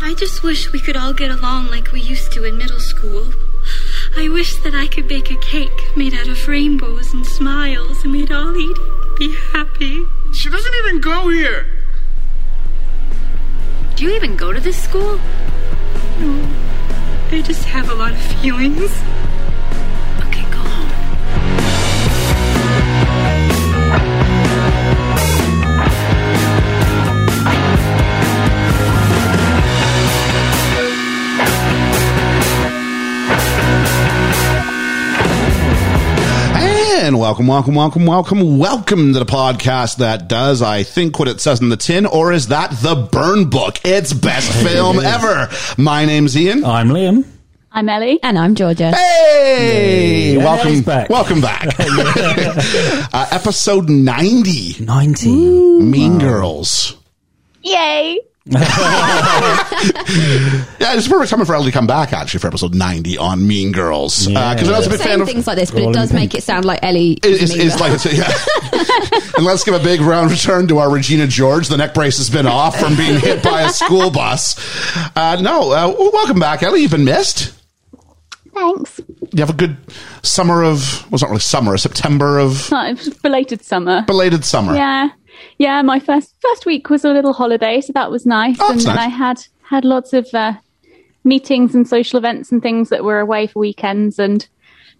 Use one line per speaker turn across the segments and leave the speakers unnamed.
I just wish we could all get along like we used to in middle school. I wish that I could bake a cake made out of rainbows and smiles and we'd all eat it, be happy.
She doesn't even go here.
Do you even go to this school?
No, I just have a lot of feelings.
Okay, go home.
And welcome, welcome, welcome, welcome, welcome to the podcast that does, I think, what it says in the tin, or is that the burn book? It's best film ever. My name's Ian.
I'm Liam.
I'm Ellie.
And I'm Georgia.
Hey,
Yay.
welcome
Ellie's back.
Welcome back. uh, episode 90
19.
Mean Girls.
Yay!
Yeah, this is where we're coming for Ellie to come back, actually, for episode 90 on Mean Girls. Because
Yeah.
I was a big fan
Saying
of.
things like this, but
Rolling
it does
pin.
make it sound like Ellie.
It- It's,
is
it's like, yeah. and let's give a big round return to our Regina George. The neck brace has been off from being hit by a school bus. Uh, no, uh, welcome back, Ellie. You've been missed.
Thanks.
You have a good summer of, well, it's not really summer, a September of
No, it was belated summer.
belated summer.
yeah, yeah. My first first week was a little holiday, so that was nice.
Oh,
and
that's
then
nice.
I had had lots of uh, meetings and social events and things that were away for weekends, and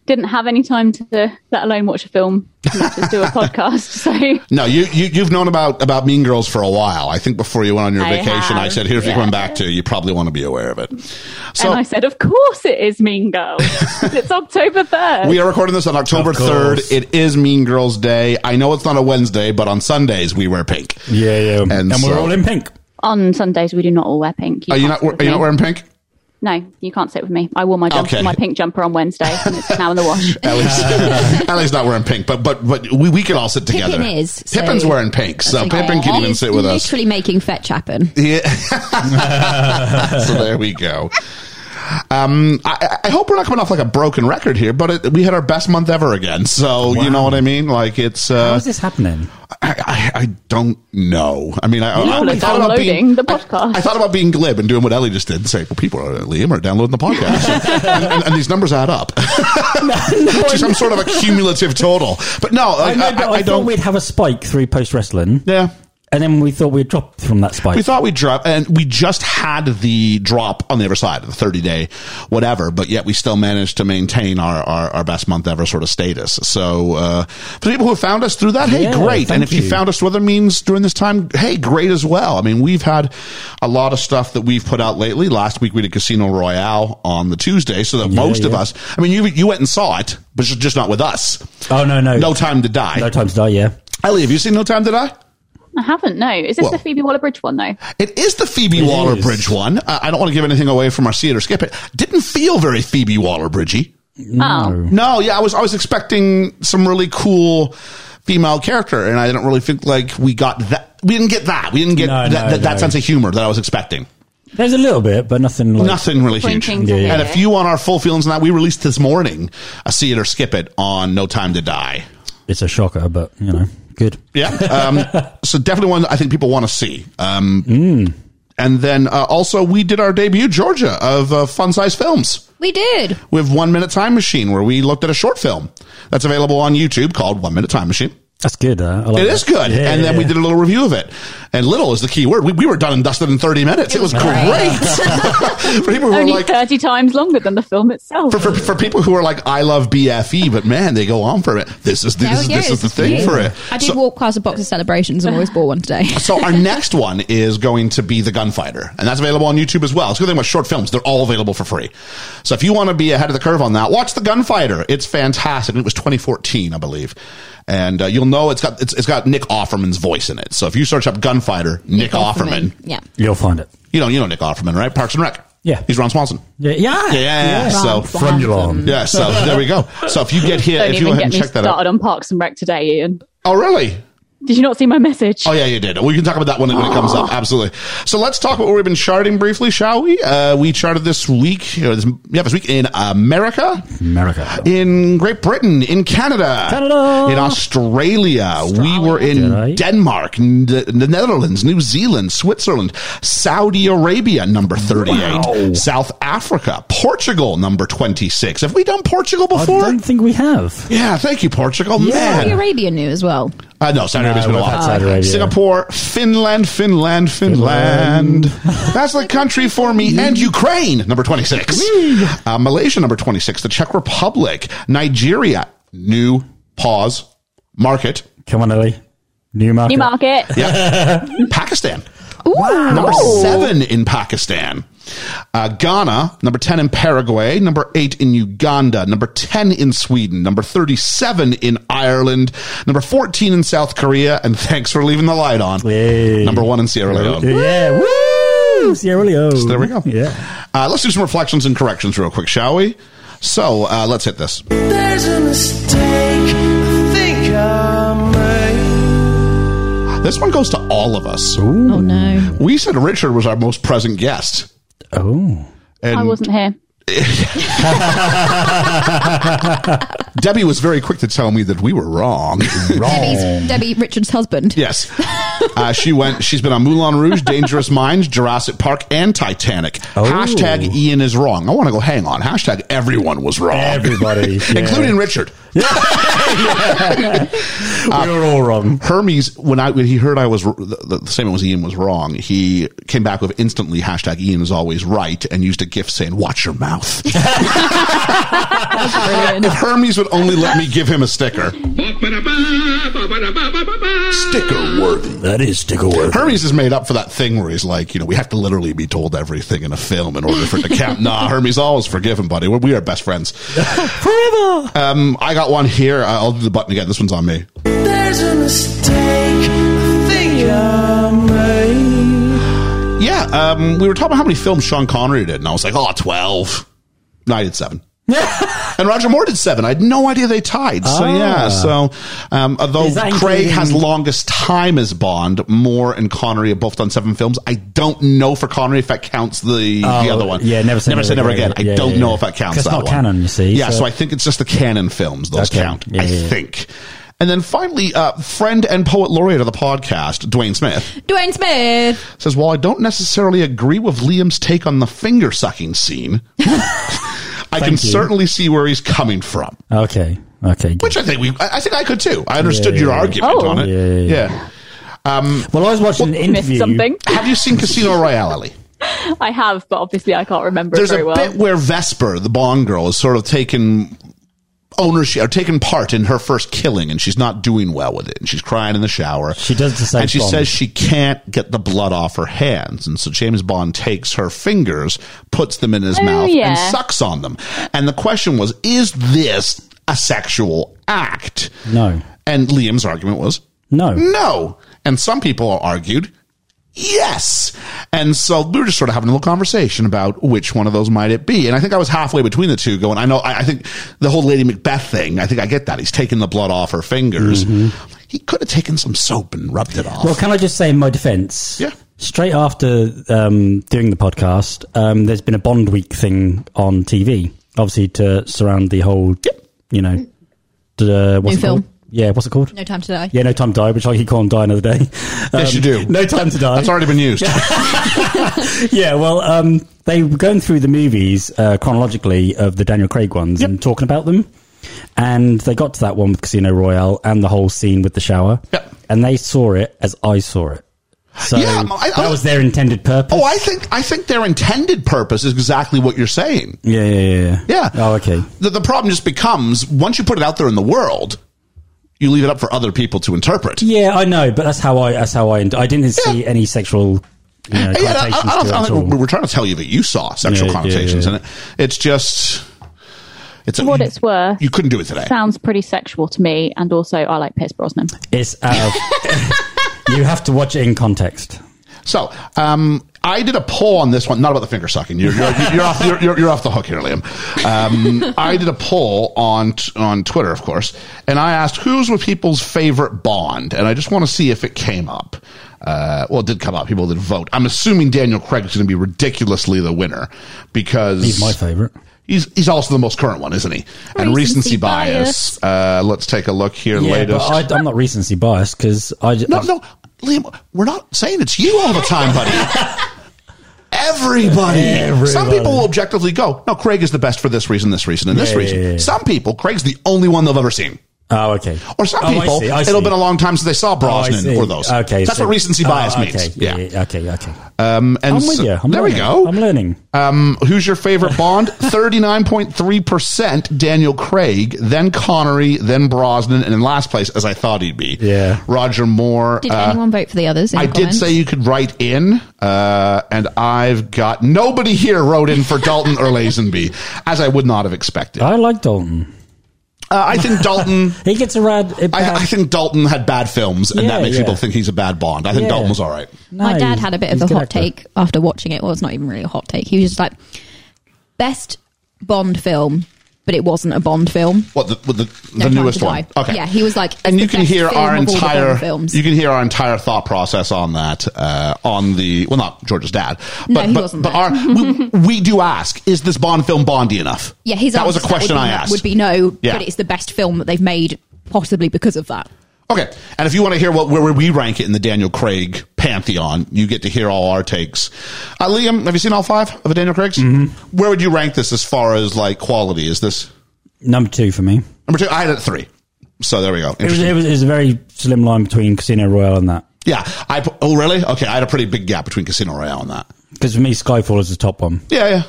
didn't have any time to, let alone watch a film, much as do a podcast. So
No, you, you, you've known about, about Mean Girls for a while. I think before you went on your
I
vacation, I
have,
said, here's what
yeah.
you're going back to. You probably want to be aware of it. So
and I said, of course it is Mean Girls. it's October third.
we are recording this on October
Of
3rd.
course.
It is Mean Girls Day. I know it's not a Wednesday, but on Sundays we wear pink.
Yeah, yeah. And, we're
so- Uh,
all in pink.
On Sundays we do not all wear pink.
Are you
can't
not,
sit
are
with
you not
me.
wearing pink?
No, you can't sit with me. I wore my jumper,
Okay.
my pink jumper on Wednesday, and it's now in the wash.
Ellie's, Ellie's not wearing pink, but but but we, we could all sit together.
Pippin is, so-
Pippin's wearing pink, so
okay.
Pippin can
He
even
is
sit with us.
Literally making fetch happen.
Yeah. so there we go. Um, I, I hope we're not coming off like a broken record here, but it, we had our best month ever again. So you know
Wow.
what I mean? Like it's
How
uh,
is this happening?
I, I I don't know. I mean, I, I,
People
I
are
being
downloading the
I-
podcast.
I, thought about being glib and doing what Ellie just did and say, "Well, people are Liam are downloading the podcast," and, and, and these numbers add up to some sort of a cumulative total. But no,
I,
like,
know,
I,
but I
I, I
thought
don't.
we'd have a spike through post wrestling,
Yeah.
and then we thought we'd drop from that spike.
We thought we'd drop, and we just had the drop on the other side, the 30 day whatever, but yet we still managed to maintain our, our, our best month ever sort of status. So, uh, for people who found us through that, hey,
Yeah,
great. And
thank
if you.
you.
found us through other means during this time, hey, great as well. I mean, we've had a lot of stuff that we've put out lately. Last week we did Casino Royale on the Tuesday, so that most of
yeah.
us, I mean, you, you went and saw it, but just just not with us.
oh no, no,
No Time to Die.
no time to die. Yeah,
Ellie, have you seen No Time to Die?
I haven't. No, is this
Well-
the Phoebe Waller-Bridge one though?
It is the Phoebe
It
Waller
is.
Bridge one. I, I don't want to give anything away from our see it or skip it. Didn't feel very Phoebe Waller Bridgey.
Oh,
No, yeah, I was I was expecting some really cool female character, and I didn't really think like we got that. We didn't get that. We didn't get that,
No, no,
that, that
no.
sense of humor that I was expecting.
there's a little bit, but nothing. Like,
Nothing really huge.
pointing
And
to
Yeah, yeah.
her.
if you want our full feelings on that, we released this morning a see it or skip it on No Time to Die.
It's a shocker, but you know, good.
Yeah. Um, so definitely one I think people want to see. Um, And then uh, also we did our debut Georgia of uh, fun size films.
We did.
with One Minute Time Machine, where we looked at a short film that's available on YouTube called One Minute Time Machine.
That's good. Uh, I like
It
that.
is good.
Yeah,
and then we
yeah.
did a little review of it. And little is the key word. We, we were done and dusted in 30 minutes. It was great. for people who are
only
like,
thirty times longer than the film itself.
for, for, for people who are like, I love BFE, but man, they go on for it. This is,
There
this, is,
it
this
goes.
is the thing
Yeah.
for it.
I did
So-
walk past a box of celebrations and always bought one today.
so our next one is going to be the gunfighter and that's available on youtube as well it's a good thing about short films they're all available for free so if you want to be ahead of the curve on that watch the gunfighter it's fantastic it was 2014 i believe and uh, you'll know it's got it's, it's got nick offerman's voice in it so if you search up gunfighter nick, offerman,
Yeah.
You'll find it.
you know you know nick offerman right parks and rec
Yeah.
he's ron swanson
Yeah, yeah,
yeah, yeah, yeah. so
Ron Swanson.
from your lawn.
yeah so there we go so if you get here
Don't
if you go
even
ahead and
get me
check that
started
out
on Parks and Rec today, Ian.
oh really
Did you not see my message?
Oh yeah, you did. We can talk about that when it, when it comes up. Absolutely. So let's talk about where we've been charting briefly, shall we? Uh, we charted this week, or this, yeah, this week in America,
America.
in Great Britain, in Canada,
Canada.
in Australia. We were in
Right.
Denmark, n- the, the Netherlands, New Zealand, Switzerland, Saudi Arabia, number thirty-eight, South Africa, Portugal, number twenty-six. Have we done Portugal
I
before?
don't think we have.
yeah, thank you, Portugal.
Yeah.
Saudi
Man,
Arabia knew as well.
uh, no, Saudi Arabia's been a
we've
while.
had Saudi Arabia.
Singapore, Finland, Finland, Finland. That's the country for me. And Ukraine, number 26. Uh, Malaysia, number 26. The Czech Republic, Nigeria, new pause market.
Come on, Ellie. Newmarket.
Newmarket.
Pakistan. Number
Oh.
seven in Pakistan. Uh, Ghana, number 10 in Paraguay, number eight in Uganda, number 10 in Sweden, number 37 in Ireland, number 14 in South Korea, and thanks for leaving the light on.
Yay.
Number one in Sierra Leone.
Yeah. Woo! Sierra Leone.
there we go.
Yeah.
Uh, let's do some reflections and corrections real quick, shall we? So uh, let's hit this.
There's a mistake I think I made.
This one goes to all of us.
Oh no.
We said Richard was our most present guest.
Oh.
I wasn't here.
Debbie was very quick to tell me that we were wrong. Mm.
Um,
Debbie's, Debbie, Richard's husband.
yes. Uh, she went, she's been on Moulin Rouge, Dangerous Minds, Jurassic Park, and Titanic.
Oh.
Hashtag Ian is wrong. I want to go, hang on. Hashtag everyone was wrong.
Everybody. yeah.
Including Richard.
we were all wrong.
Hermes, when I when he heard I was r- the, the statement was Ian was wrong, he came back with instantly hashtag Ian is always right and used a gift saying "Watch your mouth." if Hermes would only let me give him a sticker, sticker worthy.
That is sticker worth.
Hermes is made up for that thing where he's like, you know, we have to literally be told everything in a film in order for it to count. nah, Hermes, always forgive him, buddy. We're, we are best friends.
Forever.
Um, I got one here. I- I'll do the button again. This one's on me.
There's a mistake I think I made.
Yeah, um, we were talking about how many films Sean Connery did, and I was like, oh, 12. No, I did seven. and Roger Moore did seven. I had no idea they tied. So, yeah. So, um, although
Ah. Is that
Craig
including-
has longest time as Bond, Moore and Connery have both done seven films. I don't know for Connery if that counts the, the
Oh,
other one.
yeah, Never Say
never,
Never
say never
Again.
again. I
Yeah,
don't
yeah,
know
yeah.
if that counts.
'Cause it's
that
not
one.
canon, you see,
Yeah, so,
so-
I think it's just the canon films. Those
Okay.
count.
Yeah,
I
yeah, yeah.
think. And then finally, uh, friend and poet laureate of the podcast, Dwayne Smith
Dwayne Smith.
says, While I don't necessarily agree with Liam's take on the finger sucking scene, I can
you.
certainly see where he's coming from.
Okay. Okay. good.
Which I think we, I I think I could too. I understood
Yeah,
your
yeah, yeah.
argument
Oh.
on it.
Yeah, yeah, yeah. well, I was watching an
Missed
interview.
something.
Yeah. Have you seen Casino Royale? Ellie?
I have, but obviously I can't remember
There's
it very
a
well.
bit where Vesper, the Bond girl, is sort of taken ownership or taken part in her first killing, and she's not doing well with it, and she's crying in the shower.
She does decide
and she
Bond.
says she can't get the blood off her hands, and so James Bond takes her fingers, puts them in his
Oh,
mouth,
yeah.
and sucks on them. And the question was, is this a sexual act?
No.
And Liam's argument was,
No.
no. And some people argued, yes. And so we were just sort of having a little conversation about which one of those might it be. And I think I was halfway between the two going, I know, I, I think the whole Lady Macbeth thing, I think I get that. He's taking the blood off her fingers. He could have taken some soap and rubbed it off.
Mm-hmm. Well, can I just say in my defence?
Yeah.
Straight after um, doing the podcast, um, there's been a Bond Week thing on TV, obviously to surround the whole, you know, the, what's
New
it called?
film.
Yeah, what's it called?
No time to die.
Yeah, No Time to Die, which I keep calling Die Another Day.
Yes, you do.
um, No Time to Die.
That's already been used.
Yeah, well, um, they were going through the movies uh, chronologically of the Daniel Craig ones and talking about them. And they got to that one with Casino Royale and the whole scene with the shower.
Yep.
And they saw it as I saw it. So
Yeah, I- I-
that was their intended purpose.
Oh, I think I think their intended purpose is exactly what you're saying.
Yeah, yeah, yeah, yeah.
Yeah.
Oh, okay.
The, the problem just becomes once you put it out there in the world, you leave it up for other people to interpret.
Yeah, I know, but that's how I. That's how I. I didn't see any sexual. You know,
Yeah, I, I- I don't,
connotations to it
I
at
don't
all.
think we're trying to tell you that you saw sexual
Yeah, yeah,
connotations
yeah.
in it. It's just it's a,
what it's worth.
You couldn't do it today.
Sounds pretty sexual to me, and also I like Pierce Brosnan.
It's out of. you have to watch it in context.
So, um, I did a poll on this one, not about the finger sucking. You're, you're, you're off. You're, you're, you're off the hook here, Liam. Um, I did a poll on t- on Twitter, of course, and I asked who's with people's favorite Bond, and I just want to see if it came up. Uh, well, it did come up. People did vote. I'm assuming Daniel Craig is going to be ridiculously the winner because
He's my favorite.
He's, he's also the most current one, isn't he? And recency,
Recency
bias. Uh, let's take a look here.
Yeah, but
latest.
I, I'm not recency biased because I. j-
No, no, Liam, we're not saying it's you all the time, buddy. Everybody. Some people will objectively go, no, Craig is the best for this reason, this reason, and this
Yeah, yeah,
reason.
yeah, yeah.
Some people, Craig's the only one they've ever seen.
Oh, okay.
Or some
Oh, I
people,
see, I
it'll
see.
been a long time since they saw
Oh, I
Brosnan
see.
or those.
Okay,
that's
so-
what recency bias
oh, okay.
means.
Yeah,
Yeah.
yeah, okay, okay.
Um, and
I'm with
so-
you. I'm
there we
learning.
go.
I'm learning.
Um, who's your favorite Bond? 39.3% Daniel Craig, then Connery, then Brosnan, and in last place, as I thought he'd be,
Yeah.
Roger Moore.
Did
uh,
anyone vote for the others? in
I
the comments?
did say you could write in, uh, and I've got nobody here wrote in for Dalton or Lazenby, as I would not have expected. Uh,
I like Dalton.
I think Dalton.
He gets a rad. A
I,
bad,
I think Dalton had bad films, and
Yeah,
that makes
yeah.
people think he's a bad Bond. I think
Yeah.
Dalton was all right.
No,
My dad
he's-
had a bit
he's
of a
good
hot
actor.
take after watching it. Well, it's not even really a hot take. He was just like, best Bond film, but it wasn't a Bond film.
What the, what the, the
No Time
newest
to
one?
Die. Yeah, he was like,
and
it's
you
the
can
best
hear
film
our
of all the Bond
entire
films.
you can hear our entire thought process on that uh, on the well, not George's dad, but
No, he
but,
wasn't
but
there.
our we, we do ask: Is this Bond film Bondy enough?
Yeah, his
that was a
answer
question
would
I
be,
asked.
Would be no,
Yeah.
but it's the best film that they've made, possibly because of that.
Okay, and if you want to hear what where we rank it in the Daniel Craig pantheon, you get to hear all our takes. Uh, Liam, have you seen all five of the Daniel Craig's?
Mm-hmm.
Where would you rank this as far as like quality? Is this
Number two for me.
number two? I had it at three, so there we go.
It was,
Interesting.
it, was, it was a very slim line between Casino Royale and that.
yeah, I pu- oh really? Okay, I had a pretty big gap between Casino Royale and that.
Because for me, Skyfall is the top one.
Yeah, yeah.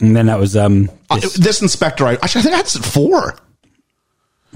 And then that was. um.
Uh,
this-
this inspector, I actually I think I had this at four.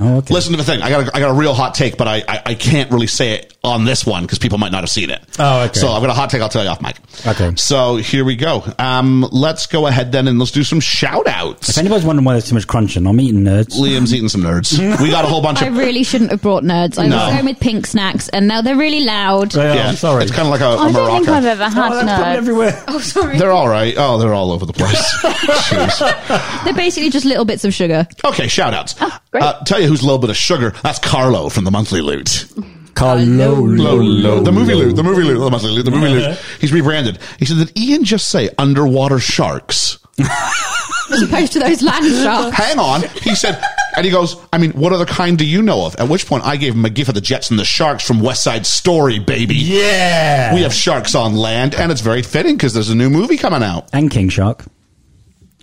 oh, okay.
Listen to the thing. I got a, I got a real hot take, but I, I, I can't really say it on this one because people might not have seen it.
Oh, okay.
So I've got a hot take. I'll tell you off mic.
Okay.
So here we go. Um, let's go ahead then and let's do some shout
If
outs.
anybody's wondering why there's too much crunching, I'm eating nerds.
Liam's eating some nerds. We got a whole bunch
I
of.
really shouldn't have brought nerds. I
No.
was going with pink snacks, and now they're really loud.
Yeah,
yeah,
Oh, I'm sorry.
It's kind of like a, a
I don't think
maraca.
I've ever had
oh, that's probably
nerds.
everywhere.
Oh, sorry.
They're all right. Oh, they're all over the place. Jeez.
They're basically just little bits of sugar.
Okay, shout outs.
great.
Uh, tell you who's low bit of sugar. That's Carlo from the Monthly Loot.
Carlo.
Low, low, the movie loot, the movie loot, the monthly loot, the movie loot.
Uh-huh.
He's rebranded. He said, "Did Ian just say underwater sharks?"
As opposed to those land sharks.
Hang on, he said, and he goes, "I mean, what other kind do you know of?" At which point, I gave him a gift of the Jets and the Sharks from West Side Story, baby.
Yeah.
We have sharks on land, and it's very fitting because there's a new movie coming out.
and King Shark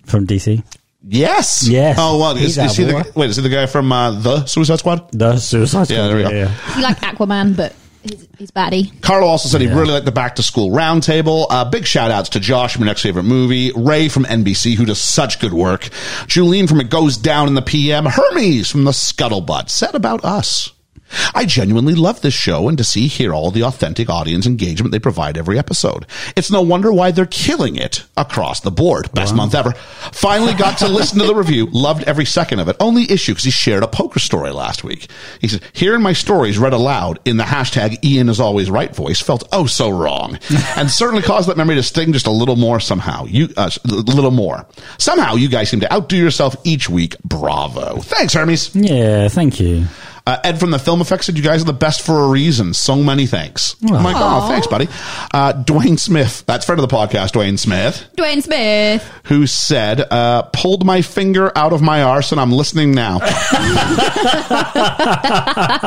from DC.
Yes,
Yes.
Oh well,
He's
is, is he
our
the
boy.
wait? Is he the guy from uh, the Suicide Squad?
The Suicide
Yeah,
Squad.
there we go.
You like Aquaman, but he's, he's baddie.
Carlo also said he really liked the back to school roundtable. Uh, big shout outs to Josh from Next Favorite Movie, Ray from NBC, who does such good work, Julene from It Goes Down in the PM, Hermes from The Scuttlebutt, said about us. I genuinely love this show and to see here all the authentic audience engagement they provide every episode. It's no wonder why they're killing it across the board. Best month ever. Finally got to listen to the review. Loved every second of it. Only issue because he shared a poker story last week. He said, hearing my stories read aloud in the hashtag Ian is always right voice felt oh so wrong and certainly caused that memory to sting just a little more somehow. You, uh, a little more. Somehow you guys seem to outdo yourself each week. Bravo. Thanks, Hermes.
Yeah, thank you.
Uh, Ed from the Film Effects said, You guys are the best for a reason. So many thanks. Oh my God, thanks, buddy. Uh, Dwayne Smith, that's friend of the podcast, Dwayne Smith,
Dwayne Smith.
who said, uh, Pulled my finger out of my arse and I'm listening now.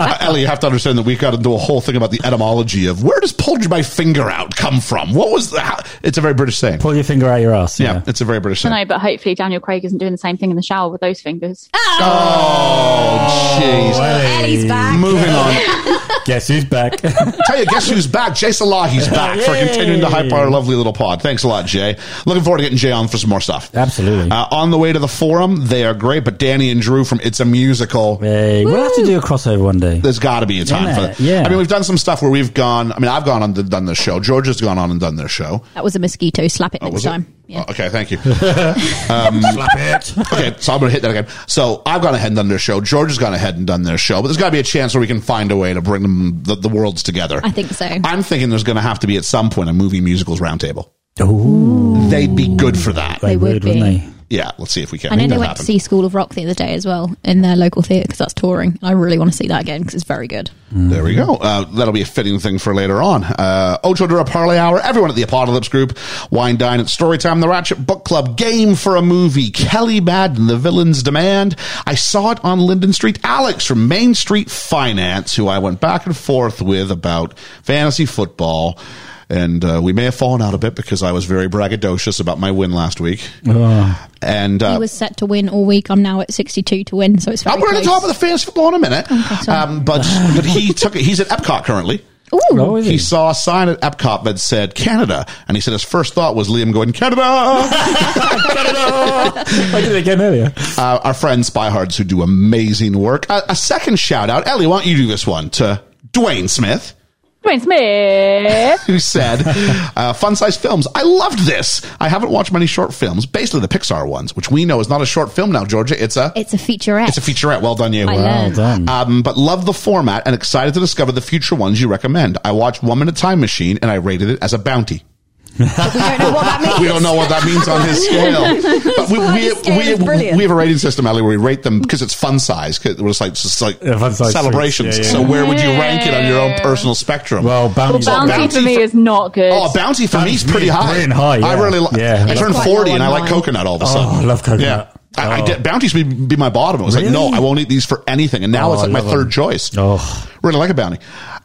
Uh, Ellie, you have to understand that we got into a whole thing about the etymology of where does pulled my finger out come from? What was that? It's a very British saying.
Pull your finger out your ass.
Yeah, it's a very British
I
saying.
know, but hopefully Daniel Craig isn't doing the same thing in the shower with those fingers.
Oh, jeez.
Ellie's back.
Moving on.
Guess who's back?
Tell you, guess who's back? Jay Salahi's back for
Yay.
continuing to hype our lovely little pod. Thanks a lot, Jay. Looking forward to getting Jay on for some more stuff.
Absolutely.
Uh, on the way to the forum, they are great, but Danny and Drew from It's a Musical.
Hey, we'll have to do a crossover one day.
There's got to be a time
Yeah,
for that.
yeah.
I mean, we've done some stuff where we've gone. I mean, I've gone on and done this show. George has gone on and done their show.
That was a mosquito. Slap it
was
next
it?
time. Yeah.
Oh, okay, thank you. okay, so I'm going to hit that again. So I've gone ahead and done their show. George has gone ahead and done their show, but there's got to be a chance where we can find a way to bring them the, the worlds together.
I think so.
I'm thinking there's going to have to be at some point a movie musicals roundtable.
Ooh,
They'd be good for that.
they,
They
would,
would
wouldn't
be.
they?
Yeah, let's see if we can.
I know
make
they
that
went to
happen.
see School of Rock the other day as well in their local theatre because that's touring. I really want to see that again because it's very good.
There we go. Uh, that'll be a fitting thing for later on. Uh, Ocho Dura Parlay Hour, everyone at the Apocalypse Group, Wine Dine at Storytime, The Ratchet Book Club, Game for a Movie, Kelly Madden, The Villain's Demand. I saw it on Linden Street. Alex from Main Street Finance, who I went back and forth with about fantasy football. And uh, we may have fallen out a bit because I was very braggadocious about my win last week.
Uh-huh.
And uh,
I was set to win all week. I'm now at 62 to win, so it's very
I'm going to
close.
talk about the fantasy football in a minute.
sorry.
um, but, but he took it. He's at Epcot currently.
Ooh,
Oh, is
He
he?
saw a sign at Epcot that said Canada, and he said his first thought was Liam going Canada.
I did it again earlier.
uh, our friend Spyhards who do amazing work. A, a second shout out, Ellie. Why don't you do this one to Dwayne Smith?
Dwayne Smith.
Who said, uh, fun size films? I loved this. I haven't watched many short films, basically the Pixar ones, which we know is not a short film now, Georgia. It's a
it's a featurette.
it's a featurette. Well done, you.
I learned.
done.
Um, but love the format and excited to discover the future ones you recommend. I watched One Minute Time Machine and I rated it as a bounty.
we don't know what that means.
we don't know what that means on his scale. But we,
Well,
we,
his scale is
we,
brilliant.
we have a rating system, Ali, where we rate them because it's fun size. 'cause it's like, it's just like
Yeah, fun size
celebrations.
treats. Yeah,
So
yeah.
where would you rank it on your own personal spectrum?
Well, bounty.
Well,
Bounty,
Bounty
for me
for-
is not good.
Oh, a bounty for me is
Bounty's
pretty
really
high.
pretty high, yeah.
I really like.
Yeah.
I
It's
turned
quite
forty
low
and I
on
like
mine.
coconut all of a
Oh,
sudden.
I love coconut.
Yeah, I, I
Oh.
did, bounties be, be my bottom. It was like, no,
Really?
I won't eat these for anything. And now
Oh,
it's like
I
my
love
third
them.
choice.
Oh.
Really like a bounty.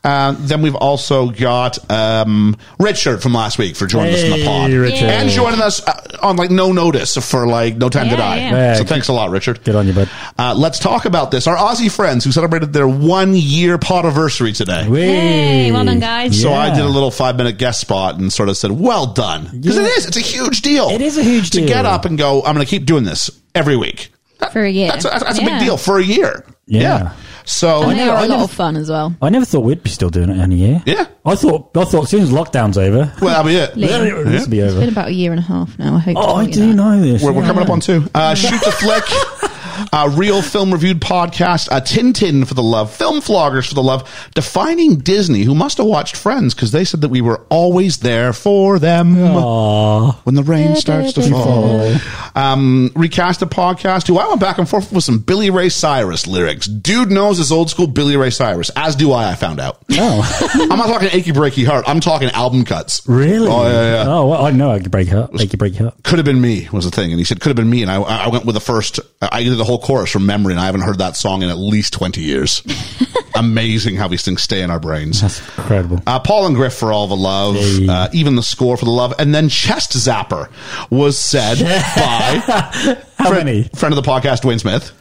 Uh, then we've also got um, Red Shirt from last week for joining us in the
Hey,
pod.
Richard.
And joining us uh, on like no notice for like No Time to
Yeah,
Die.
yeah.
Yeah,
So
good-
thanks a lot, Richard.
Good on you, bud.
Uh, let's talk about this. Our Aussie friends who celebrated their one year podiversary today.
Hey, well done, guys.
So
Yeah.
I did a little five minute guest spot and sort of said, well done. Because it
Yeah.
is. It's a huge deal.
It is a huge
To
deal.
get up and go, I'm going to keep doing this every week. That-
For a year.
That's, a, that's a big
Yeah.
deal for a year.
Yeah.
So,
And they
never-
are
I
a lot
never-
of fun as well.
I never thought we'd be still doing it in a year.
Yeah.
I thought. I thought as soon as lockdown's over,
well, that'll be it.
Yeah.
this will be
It's been
over.
about a year and a half now. I hope.
Oh, I
to tell you
do
that.
know this.
We're, we're
yeah.
coming up on two. Uh, Shoot the Flick, a real film reviewed podcast, a Tintin for the love, film floggers for the love, defining Disney, who must have watched Friends because they said that we were always there for them
Oh,
when the rain starts to fall. Um, recast the podcast, who I went back and forth with some Billy Ray Cyrus lyrics. Dude knows his old school Billy Ray Cyrus, as do I, I found out.
Oh,
I'm not talking achy breaky heart, I'm talking album cuts.
really?
Oh, yeah, yeah
Oh, well, I know. I could break up. I could break up.
could have been me was the thing. And he said, could have been me. And I, I went with the first, I did the whole chorus from memory and I haven't heard that song in at least 20 years. Amazing how these things stay in our brains.
That's incredible.
Uh, Paul and Griff for all the love,
Hey.
uh, even the score for the love. And then Chest Zapper was said by
How
friend,
many?
friend of the podcast, Dwayne Smith,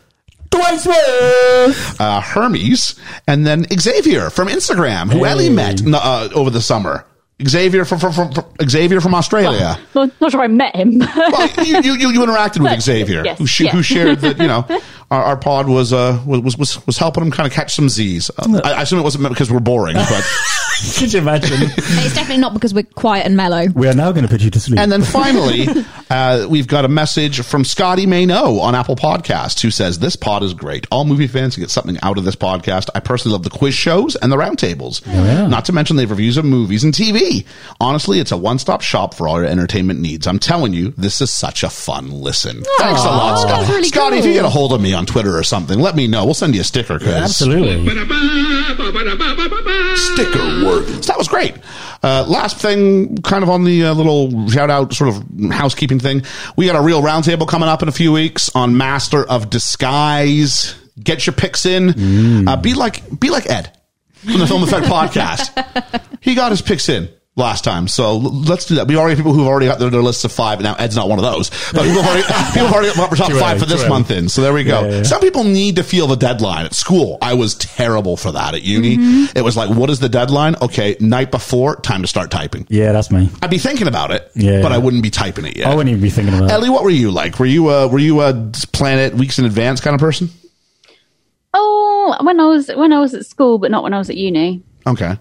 Dwayne Smith.
uh, Hermes, and then Xavier from Instagram, who
Hey.
Ellie met uh, over the summer. Xavier from, from, from, from Xavier from Australia.
Not, not sure I met him.
well, you, you, you, you interacted with Xavier,
yes,
who, sh- who
yeah.
shared that you know our, our pod was uh was was was helping him kind of catch some Z's. Uh, I, I assume it wasn't meant because we're boring, but
Could you imagine?
It's definitely not because we're quiet and mellow.
we are now going to put you to sleep.
and then finally uh, we've got a message from Scotty Mayno on Apple Podcasts who says this pod is great. All movie fans can get something out of this podcast. I personally love the quiz shows and the roundtables.
yeah.
Not to mention they have reviews of movies and TV. Honestly, it's a one stop shop for all your entertainment needs. I'm telling you, this is such a fun listen. Thanks a lot,
Aw,
Scotty.
that's really
Scotty, if
cool.
you get a hold of me on Twitter or something, let me know. We'll send you a sticker. 'cause
Absolutely.
Sticker word. So that was great. Uh, last thing, kind of on the uh, little shout out sort of housekeeping thing. We got a real roundtable coming up in a few weeks on Master of Disguise. Get your picks in.
Mm.
Uh, be like be like Ed from the Film Effect podcast. He got his picks in last time, so l- let's do that. We already have people who've already got their, their lists of five. Now Ed's not one of those, but people have already, people have already got their top
Too
five
early,
for this
too early.
month in. So there we go.
Yeah, yeah, yeah.
Some people need to feel the deadline at school. I was terrible for that at uni.
Mm-hmm.
It was like, what is the deadline? Okay, night before, time to start typing.
Yeah, that's me.
I'd be thinking about it,
Yeah,
but
yeah.
I wouldn't be typing it yet.
I wouldn't even be thinking about it.
Ellie, what were you like? Were you a were you a plan it weeks in advance kind of person?
oh, when I was when I was at school, but not when I was at uni.
Okay.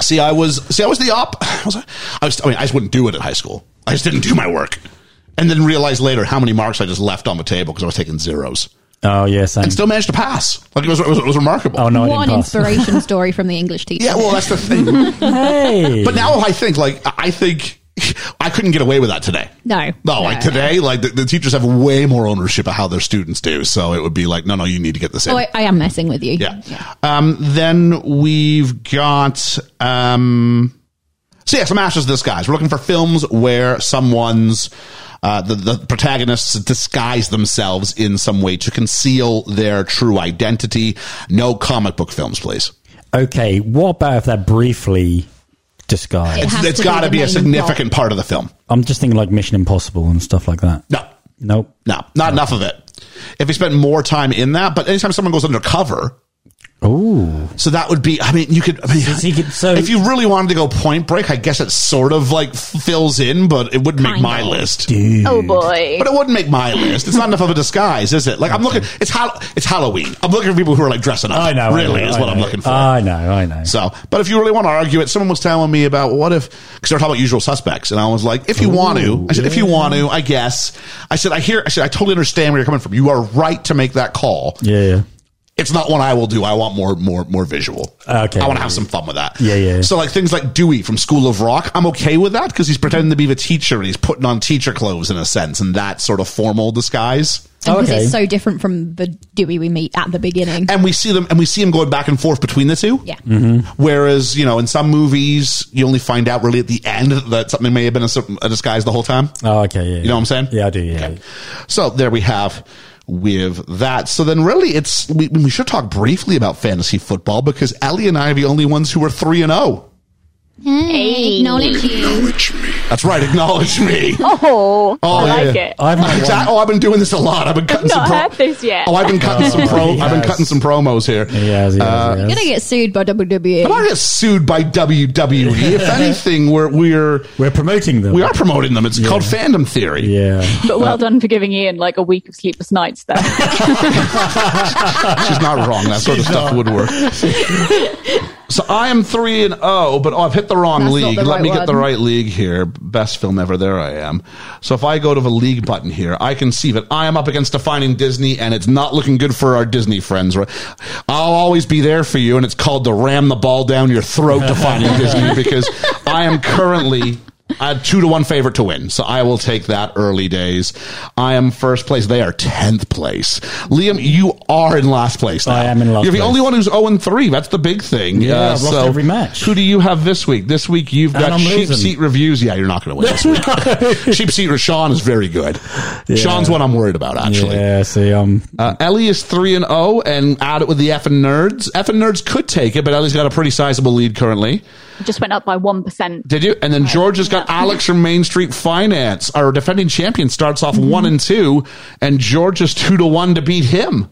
See, I was see, I was the op. I was, I was. I mean, I just wouldn't do it at high school. I just didn't do my work, and then realized later how many marks I just left on the table because I was taking zeros
Oh, yeah, same.
and still managed to pass. Like it was, it was, it was remarkable.
oh, no, I
One
didn't pass.
inspiration story from the English teacher.
Yeah, well, that's the thing.
hey.
but now I think, like, I think I couldn't get away with that today.
No.
No, like today, like the, the teachers have way more ownership of how their students do. So it would be like, no, no, you need to get this in.
Oh, I, I am messing with you.
yeah. Um, then we've got, um, so yeah, some ashes of disguise. We're looking for films where someone's, uh, the, the protagonists disguise themselves in some way to conceal their true identity. No comic book films, please.
Okay, what about if they're briefly disguised?
It has
it's
to
got to
be
be
the
a
main
significant part of the film.
I'm just thinking like Mission Impossible and stuff like that.
No,
Nope.
no, not enough of it. If we spent more time in that, but anytime someone goes undercover,
Ooh.
so that would be. I mean, you could. I mean,
so you could- so-
if you really wanted to go Point Break, I guess it sort of like fills in, but it wouldn't make
Kind
my
of.
list.
Oh boy.
But it wouldn't make my list. It's not enough of a disguise, is it? Like I'm looking. It's Hall- It's Halloween. I'm looking for people who are like dressing up.
I know.
Really
I know,
is
I
what I'm
know. Uh,
looking for.
I know, I know.
So, but if you really want to argue it, someone was telling me about what if, because they're talking about usual suspects. And I was like, if you want to, I said, if you want to, I guess. I said, I hear, I said, I totally understand where you're coming from. You are right to make that call.
yeah,
It's not one I will do. I want more, more, more visual.
Okay.
I want to have some fun with that.
Yeah, yeah.
So, like things like Dewey from School of Rock, I'm okay with that because he's pretending to be the teacher and he's putting on teacher clothes in a sense and that sort of formal disguise.
Because
Okay.
it's so different from the Dewey we meet at the beginning.
And we see them, and we see him going back and forth between the two.
yeah.
Whereas, you know, in some movies, you only find out really at the end that something may have been a, sur- a disguise the whole time.
Oh, okay, yeah.
You know what I'm saying?
Yeah, I do, yeah.
So there we have with that. So then really it's, we, we should talk briefly about fantasy football because Ellie and I are the only ones who are three and oh.
Hey, Mm, acknowledge you.
That's right. Acknowledge me.
Oh, I
yeah,
like
yeah.
it.
I've had
Exact-
one.
Oh, I'i've been doing this a lot. I've been cutting
I've
some.
not
Pro-
heard this yet.
Oh, I've been cutting some pro.
Yes.
I've been cutting some promos here.
Yes, yes,
Uh,
yes.
You're going to get sued by E. WWE.
I'm not gonna get sued by WWE. If anything, we're we're
We're promoting them.
we are promoting them. It's called fandom theory.
Yeah.
But well done for giving Ian like a week of sleepless nights there.
She's not wrong. That sort of stuff would work. so I am three and oh, but oh, I've hit the wrong
That's not
league.
the
Let
right
me get the
one.
right league here. Best film ever. There I am. So if I go to the league button here, I can see that I am up against defining Disney, and it's not looking good for our Disney friends. Right? I'll always be there for you, and it's called to ram the ball down your throat, defining Disney, because I am currently. a two to one favorite to win, so I will take that early days. I am first place; they are tenth place. Liam, you are in last place.
I
now.
am in last
You're the
place.
only one who's zero and three. That's the big thing. Uh,
Yeah, I've lost every match.
Who do you have this week? This week you've
And
got
I'm
sheep
losing.
seat reviews. Yeah, you're not going to win this week. sheep seat. Sean is very good. Sean's what I'm worried about actually.
Yeah, see, um,
Uh, Ellie is three and zero, and out it with the F and nerds. F and nerds could take it, but Ellie's got a pretty sizable lead currently.
Just went up by one percent.
Did you? And then George has got Alex from Main Street Finance. Our defending champion starts off one and two, and George is two to one to beat him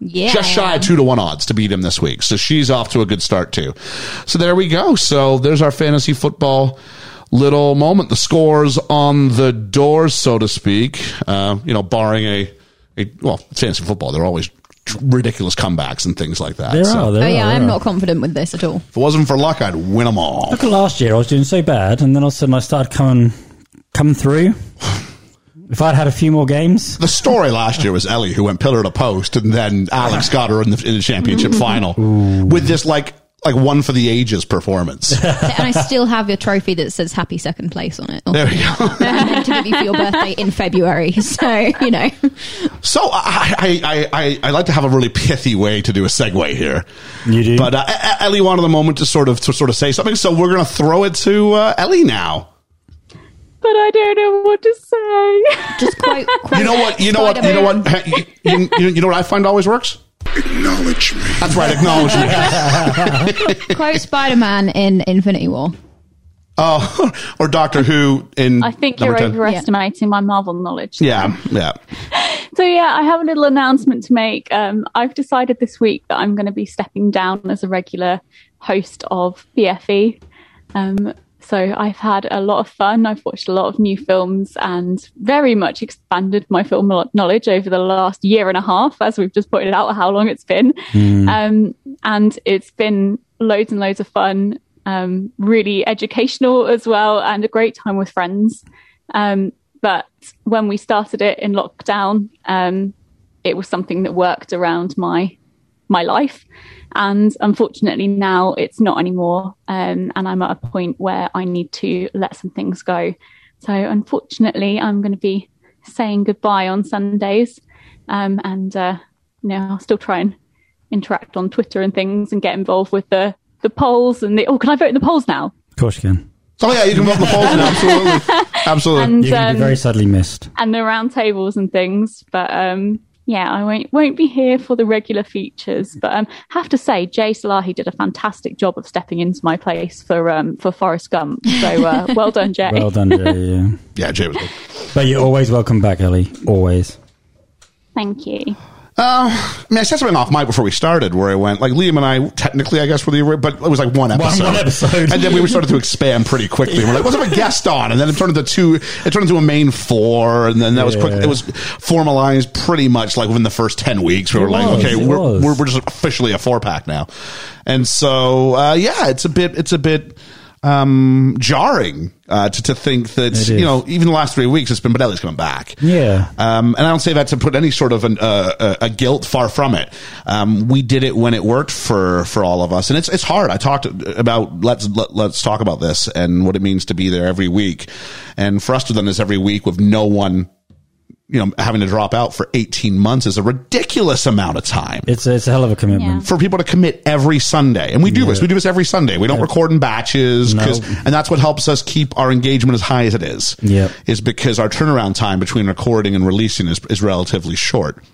Yeah.
just shy of two to one odds to beat him this week. So she's off to a good start too. So there we go. So there's our fantasy football little moment. The scores on the doors, so to speak. Uh, you know, barring a, a well, it's fantasy football. They're always tr- ridiculous comebacks and things like that.
there
so
are. There
Oh, yeah,
are,
I'm
there
not
are.
confident with this at all.
if it wasn't for luck, I'd win them all.
Look at last year, I was doing so bad, and then all of a sudden I started coming, coming through. If I'd had a few more games,
The story last year was Ellie who went pillar to post, and then Alex got her in the, in the championship final with this like like one for the ages performance.
and I still have your trophy that says happy second place on it. Or
There we go.
meant to give you for your birthday in February. So, you know.
So I, I, I, I, I like to have a really pithy way to do a segue here.
You do?
but uh, E- E- Ellie wanted the moment to sort of to sort of say something, so we're going to throw it to uh, Ellie now.
But I don't know what to say.
Just quote, quote
You know what? You know what? You know what? You, you, you know what I find always works.
Acknowledge me.
That's right, acknowledgement.
Quote Spider Man in Infinity War.
Oh, or Doctor Who in.
I think
number
you're
10.
overestimating my Marvel knowledge.
Yeah, yeah.
So yeah, I have a little announcement to make. Um, I've decided this week that I'm going to be stepping down as a regular host of BFE. Um, so I've had a lot of fun. I've watched a lot of new films and very much expanded my film lo- knowledge over the last year and a half, as we've just pointed out how long it's been. Um, and it's been loads and loads of fun. um, really educational as well and a great time with friends. Um, but when we started it in lockdown, um, it was something that worked around my my life, and unfortunately now it's not anymore. Um, and I'm at a point where I need to let some things go. So unfortunately, I'm going to be saying goodbye on Sundays, um, and uh, you know I'll still try and interact on Twitter and things and get involved with the the polls and the oh can I vote in the polls now?
Of course you can.
So yeah, you can vote the polls now. Absolutely, absolutely.
And
You're going to be
um,
very sadly missed.
and the round tables and things. But um, yeah, I won't won't be here for the regular features. But um, have to say, Jay Salahi did a fantastic job of stepping into my place for um for Forrest Gump. So uh, well done, Jay.
Well done, Jay. Yeah.
yeah, Jay was good.
But you're always welcome back, Ellie. Always.
Thank you.
Uh, I mean, I said something off mic before we started where I went, like, Liam and I, technically, I guess, were the, ori- but it was like one episode.
one episode.
And then we started to expand pretty quickly. We're like, let's have a guest on. And then it turned into two, it turned into a main four. And then that was quick.
Yeah.
It was formalized pretty much like within the first 10 weeks. We were like,
was,
okay,
it
we're,
was.
we're, we're just officially a four pack now. And so, uh, yeah, it's a bit, it's a bit, um, jarring, uh, to, to think that,
It
you
is.
know, even the last three weeks, it's been, but Ellie's coming back.
Yeah.
Um, and I don't say that to put any sort of an, uh, a, a guilt far from it. Um, we did it when it worked for, for all of us. And it's, it's hard. I talked about, let's, let, let's talk about this and what it means to be there every week. And for us to have done this every week with no one, you know, having to drop out for 18 months is a ridiculous amount of time.
It's a, it's a hell of a commitment.
for people to commit every Sunday, and we do this. We do this every Sunday. We don't record in batches, 'cause-
No.
and that's what helps us keep our engagement as high as it is
Yeah.
is because our turnaround time between recording and releasing is, is relatively short.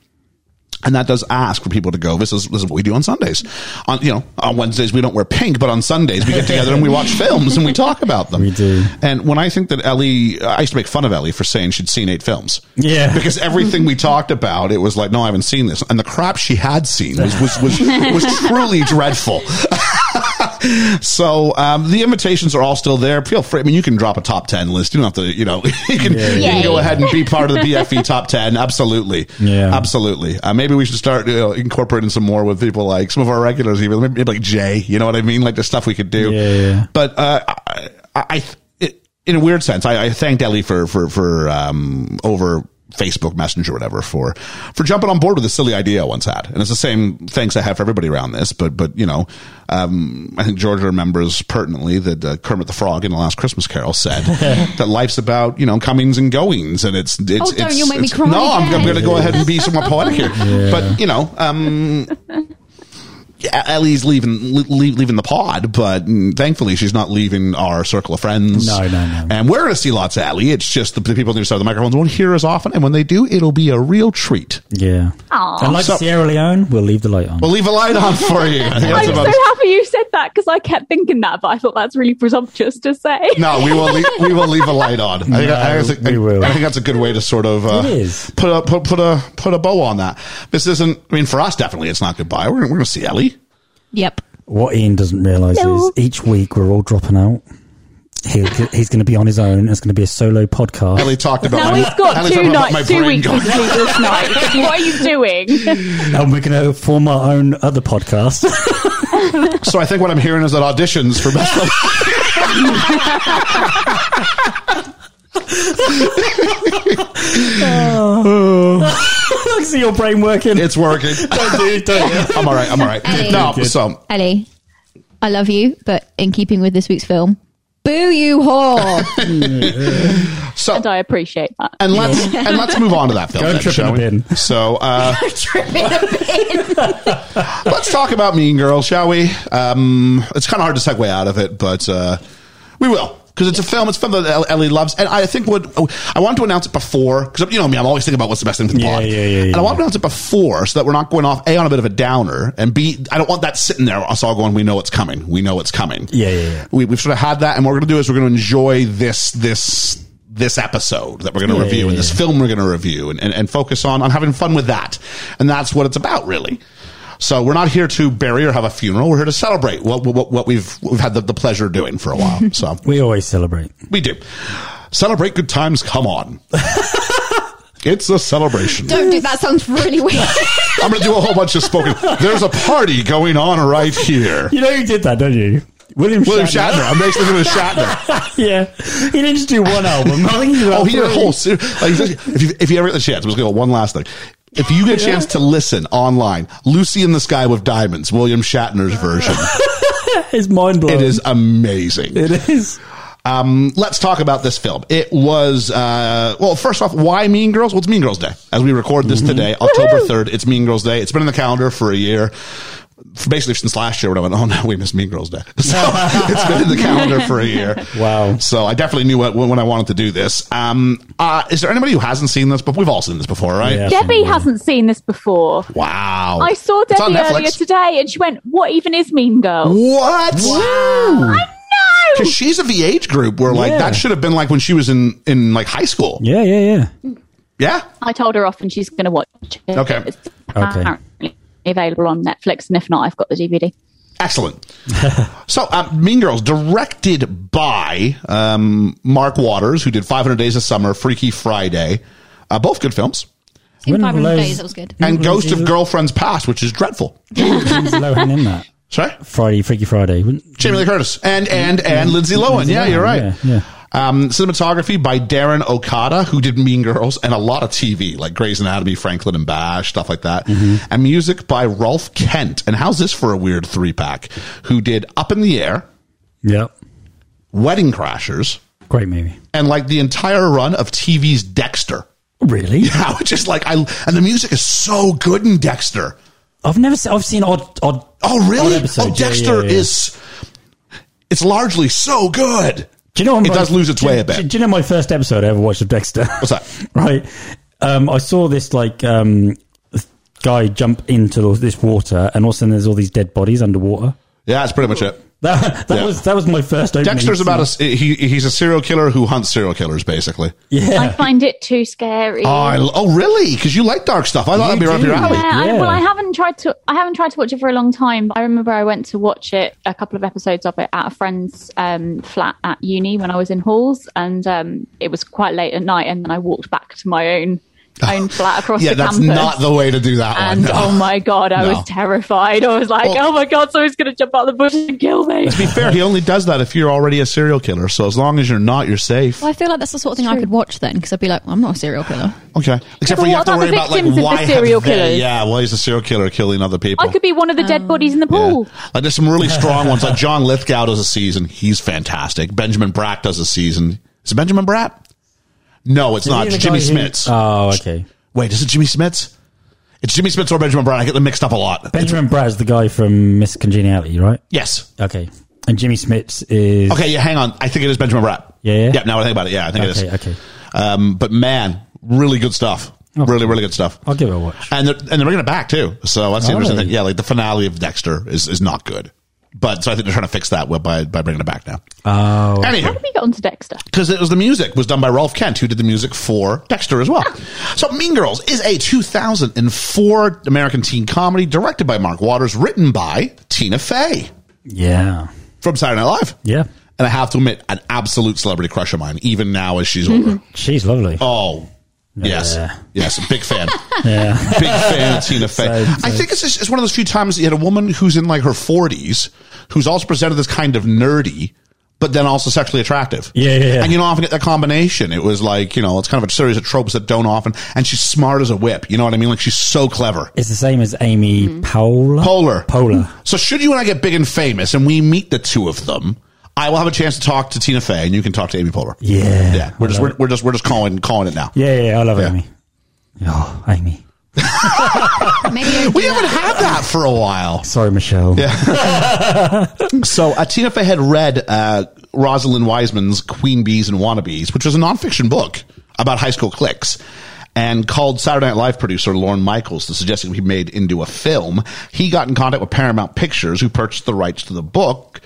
And that does ask for people to go. This is this is what we do on Sundays. On you know on Wednesdays we don't wear pink, but on Sundays we get together and we watch films and we talk about them.
We do.
And when I think that Ellie, I used to make fun of Ellie for saying she'd seen eight films.
Yeah.
because everything we talked about, it was like, no, I haven't seen this, and the crap she had seen was was was, was truly dreadful. So um, the invitations are all still there. Feel free. I mean, you can drop a top ten list. You don't have to. You know, you can, you can go
Yay.
ahead and be part of the BFE top ten. Absolutely.
Yeah.
Absolutely. Uh, maybe we should start you know, incorporating some more with people like some of our regulars, even maybe like Jay. You know what I mean? Like the stuff we could do.
Yeah, yeah.
But uh, I, I, I it, in a weird sense, I, I thanked Ellie for for for um, over. Facebook Messenger, or whatever, for for jumping on board with a silly idea I once had, and it's the same thanks I have for everybody around this. But but you know, um, I think Georgia remembers pertinently that uh, Kermit the Frog in the Last Christmas Carol said that life's about you know comings and goings, and it's it's
Oh, don't
it's,
you make me
it's-
cry
No, I'm, I'm
again.
going to go ahead and be somewhat poetic here, but you know, um, yeah, Ellie's leaving le- leave, leaving the pod, but mm, thankfully she's not leaving our circle of friends.
No, no, no.
And we're going to see lots of Ellie. It's just the, the people on the other side of the microphones won't hear us often, and when they do, it'll be a real treat.
Yeah. And like
So-
Sierra Leone, we'll leave the light on.
We'll leave a light on for you. I think that's
I'm
about-
so happy you said that because I kept thinking that, but I thought that's really presumptuous to say.
no, we will leave, we will leave a light on. I think, I,
No,
think,
we will.
I think that's a good way to sort of uh,
It is.
put a put, put a put a bow on that. This isn't. I mean, for us, definitely, it's not goodbye. We're, we're going to see Ellie.
Yep.
What Ian doesn't realise
No.
is each week we're all dropping out. He, he's going to be on his own. It's going to be a solo podcast.
Ellie talked about.
Now
my-
he's got
Ellie
two
talked about my
nights, two
brain
weeks
going.
of sleepless nights. What are you doing?
and we're going to form our own other podcast.
So I think what I'm hearing is that auditions for Best Film.
I see your brain working.
It's working.
don't do, don't
I'm all right. I'm all right.
Hey.
No,
Good.
so
Ellie, I love you, but in keeping with this week's film, boo you whore.
so
And I appreciate that.
and let's and let's move on to that film.
Go
then,
trip in
shall
a
we?
bin.
So uh,
Tripping a bit.
let's talk about Mean Girls, shall we? Um, it's kind of hard to segue out of it, but uh, we will. Because it's a film, it's a film that El- Ellie loves, and I think what oh, I want to announce it before, because you know me, I'm always thinking about what's the best thing for the
Yeah,
pod.
yeah, yeah,
and I
yeah.
want to announce it before, so that we're not going off a on a bit of a downer, and b I don't want that sitting there us all going, we know it's coming, we know it's coming.
Yeah, yeah, yeah.
We, we've sort of had that, and what we're going to do is we're going to enjoy this this this episode that we're going to
Yeah,
review
yeah,
and this
yeah.
film we're going to review and, and, and focus on on having fun with that, and that's what it's about, really. So we're not here to bury or have a funeral. We're here to celebrate what what, what we've what we've had the, the pleasure of doing for a while. So
We always celebrate.
we do celebrate good times. Come on, it's a celebration.
Don't do that. Sounds really weird.
I'm going to do a whole bunch of spoken. There's a party going on right here.
You know you did that, don't you? William,
William
Shatner.
Shatner. I'm basically with Shatner.
yeah, he didn't just do one album. I think
oh, he did a
three.
whole series. Like, if, you, if you ever get the chance, I'm just going to go one last thing. If you get a chance to listen online, Lucy in the Sky with Diamonds, William Shatner's version,
It's mind blowing.
it is amazing.
It is.
Um, let's talk about this film. It was, uh, well, first off, why Mean Girls? Well, it's Mean Girls Day. As we record this
Mm-hmm.
today, October 3rd, it's Mean Girls Day. It's been in the calendar for a year. For basically since last year when I went, oh no, we missed Mean Girls Day. So it's been in the calendar for a year.
Wow.
So I definitely knew what, when I wanted to do this. Um, uh, is there anybody who hasn't seen this? But we've all seen this before, right?
Yeah.
Debbie hasn't seen this before.
Wow.
I saw
It's on
Debbie
Netflix.
earlier today and she went, What even is Mean Girl?
What? Wow.
No!
Because she's a VH group where like
Yeah.
that should have been like when she was in in like high school.
Yeah, yeah, yeah.
Yeah.
I told her off and she's going to watch it.
Okay.
It's apparently available on Netflix, and if not, I've got the DVD.
Excellent. so, uh, Mean Girls, directed by um, Mark Waters, who did 500 Days of Summer, Freaky Friday, uh, both good films,
In
When
500
Lowe's-
days, that was good.
Mm-hmm.
and Ghost of
Is it-
Girlfriend's Past, which is dreadful.
Lohan in that
Sorry?
Friday, Freaky Friday. Wouldn't-
Jamie Lee Curtis and and and Lindsay Lohan.
Lindsay
yeah,
Lohan,
you're right.
yeah, yeah.
Um, cinematography by Darren Okada, who did Mean Girls and a lot of TV, like Grey's Anatomy, Franklin and Bash, stuff like that.
Mm-hmm.
And music by Rolf Kent. And how's this for a weird three pack? Who did Up in the Air,
Yep.
Wedding Crashers,
Great movie.
and like the entire run of TV's Dexter.
Really?
I was just like I and the music is so good in Dexter.
I've never seen. I've seen odd. odd
Oh really?
odd episodes.
Oh
Yeah, yeah,
Dexter
yeah.
is it's largely so good.
Do you know? what
It
my-
does lose its
do-
way a
Do,
bit.
do you know my first episode I ever watched of Dexter? What's
that?
right. Um, I saw this like um, guy jump into this water, and all of a sudden there's all these dead bodies underwater.
Yeah, that's pretty much it.
That, that
Yeah.
was that was my first. Opening
Dexter's
scene.
about a he, he's a serial killer who hunts serial killers basically.
I
yeah.
find it too scary.
Oh, I, oh really? Because you like dark stuff. I thought that'd be
You
right up your
do.
alley.
yeah, I, well,
Yeah.
I haven't tried to. I haven't tried to watch it for a long time. But I remember I went to watch it a couple of episodes of it at a friend's um, flat at uni when I was in halls, and um, it was quite late at night. And then I walked back to my own own flat across
Yeah,
the
that's
campus.
not the way to do that
and
one. no.
oh my god, I
No.
was terrified. I was like,
Well-
oh my god, someone's going to jump out of the bush and kill me.
to be fair, he only does that if you're already a serial killer. So as long as you're not, you're safe.
Well, I feel like that's the sort of thing I could watch then because I'd be like, well, I'm not a serial killer.
Okay. Except for
but
you have
what
to
about the
worry about like
victims of the
why have
serial
they-
killers?
Yeah, well, he's a serial killer killing other people.
I could be one of the dead bodies in the pool.
Yeah. Like there's some really strong ones. Like John Lithgow does a season. He's fantastic. Benjamin Bratt does a season. Is it Benjamin Bratt? No, it's not.
Is
It's
he the
Jimmy
guy who-
Smits.
Oh, okay.
Wait, is it Jimmy Smits? It's Jimmy Smits or Benjamin Bratt. I get them mixed up a lot.
Benjamin Bratt is the guy from Miss Congeniality, right?
Yes.
Okay. And Jimmy Smits is
Okay, yeah, hang on. I think it is Benjamin Bratt.
Yeah, yeah?
Yeah, now that I think about it. Yeah, I think
Okay,
it is.
okay.
Um, but man, really good stuff. Really, really good stuff.
I'll give it a watch.
and they're, and they're bringing it back too. So that's the
Oh.
interesting thing. Yeah, like the finale of Dexter is is not good, but so I think they're trying to fix that with- by by bringing it back now. Uh,
Oh,
How
Anywho,
did we get onto Dexter?
because it was the music was done by Rolf Kent, who did the music for Dexter as well. So Mean Girls is a 2004 American teen comedy directed by Mark Waters, written by Tina Fey
yeah,
from Saturday Night Live.
yeah.
And I have to admit, an absolute celebrity crush of mine, even now as she's older.
She's lovely.
Oh, yes,
Yeah.
yes, big fan.
Yeah,
big fan of Tina Fey.
So-
I think it's, just- it's one of those few times that you had a woman who's in like her forties, who's also presented as kind of nerdy, but then also sexually attractive.
Yeah, yeah, yeah.
And you don't often get that combination. It was like you know, it's kind of a series of tropes that don't often. And she's smart as a whip. You know what I mean? Like she's so clever.
it's the same as Amy Poehler.
Polar.
Poehler.
So should you and I get big and famous, and we meet the two of them. I will have a chance to talk to Tina Fey, and you can talk to Amy Poehler.
Yeah.
yeah. We're just we're, we're just we're just calling calling it now.
Yeah, yeah, yeah, I love
Yeah.
Amy. Oh, Amy.
Maybe I
We
do
haven't
that.
had that for a while.
Sorry, Michelle. Yeah.
So uh, Tina Fey had read uh, Rosalind Wiseman's Queen Bees and Wannabes, which was a nonfiction book about high school cliques, and called Saturday Night Live producer Lorne Michaels to suggest it be made into a film. He got in contact with Paramount Pictures, who purchased the rights to the book.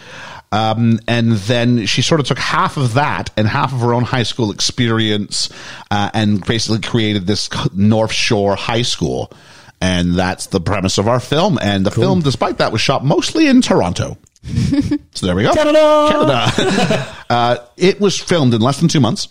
Um, and then she sort of took half of that and half of her own high school experience uh, and basically created this North Shore High School. And that's the premise of our film. And the film, despite that, was shot mostly in Toronto. So there we go.
Canada!
Canada. uh, it was filmed in less than two months.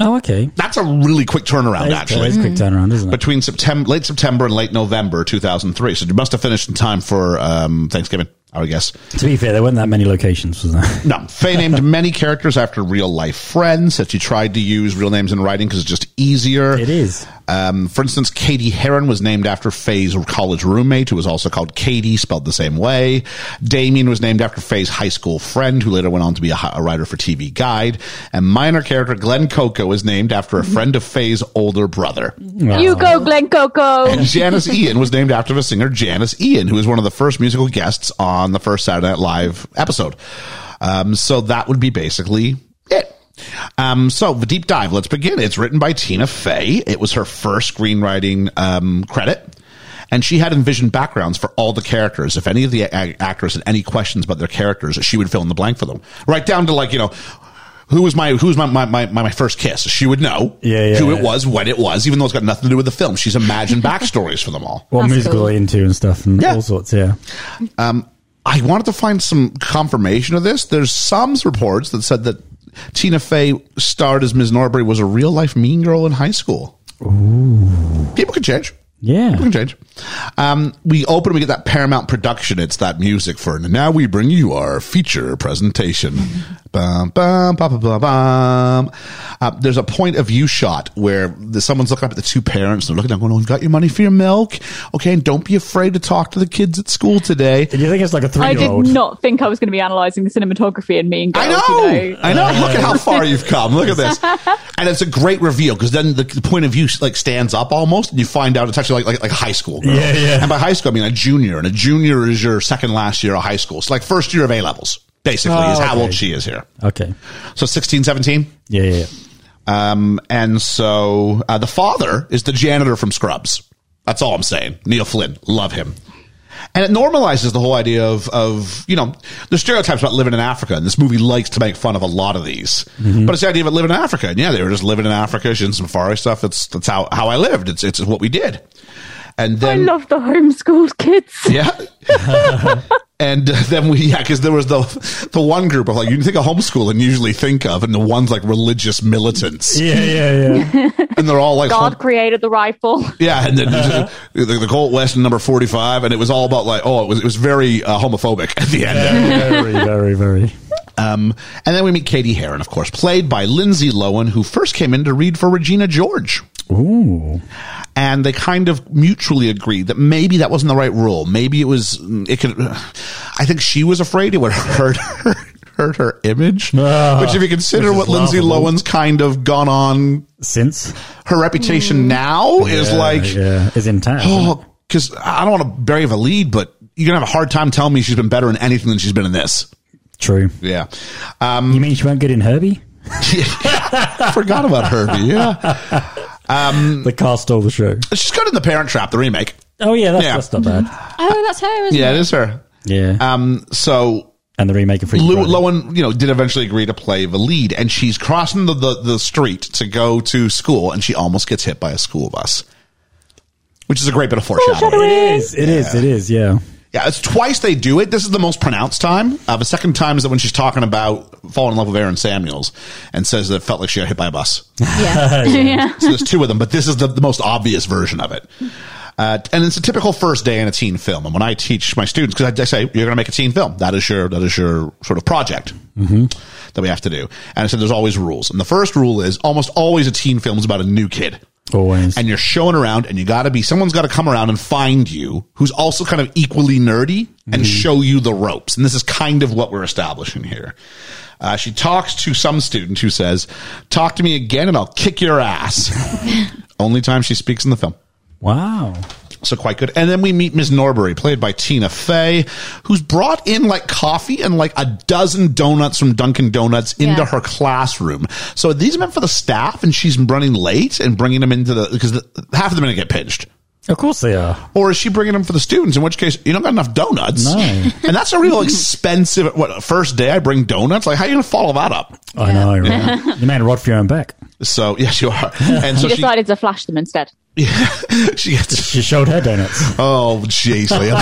Oh, okay.
That's a really quick turnaround, actually.
it's a quick
Mm.
turnaround, isn't it?
Between September, late September and late November 2003. So you must have finished in time for um, Thanksgiving. I would guess.
To be fair, there weren't that many locations, was there?
No, Faye named many characters after real life friends that she tried to use real names in writing because it's just easier.
It is.
Um, for instance, Katie Heron was named after Faye's college roommate, who was also called Katie, spelled the same way. Damien was named after Faye's high school friend, who later went on to be a, hi- a writer for TV Guide. And minor character Glenn Coco was named after a friend of Faye's older brother.
You go, Glen Coco.
And Janice Ian was named after the singer Janice Ian, who was one of the first musical guests on the first Saturday Night Live episode. Um, so that would be basically it. Um, so the deep dive, let's begin. It's written by Tina Fey. It was her first screenwriting um, credit. And she had envisioned backgrounds for all the characters. If any of the a- actors had any questions about their characters, she would fill in the blank for them. Right down to like, you know, who was my, who was my, my, my, my my first kiss? She would know
Yeah, yeah,
who it
yeah.
was, when it was, even though it's got nothing to do with the film. She's imagined backstories for them all.
What
That's
musical
cool.
are you into and stuff and
Yeah.
all sorts, yeah.
I wanted to find some confirmation of this. There's some reports that said that Tina Fey starred as Ms. Norbury was a real life mean girl in high school. People can change. People
Yeah.
can change. Um, we open, we get that Paramount production. It's that music for now. We bring you our feature presentation. bum, bum, ba, ba, ba, bum. Uh, there's a point of view shot where the, someone's looking up at the two parents and they're looking down, going, "Oh, you got your money for your milk, okay? And don't be afraid to talk to the kids at school today."
Did you think it's like a three
I
year
did
old?
not think I was going to be analysing the cinematography in Mean Girls.
I know.
You know.
I know. Look at how
Uh,
far you've come. Look at this. And it's a great reveal because then the, the point of view like stands up almost, and you find out it's actually like like, like a high school. Girl.
Yeah, yeah.
And by high school, I mean a junior, and a junior is your second last year of high school. It's like first year of A levels. Basically,
Oh,
is how
okay.
old she is here.
Okay.
So 16, 17.
Yeah, yeah, yeah.
Um, and so uh, the father is the janitor from Scrubs. That's all I'm saying. Neil Flynn, love him. And it normalizes the whole idea of, of you know, the stereotypes about living in Africa. And this movie likes to make fun of a lot of these. But it's the idea of it living in Africa. And yeah, they were just living in Africa, shooting some Safari stuff. That's, that's how, how I lived. It's, it's what we did. And
I
then,
love the homeschooled kids.
yeah. and then we, yeah, because there was the the one group of like, you think of homeschool and usually think of, and the ones like religious militants.
Yeah, yeah, yeah.
And they're all like, hom-
God created the rifle.
Yeah, and then the, the Colt West number forty five, and it was all about like, oh, it was it was very uh, homophobic at the end.
very, very, very.
Um, and then we meet Katie Heron, of course, played by Lindsay Lohan, who first came in to read for Regina George.
Ooh.
And they kind of mutually agreed that maybe that wasn't the right rule. Maybe it was mm, it could. I think she was afraid it would hurt her hurt her image.
Ah,
Which, if you consider
which is
what Lindsay
laughable.
Lohan's kind of gone on,
Since
her reputation now is
Mm. Yeah,
like
yeah, is intact.
Oh, because I don't want to bury the lead, but you're gonna have a hard time telling me she's been better in anything than she's been in this.
True.
Yeah, Um,
You mean she weren't good in Herbie?
forgot about Herbie. Yeah, Mm.
The cast stole the show.
she's good in the Parent Trap, the remake.
Oh yeah, that's,
Yeah. Mm-hmm.
that's not bad.
Oh, that's her, isn't
Yeah,
it?
it is her.
Yeah,
Um, so
and the remake of Freaky
Lou,
Friday.
Lowen, you know, did eventually agree to play the lead, and she's crossing the, the the street to go to school, and she almost gets hit by a school bus, which is a great bit of foreshadowing.
It is. It is. It is. Yeah.
Yeah, it's twice they do it. This is the most pronounced time. Uh, the second time is that when she's talking about falling in love with Aaron Samuels and says that it felt like she got hit by a bus.
Yeah.
yeah.
So there's two of them, but this is the, the most obvious version of it. Uh, and it's a typical first day in a teen film. And when I teach my students, because I, I say you're going to make a teen film, that is your that is your sort of project that we have to do. And I said there's always rules. And the first rule is almost always a teen film is about a new kid.
Always.
And you're shown around, and you got to be someone's got to come around and find you, who's also kind of equally nerdy, and show you the ropes. And this is kind of what we're establishing here. Uh, she talks to some student who says, "Talk to me again, and I'll kick your ass." Only time she speaks in the film.
wow.
So quite good. And then we meet Ms. Norbury, played by Tina Fey, who's brought in like coffee and like a dozen donuts from Dunkin' Donuts into
Yeah.
her classroom. So are these meant for the staff, and she's running late and bringing them into the because the, half of them are gonna get pinched.
Of course they are.
Or is she bringing them for the students? In which case, you don't got enough donuts.
No.
And that's a real expensive. What first day I bring donuts? Like how you gonna follow that up?
I know. Right? you man rod for your own back.
So yes, you are. And so
She
she
decided to flash them instead.
she gets
She showed her donuts.
Oh, jeez, Liam.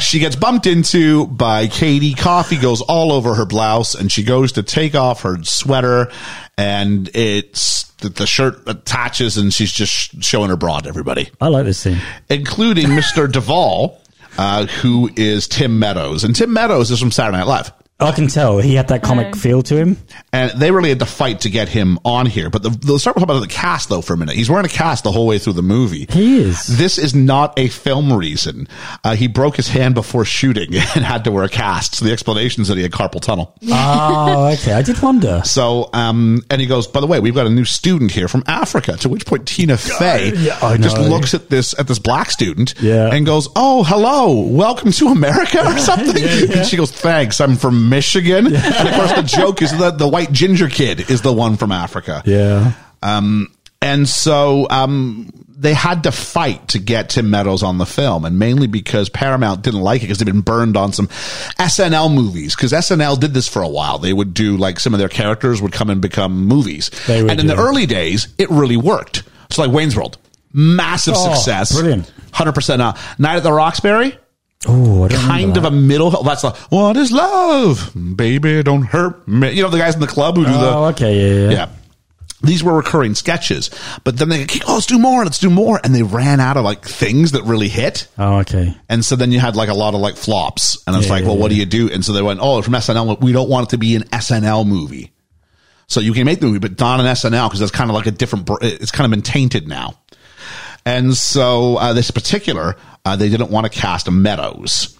she gets bumped into by Katie. Coffee goes all over her blouse, and she goes to take off her sweater, and it's the, the shirt attaches, and she's just showing her bra to everybody,
I like this scene.
including Mister Duvall. uh, who is Tim Meadows. And Tim Meadows is from Saturday Night Live.
I can tell he had that comic
No.
feel to him.
And they really had to fight to get him on here. But the, let's start talking about the cast, though, for a minute. He's wearing a cast the whole way through the movie.
He is.
This is not a film reason. Uh, he broke his hand before shooting and had to wear a cast. So the explanation is that he had carpal tunnel.
Oh, okay. I did wonder.
So, um, and he goes, by the way, we've got a new student here from Africa. To which point, Tina Fey
yeah, I
just
know.
looks at this at this black student
Yeah.
and goes, "Oh, hello, welcome to America," or something.
yeah.
And she goes, "Thanks, I'm from Michigan." And of course, the joke is that the white ginger kid is the one from Africa.
Yeah.
Um, and so um, they had to fight to get Tim Meadows on the film, and mainly because Paramount didn't like it because they've been burned on some SNL movies. Because SNL did this for a while; they would do like some of their characters would come and become movies,
They would,
and in the
yeah.
early days, it really worked. So, like Wayne's World, massive
Oh,
success,
brilliant.
hundred percent. Uh, Night at the Roxbury,
Oh, I don't
kind of a middle. oh, That's like what is love, baby? Don't hurt me. You know the guys in the club who do the
Oh, okay. Yeah. yeah.
yeah. These were recurring sketches, but then they go, oh, let's do more, let's do more. And they ran out of like things that really hit.
Oh, okay.
And so then you had like a lot of like flops. And it's
Yeah,
like,
yeah,
well, what do you do? And so they went, oh, from SNL, we don't want it to be an SNL movie. So you can make the movie, but not an SNL because that's kind of like a different, br- it's kind of been tainted now. And so uh, this particular, uh, they didn't want to cast Meadows.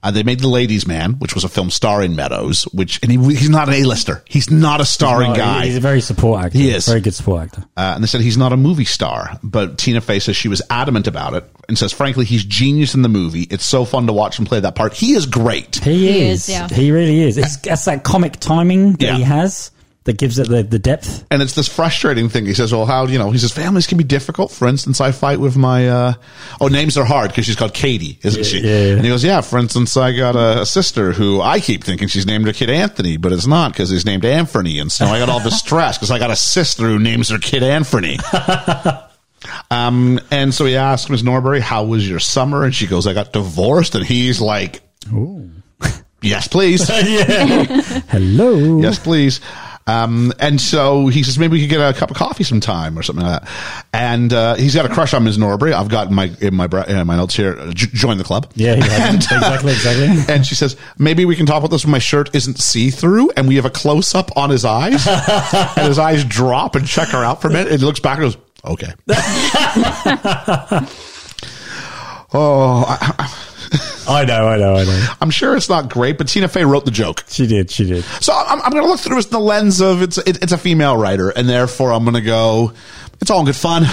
Uh, they made The Ladies Man, which was a film starring Meadows, which, and he, he's not an A-lister. He's not a starring
Oh, he-
guy.
He's a very support actor.
He is.
Very good support actor.
Uh, and they said he's not a movie star, but Tina Fey says she was adamant about it and says, frankly, he's genius in the movie. It's so fun to watch him play that part. He is great.
He,
He
is.
is, yeah.
He really is. It's, that's that comic timing that
Yeah.
he has that gives it the, the depth.
And it's this frustrating thing. He says, well, how, you know, he says, families can be difficult. For instance, I fight with my, uh, oh, names are hard because she's called Katie, isn't she?
yeah, yeah.
And he goes, yeah, for instance, I got a, a sister who I keep thinking she's named her kid Anthony, but it's not because he's named Anthony. And so I got all this stress because I got a sister who names her kid Anthony. Um, and so he asks Ms. Norbury, "How was your summer?" And she goes, "I got divorced." And he's like, "Yes, please,
Hello.
yes, please." Um, and so he says, "Maybe we could get a cup of coffee sometime or something like that." And uh, he's got a crush on Ms. Norbury. I've got in my in my bra- in my notes here. uh, J- join the club.
Yeah, he has. exactly, exactly.
And she says, maybe we can talk about this when my shirt isn't see through and we have a close up on his eyes and his eyes drop and check her out for a minute. It looks back and goes, okay. oh, I, I-
I know, I know, I know.
I'm sure it's not great, but Tina Fey wrote the joke.
She did, she did.
So I'm, I'm going to look through it in the lens of it's, it, it's a female writer and therefore I'm going to go, it's all in good fun.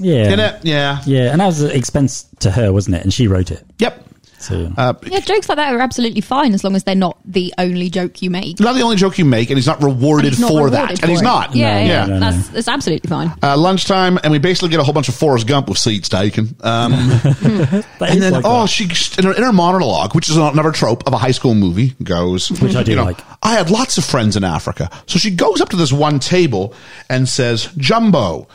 Yeah.
In it? Yeah.
Yeah, and that was an expense to her, wasn't it? And she wrote it.
Yep.
So
Uh,
Yeah, jokes like that are absolutely fine as long as they're not the only joke you make.
Not the only joke you make and he's not rewarded
He's not
for
rewarded
that. and he's
it.
not.
Yeah, yeah,
no, no.
that's that's absolutely fine.
uh, lunchtime, and we basically get a whole bunch of Forrest Gump with seats taken. Um,
That
and
is
then,
like
oh,
that.
she in her inner monologue, which is another trope of a high school movie, goes,
Which I do like.
I had lots of friends in Africa, so she goes up to this one table and says, "Jumbo,"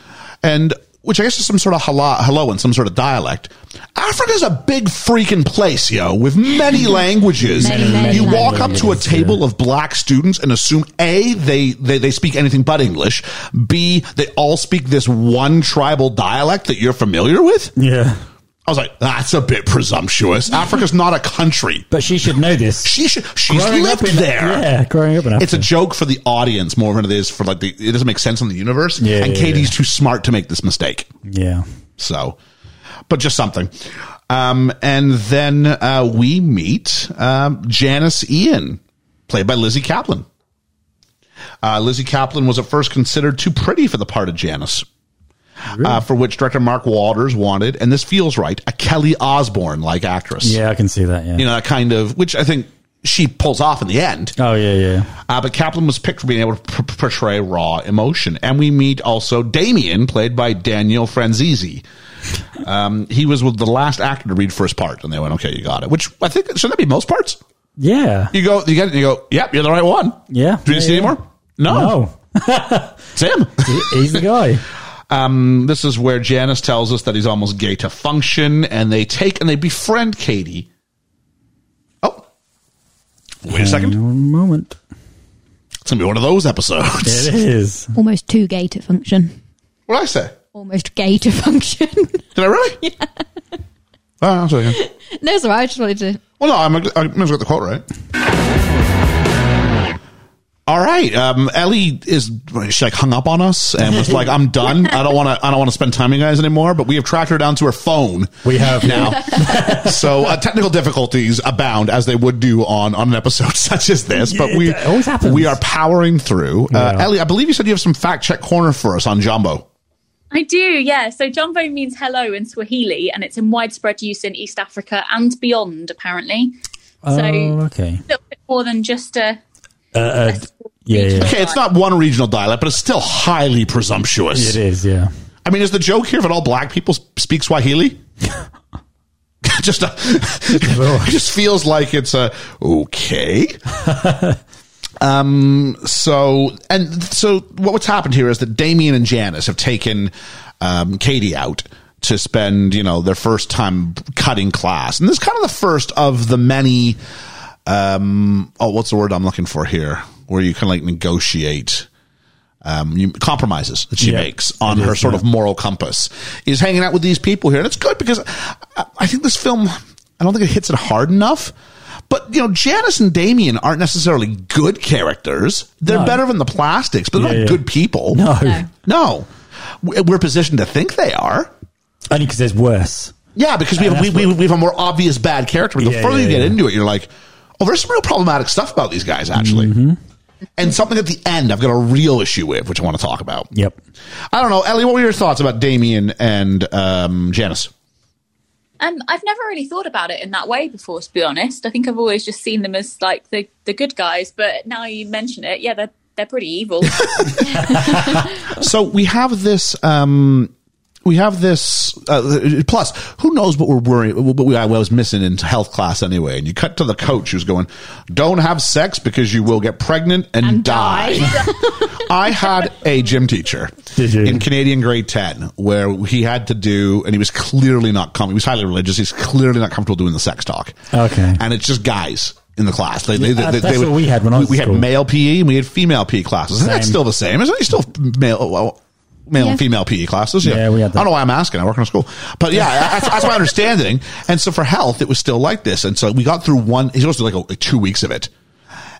and which I guess is some sort of hello, hello in some sort of dialect. Africa's a big freaking place, yo, with many languages.
Many, many
you walk up to a
languages, yeah.
table of black students and assume a they, they they speak anything but English. B they all speak this one tribal dialect that you're familiar with.
Yeah.
I was like, that's a bit presumptuous. Africa's not a country.
But she should know this.
She should, she's
Growing up
lived
in-
there.
Yeah, growing up in Africa.
It's a joke for the audience more than it is for like the, it doesn't make sense in the universe.
Yeah,
and
yeah,
Katie's
yeah.
too smart to make this mistake.
yeah.
So, but just something. Um, and then, uh, we meet, um, Janice Ian, played by Lizzie Kaplan. Uh, Lizzie Kaplan was at first considered too pretty for the part of Janice. Uh, for which director Mark Waters wanted, and this feels right, a Kelly Osbourne like actress
Yeah, I can see that, yeah.
you know, that kind of, which I think she pulls off in the end.
oh, yeah, yeah.
Uh, but Kaplan was picked for being able to p- p- portray raw emotion. And we meet also Damien, played by Daniel Franzese. Um, he was the last actor to read first part, and they went, okay, you got it. Which I think, shouldn't that be most parts?
Yeah.
You go, you get it, and you go, yep, you're the right one.
Yeah.
Do you
Yeah,
see Oh.
yeah.
any more? No,
No.
it's him.
He- He's the guy.
um, this is where Janice tells us that he's almost gay to function, and they take and they befriend Katie. Oh, wait a second.
One moment.
It's going to be one of those episodes.
It is.
Almost too gay to function.
What did I say?
Almost gay to function.
Did I really? Oh, no, sorry.
No, it's all right. I just wanted to.
Well, no, I'm, I must have got the quote right. All right, um, Ellie is she like hung up on us and was like, "I'm done. I don't want to. I don't want to spend time with you guys anymore." But we have tracked her down to her phone.
We have
now, so uh, technical difficulties abound as they would do on on an episode such as this. But we
Yeah, it always happens.
we are powering through. Uh,
Yeah.
Ellie, I believe you said you have some fact check corner for us on Jumbo.
I do, yeah. So Jumbo means hello in Swahili, and it's in widespread use in East Africa and beyond, apparently.
Um,
So
Oh,
a
okay. Uh,
little bit more than just a.
Yeah, yeah.
Okay, it's not one regional dialect, but it's still highly presumptuous.
It is, yeah.
I mean, is the joke here that all black people speak Swahili? just, a, it just feels like it's a okay. um. So and so, what, what's happened here is that Damien and Janice have taken um, Katie out to spend, you know, their first time cutting class, and this is kind of the first of the many. Um. Oh, what's the word I'm looking for here? Where you kind of like negotiate um, you- compromises that she
Yeah.
makes on her sort of moral compass is hanging out with these people here. And it's good because I, I think this film, I don't think it hits it hard enough. But, you know, Janice and Damien aren't necessarily good characters. They're
No.
better than the plastics, but they're
Yeah,
not
yeah.
good people.
No.
No.
No. We- We're positioned to think they are.
Only because there's worse.
Yeah, because we have,
And
we,
that's
we, we have a more obvious bad character. The
Yeah,
further
yeah,
you get
yeah.
into it, you're like, oh, there's some real problematic stuff about these guys, actually.
Mm-hmm.
And something at the end I've got a real issue with, which I want to talk about.
Yep.
I don't know, Ellie. What were your thoughts about Damien and um, Janice?
Um, I've never really thought about it in that way before, to be honest. I think I've always just seen them as like the, the good guys, but now you mention it, yeah, they're they're pretty evil.
So we have this. Um, we have this. Uh, plus, who knows what we're worrying? What we, I was missing in health class anyway. And you cut to the coach who's going, "Don't have sex because you will get pregnant and, die. I had a gym teacher
Did you?
in Canadian grade 10 where he had to do, and he was clearly not comfortable. He was highly religious. He's clearly not comfortable doing the sex talk.
Okay.
And it's just guys in the class. They, they,
Yeah,
they-
that's
they would-
what we had when I was
We, we
at
had
school.
male PE and we had female PE classes. Isn't that
Same.
still the same? Isn't it still male? Well, Male
Yeah.
and female PE classes. Yeah.
Yeah, we had that.
I don't know why I'm asking. I work in a school, but yeah, that's, that's my understanding. And so for health, it was still like this. And so we got through one. He was like, a, like two weeks of it.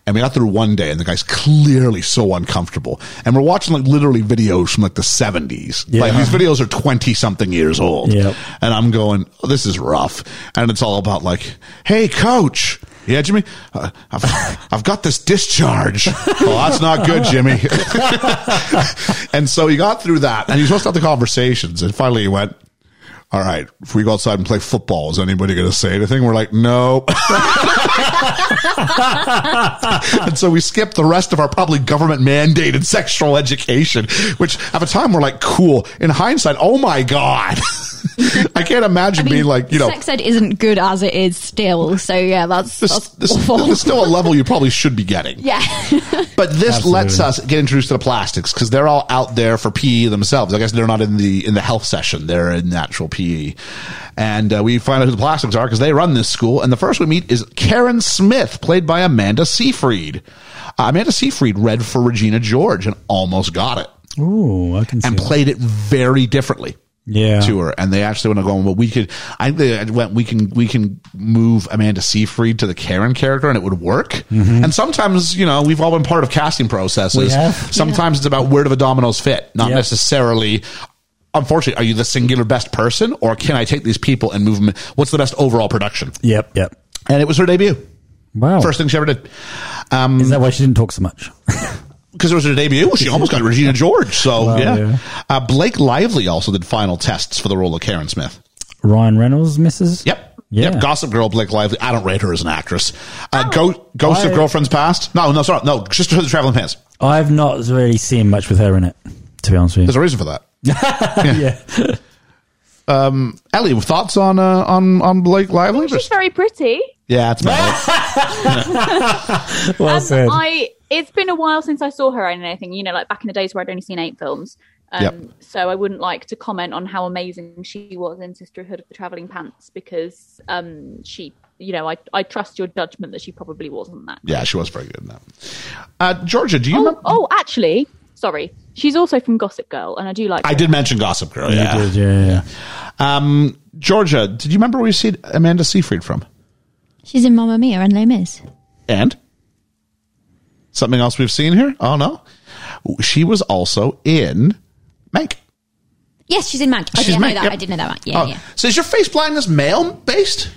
And we got through one day, and the guy's clearly so uncomfortable. And we're watching like literally videos from like the seventies. Like
Yeah.
these videos are twenty something years old.
Yep.
And I'm going, oh, this is rough. And it's all about like, hey, coach. Yeah, Jimmy, uh, I've, I've got this discharge. Oh, that's not good, Jimmy. and so he got through that, and he's supposed to have the conversations. And finally, he went, all right, if we go outside and play football, is anybody going to say anything? We're like, no. and so we skipped the rest of our probably government mandated sexual education, which at the time we're like, cool. In hindsight, oh my God. I can't imagine being like, you know,
sex ed isn't good as it is still. So yeah, that's,
this,
that's
this,
awful.
there's still a level you probably should be getting.
yeah,
But this
Absolutely.
lets us get introduced to the plastics because they're all out there for PE themselves. I guess they're not in the in the health session; they're in the actual PE, and uh, we find out who the plastics are because they run this school. And the first we meet is Karen Smith, played by Amanda Seyfried. Uh, Amanda Seyfried read for Regina George and almost got it,
Ooh, I can see.
and
that.
played it very differently
yeah.
to her, and they actually went to go. Well, we could. I think they uh, went. We can. We can move Amanda Seyfried to the Karen character, and it would work. And sometimes, you know, we've all been part of casting processes.
Mm-hmm. We have.
Sometimes it's about where do the dominoes fit, not
Yeah.
necessarily. Unfortunately, are you the singular best person, or can I take these people and move them? What's the best overall production?
Yep, yep.
And it was her debut.
Wow.
First thing she ever did,
is that why she didn't talk so much?
because it was her debut. Well, she almost got Regina George. So
Wow,
yeah,
yeah.
Uh, Blake Lively also did final tests for the role of Karen Smith.
Ryan Reynolds misses?
Yep.
Yeah.
Yep. Gossip Girl, Blake Lively. I don't rate her as an actress. Uh, Go- Ghost of
Why-
Girlfriend's Past. No, no, sorry. No, just her the Traveling Pants.
I've not really seen much with her in it, to be honest with
There's a
you.
reason for that. Um,
yeah.
Ellie, thoughts on uh, on on Blake Lively?
She's very pretty.
Yeah, it's about it.
Well
Um,
said.
I it's been a while since I saw her in anything. You know, like back in the days where I'd only seen eight films. Um,
Yep.
So I wouldn't like to comment on how amazing she was in Sisterhood of the Traveling Pants because um, she, you know, I I trust your judgment that she probably wasn't that.
Yeah, she was very good in that. Uh, Georgia, do you?
Oh,
remember-
oh, actually, sorry, she's also from Gossip Girl, and I do like.
I
her.
did mention Gossip Girl. Yeah.
You did, yeah, yeah.
Um, Georgia, did you remember where you see Amanda Seyfried from?
She's in Mamma Mia and Les Mis.
And something else we've seen here? Oh no. She was also in Mank.
Yes, she's in Mank. I
She's
didn't know
Mank,
that.
yep.
I didn't know that. One. Yeah,
Oh,
yeah.
So is your face blindness male based?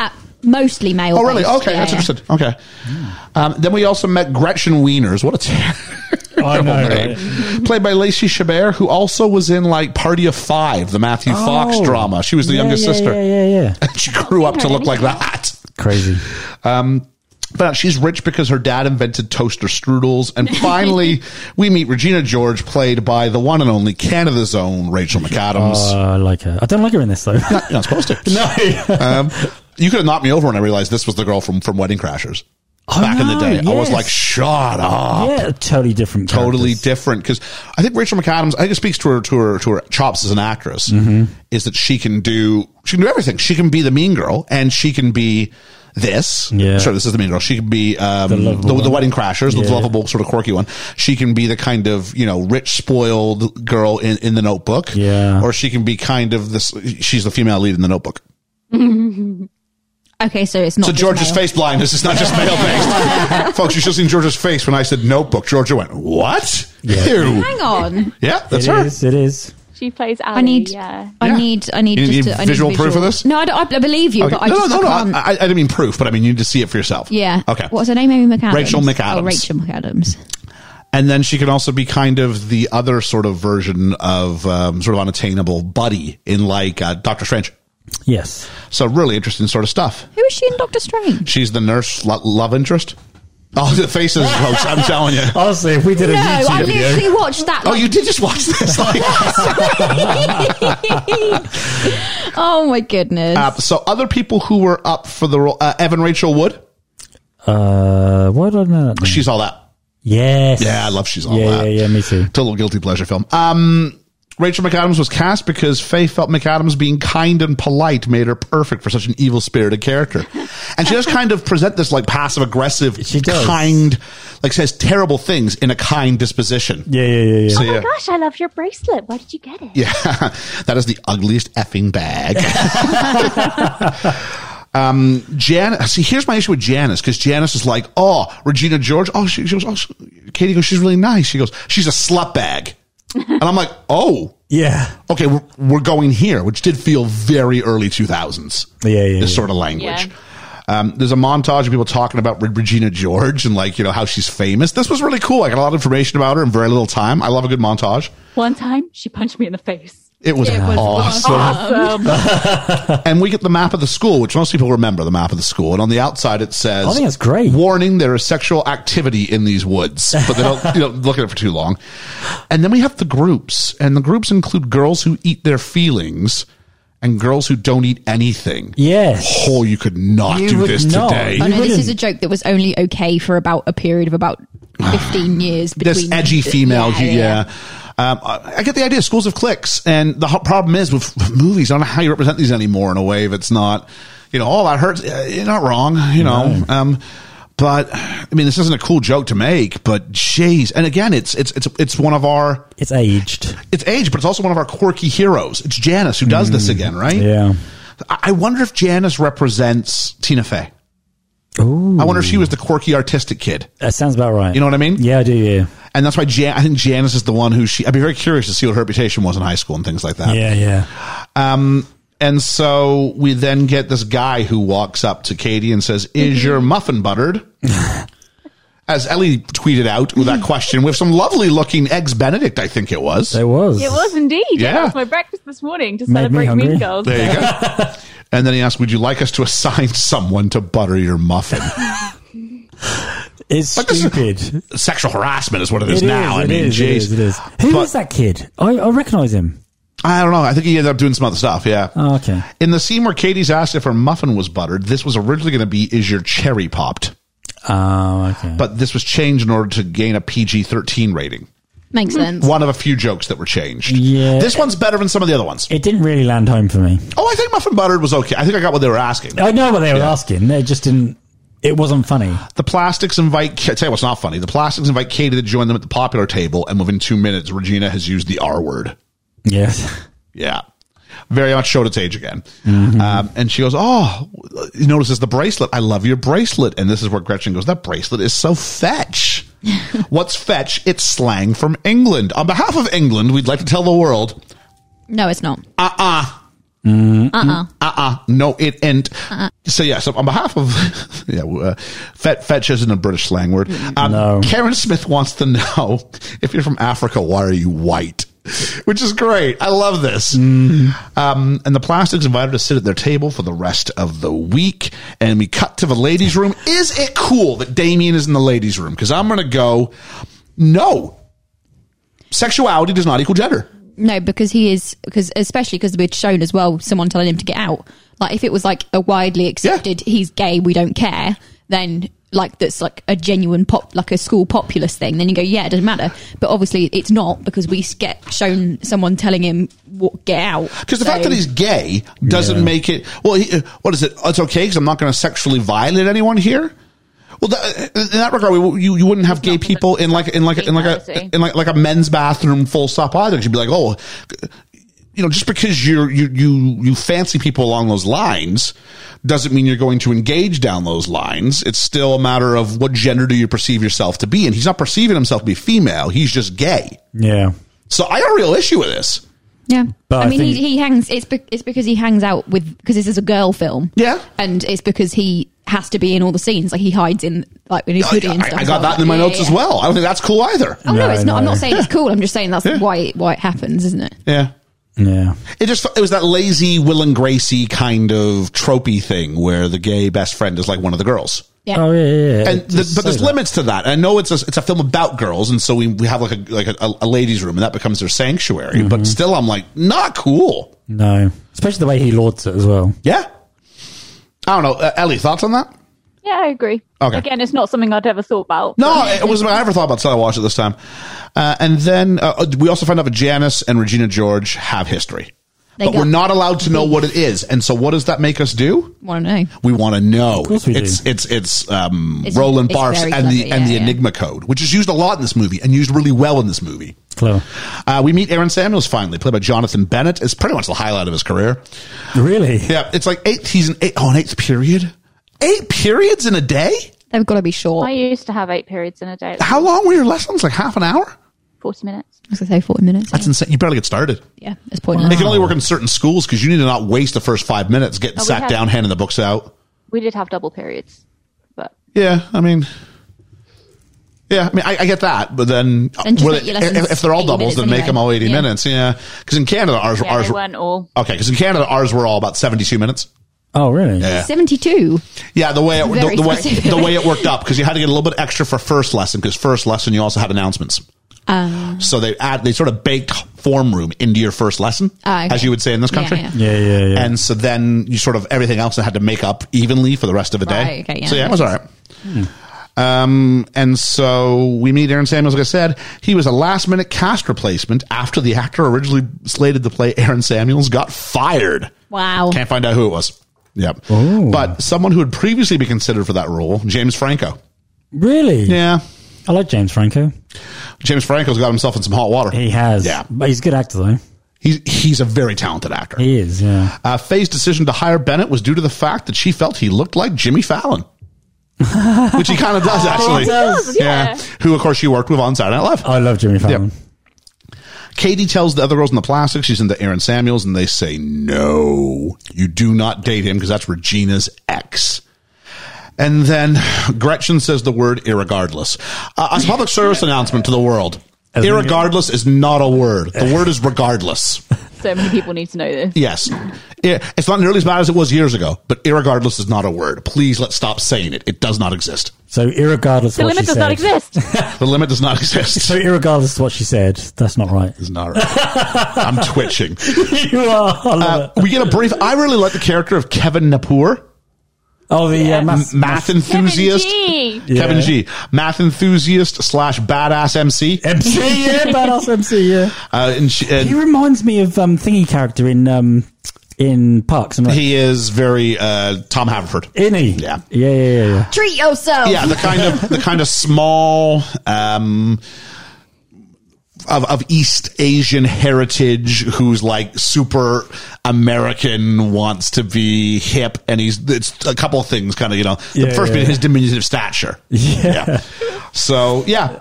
Uh, mostly male.
Oh, really?
based.
Okay,
Yeah,
that's
yeah.
interesting. Okay. Um, then we also met Gretchen Wieners. What a terrible
I know,
name.
right?
Played by Lacey Chabert, who also was in like Party of Five, the Matthew Fox
Oh.
drama. She was the
Yeah,
youngest
yeah,
sister.
Yeah, yeah, yeah.
She grew up to look like that.
Crazy.
But she's rich because her dad invented toaster strudels. And finally, we meet Regina George, played by the one and only Canada's own Rachel McAdams.
Uh, I like her. I don't like her in this though.
You're not supposed to.
no.
Um, you could have knocked me over when I realized this was the girl from, from Wedding Crashers.
Oh,
Back in the
no,
day, I was
yes.
like, shut up.
yeah, totally different.
Ah. Totally
characters.
different because I think Rachel McAdams. I think it speaks to her to her to her chops as an actress
Mm-hmm.
is that she can do she can do everything. She can be the mean girl and she can be this.
Yeah.
sure, this is the mean girl. She can be um, the,
lovable
the,
one.
wedding crashers, the
Yeah.
lovable sort of quirky one. She can be the kind of you know rich spoiled girl in in the Notebook.
Yeah.
or she can be kind of this. She's the female lead in the Notebook.
Okay, so it's not.
So
just
George's
male.
face blindness is not just male based, folks. You should have seen George's face when I said Notebook. Georgia went, "What?
Yeah.
Ew."
Hang on.
Yeah, that's
It
her.
is, It is.
She plays Ali.
I need.
yeah.
I
Yeah.
need. I need.
You
just
need
to, I
visual
need
proof of this?
No, I, don't, I believe you,
Okay.
but I just
no, no, no,
I can't.
no. I, I didn't mean proof, but I mean you need to see it for yourself.
yeah.
Okay.
What's her name? Amy McAdams.
Rachel McAdams.
Oh, Rachel McAdams.
And then she can also be kind of the other sort of version of um, sort of unattainable buddy in like uh, Doctor Strange.
Yes.
So really interesting sort of stuff.
Who is she in Doctor Strange?
She's the nurse lo- love interest. Oh, the faces, folks! I'm telling you.
Honestly, if we did a
No, I
YouTube video,
literally watched that.
Oh,
like-
you did just watch this. Like,
oh my goodness.
uh, so other people who were up for the role, uh, Evan Rachel Wood.
uh, why do I know? That name?
She's all that.
yes.
Yeah, I love she's all
Yeah, yeah,
that.
yeah. Me too.
total guilty pleasure film. Um, Rachel McAdams was cast because Faye felt McAdams being kind and polite made her perfect for such an evil spirited character. And she does kind of present this like passive aggressive,
She does.
kind, like says terrible things in a kind disposition.
Yeah, yeah, yeah, yeah.
So,
Oh my
yeah.
gosh, I love your bracelet. Why did you get it?
Yeah, that is the ugliest effing bag. um, Jan, see, here's my issue with Janice because Janice is like, oh, Regina George. Oh, she, she goes, oh, she, Katie goes, she's really nice. She goes, she's a slut bag, and I'm like, oh,
yeah.
okay, we're, we're going here, which did feel very early 2000s.
Yeah, yeah,
This
yeah.
sort of language.
Yeah.
Um, there's a montage of people talking about Re- Regina George and like, you know, how she's famous. This was really cool. I got a lot of information about her in very little time. I love a good montage.
One time, she punched me in the face.
It was,
It was
awesome.
Um,
and we get the map of the school, which most people remember the map of the school. And on the outside, it says,
I think that's great.
Warning: There is sexual activity in these woods, but they don't you don't look at it for too long. And then we have the groups, and the groups include girls who eat their feelings and girls who don't eat anything.
Yes.
Oh, you could not
You
do
would
this
not.
today.
I
You
know Oh, this
wouldn't.
is a joke that was only okay for about a period of about 15 years. Between
Ah. this edgy
the-
female. who- Yeah. Um, I I get the idea. Schools of clicks, and the ho- problem is with with movies. I don't know how you represent these anymore in a way if it's not, you know, oh that hurts. Uh, You're not wrong, you know. Um, but I mean, this isn't a cool joke to make, but jeez. And again, it's it's it's it's one of our
It's aged.
it's age, but it's also one of our quirky heroes. It's Janice who does this again, right?
Yeah.
I I wonder if Janice represents Tina Fey.
Ooh.
I wonder if she was the quirky artistic kid.
That sounds about right.
You know what I mean?
Yeah, I do. Yeah.
And that's why Jan- I think Janice is the one who she. I'd be very curious to see what her reputation was in high school and things like that.
Yeah, yeah.
Um, and so we then get this guy who walks up to Katie and says, "Is your muffin buttered?" As Ellie tweeted out with that question, with some lovely looking eggs Benedict, I think it was.
It was.
It was indeed.
Yeah.
That was my breakfast this morning to
Made me
celebrate
hungry.
Mean Girls.
There you go. and then he asked, "Would you like us to assign someone to butter your muffin?"
It's
this is-
stupid.
Sexual harassment is what it is
It is,
now. I
it
mean,
is, it
jeez.
is, it is. Who
But-
was that kid? I, I recognise him.
I don't know. I think he ended up doing some other stuff. Yeah.
Oh, okay.
In the scene where Katie's asked if her muffin was buttered, this was originally going to be "Is your cherry popped?"
Oh, okay.
But this was changed in order to gain a PG thirteen rating.
Makes sense.
One of a few jokes that were changed.
Yeah.
this one's better than some of the other ones.
it didn't really land home for me.
Oh, I think muffin buttered was okay. I think I got what they were asking.
I know what they were asking. They just didn't. It wasn't funny.
The plastics invite. Ka- tell you what's not funny. The plastics invite Katie to join them at the popular table, and within two minutes, Regina has used the R word.
Yes.
Yeah. very much showed its age again. Um, and she goes, Oh, you notice it's the bracelet. I love your bracelet. And this is where Gretchen goes, That bracelet is so fetch. What's fetch? It's slang from England. On behalf of England, we'd like to tell the world
No, it's not.
uh-uh no it ain't so yeah so on behalf of yeah uh, fet, fetch isn't a british slang word um,
No.
karen smith wants to know if you're from africa why are you white which is great i love this um, and the plastics invited to sit at their table for the rest of the week and we cut to the ladies room is it cool that damien is in the ladies room because i'm gonna go no sexuality does not equal gender
No, because he is because especially because we'd shown as well someone telling him to get out. Like if it was like a widely accepted he's gay, we don't care, then like that's like a genuine pop like a school populace thing. Then you go, yeah, it doesn't matter. But obviously it's not because we get shown someone telling him what get out.
Because the
So-
fact that he's gay doesn't
Yeah.
make it. Well, he, uh, what is it? Oh, It's okay because I'm not going to sexually violate anyone here. Well, that, uh, in that regard, we, you you wouldn't have gay people in like in like in like a
Equality.
in like like a men's bathroom full stop either. 'Cause You'd be like, oh, you know, just because you're you you you fancy people along those lines doesn't mean you're going to engage down those lines. It's still a matter of what gender do you perceive yourself to be, and he's not perceiving himself to be female. He's just gay.
Yeah.
So I got a real issue with this.
Yeah,
But
I
I
mean, he,
think-
he hangs. It's be, it's because he hangs out with because this is a girl film.
Yeah.
and it's because he has to be in all the scenes. Like he hides in like in his hoodie and
Oh, I,
stuff.
I
as
got
well.
that in my
Yeah,
notes
yeah,
as
yeah.
well. I don't think that's cool either.
Oh no,
No,
it's not. I'm
no.
not saying it's cool. I'm just saying that's
Yeah.
why it, why it happens, isn't it?
Yeah.
Yeah.
It just it was that lazy Will and Gracie kind of tropey thing where the gay best friend is like one of the girls.
Yeah.
Oh yeah, yeah. yeah.
And
It
the,
does
but
say
there's
that.
limits to that. I know it's a, it's a film about girls, and so we, we have like a like a, a ladies' room, and that becomes their sanctuary. But still, I'm like, not cool.
No, especially the way he lords it as well.
Yeah, I don't know. Uh, Ellie, thoughts on that?
Yeah, I agree.
Okay.
Again, it's not something I'd ever thought about.
No, it wasn't. I never thought about Stella Watch at this time. Uh, and then uh, we also find out that Janice and Regina George have history,
They
but
got
we're not allowed to know what it is. And so, what does that make us do?
Want to know?
We want to know.
course we do.
it's, it's it's um,
It's-
Roland
it's
Barthes
very
and the
clever,
and the
yeah, yeah.
Enigma code, which is used a lot in this movie and used really well in this movie.
Clever.
Uh, we meet Aaron Samuels finally, played by Jonathan Bennett. It's pretty much the highlight of his career.
Really?
Yeah, it's like eighth. He's an eight, oh, an eighth period. Eight periods in a day.
They've got to be short.
I
I
used to have eight periods in a day. It was
How long were your lessons? Like half an hour.
Forty minutes.
was gonna say forty minutes.
That's insane. You barely get started.
yeah, it's pointless.
They can only work in certain schools because you need to not waste the first five minutes getting
Oh, we
sat
have-
down, handing the books out.
We did have double periods, but
Yeah, I mean, yeah, I mean, I, I get that, but then,
Then just
were
make
they-
your lessons
if, if they're all
80
doubles,
minutes
then make
anyway.
them all eighty
Yeah.
minutes. Yeah, because in Canada, ours,
yeah,
ours,
they weren't all.
okay, because in Canada, ours were all about seventy-two minutes.
Oh really?
Yeah.
Seventy-two.
Yeah, the way it, the,
Very
the way
specific.
the way it worked up because you had to get a little bit extra for first lesson because first lesson you also had announcements.
Oh.
so they add they sort of baked form room into your first lesson,
Ah, okay.
as you would say in this
Yeah,
country.
yeah.
Yeah, yeah, yeah.
And so then you sort of everything else that had to make up evenly for the rest of the day.
Right, okay, yeah,
so yeah, it
that
was all
makes Hmm.
right. Um, and so we meet Aaron Samuels. Like I said, he was a last minute cast replacement after the actor originally slated to play Aaron Samuels got fired.
Wow.
Can't find out who it was. Yep.
Ooh.
But someone who had previously been considered for that role, James Franco.
really?
Yeah.
I like James Franco.
James Franco's got himself in some hot water.
He has.
Yeah.
But he's a good actor though.
He's, he's a very talented actor.
He is. Yeah.
Uh, Faye's decision to hire Bennett was due to the fact that she felt he looked like Jimmy Fallon, which he kind of does actually.
does,
yeah. Who, of course, she worked with on Saturday Night Live.
I love Jimmy Fallon.
Yep. Katie tells the other girls in the plastic she's into Aaron Samuels, and they say, No, you do not date him because that's Regina's ex. And then Gretchen says the word irregardless. Uh, as a public service announcement to the world, irregardless is not a word. The word is regardless.
So many people need to know this.
Yes. I- It's not nearly as bad as it was years ago, but irregardless is not a word. Please let's stop saying it. It does not exist.
So irregardless,
The
what
limit
she
does not
said-
exist.
The limit does not exist.
So irregardless, of what she said. That's not right.
It's not right. I'm twitching. Uh,
you are. I love it.
We get a brief. I really like the character of Kevin Napoor.
Oh, the uh, math,
math enthusiast.
Kevin G.
Yeah.
Kevin G, math enthusiast slash badass MC,
MC. Yeah, badass MC. Yeah.
uh, and, she,
He
and
reminds me of um, thingy character in um, in Parks and Rec.
he is very uh, Tom Haverford.
Isn't he?
Yeah.
Yeah, yeah, yeah. yeah.
Treat yourself.
Yeah, the kind of the kind of small, um, of, of East Asian heritage who's like super American, wants to be hip, and he's it's a couple of things kind of you know.
Yeah,
the first
yeah,
being
yeah.
his diminutive stature.
Yeah.
So yeah.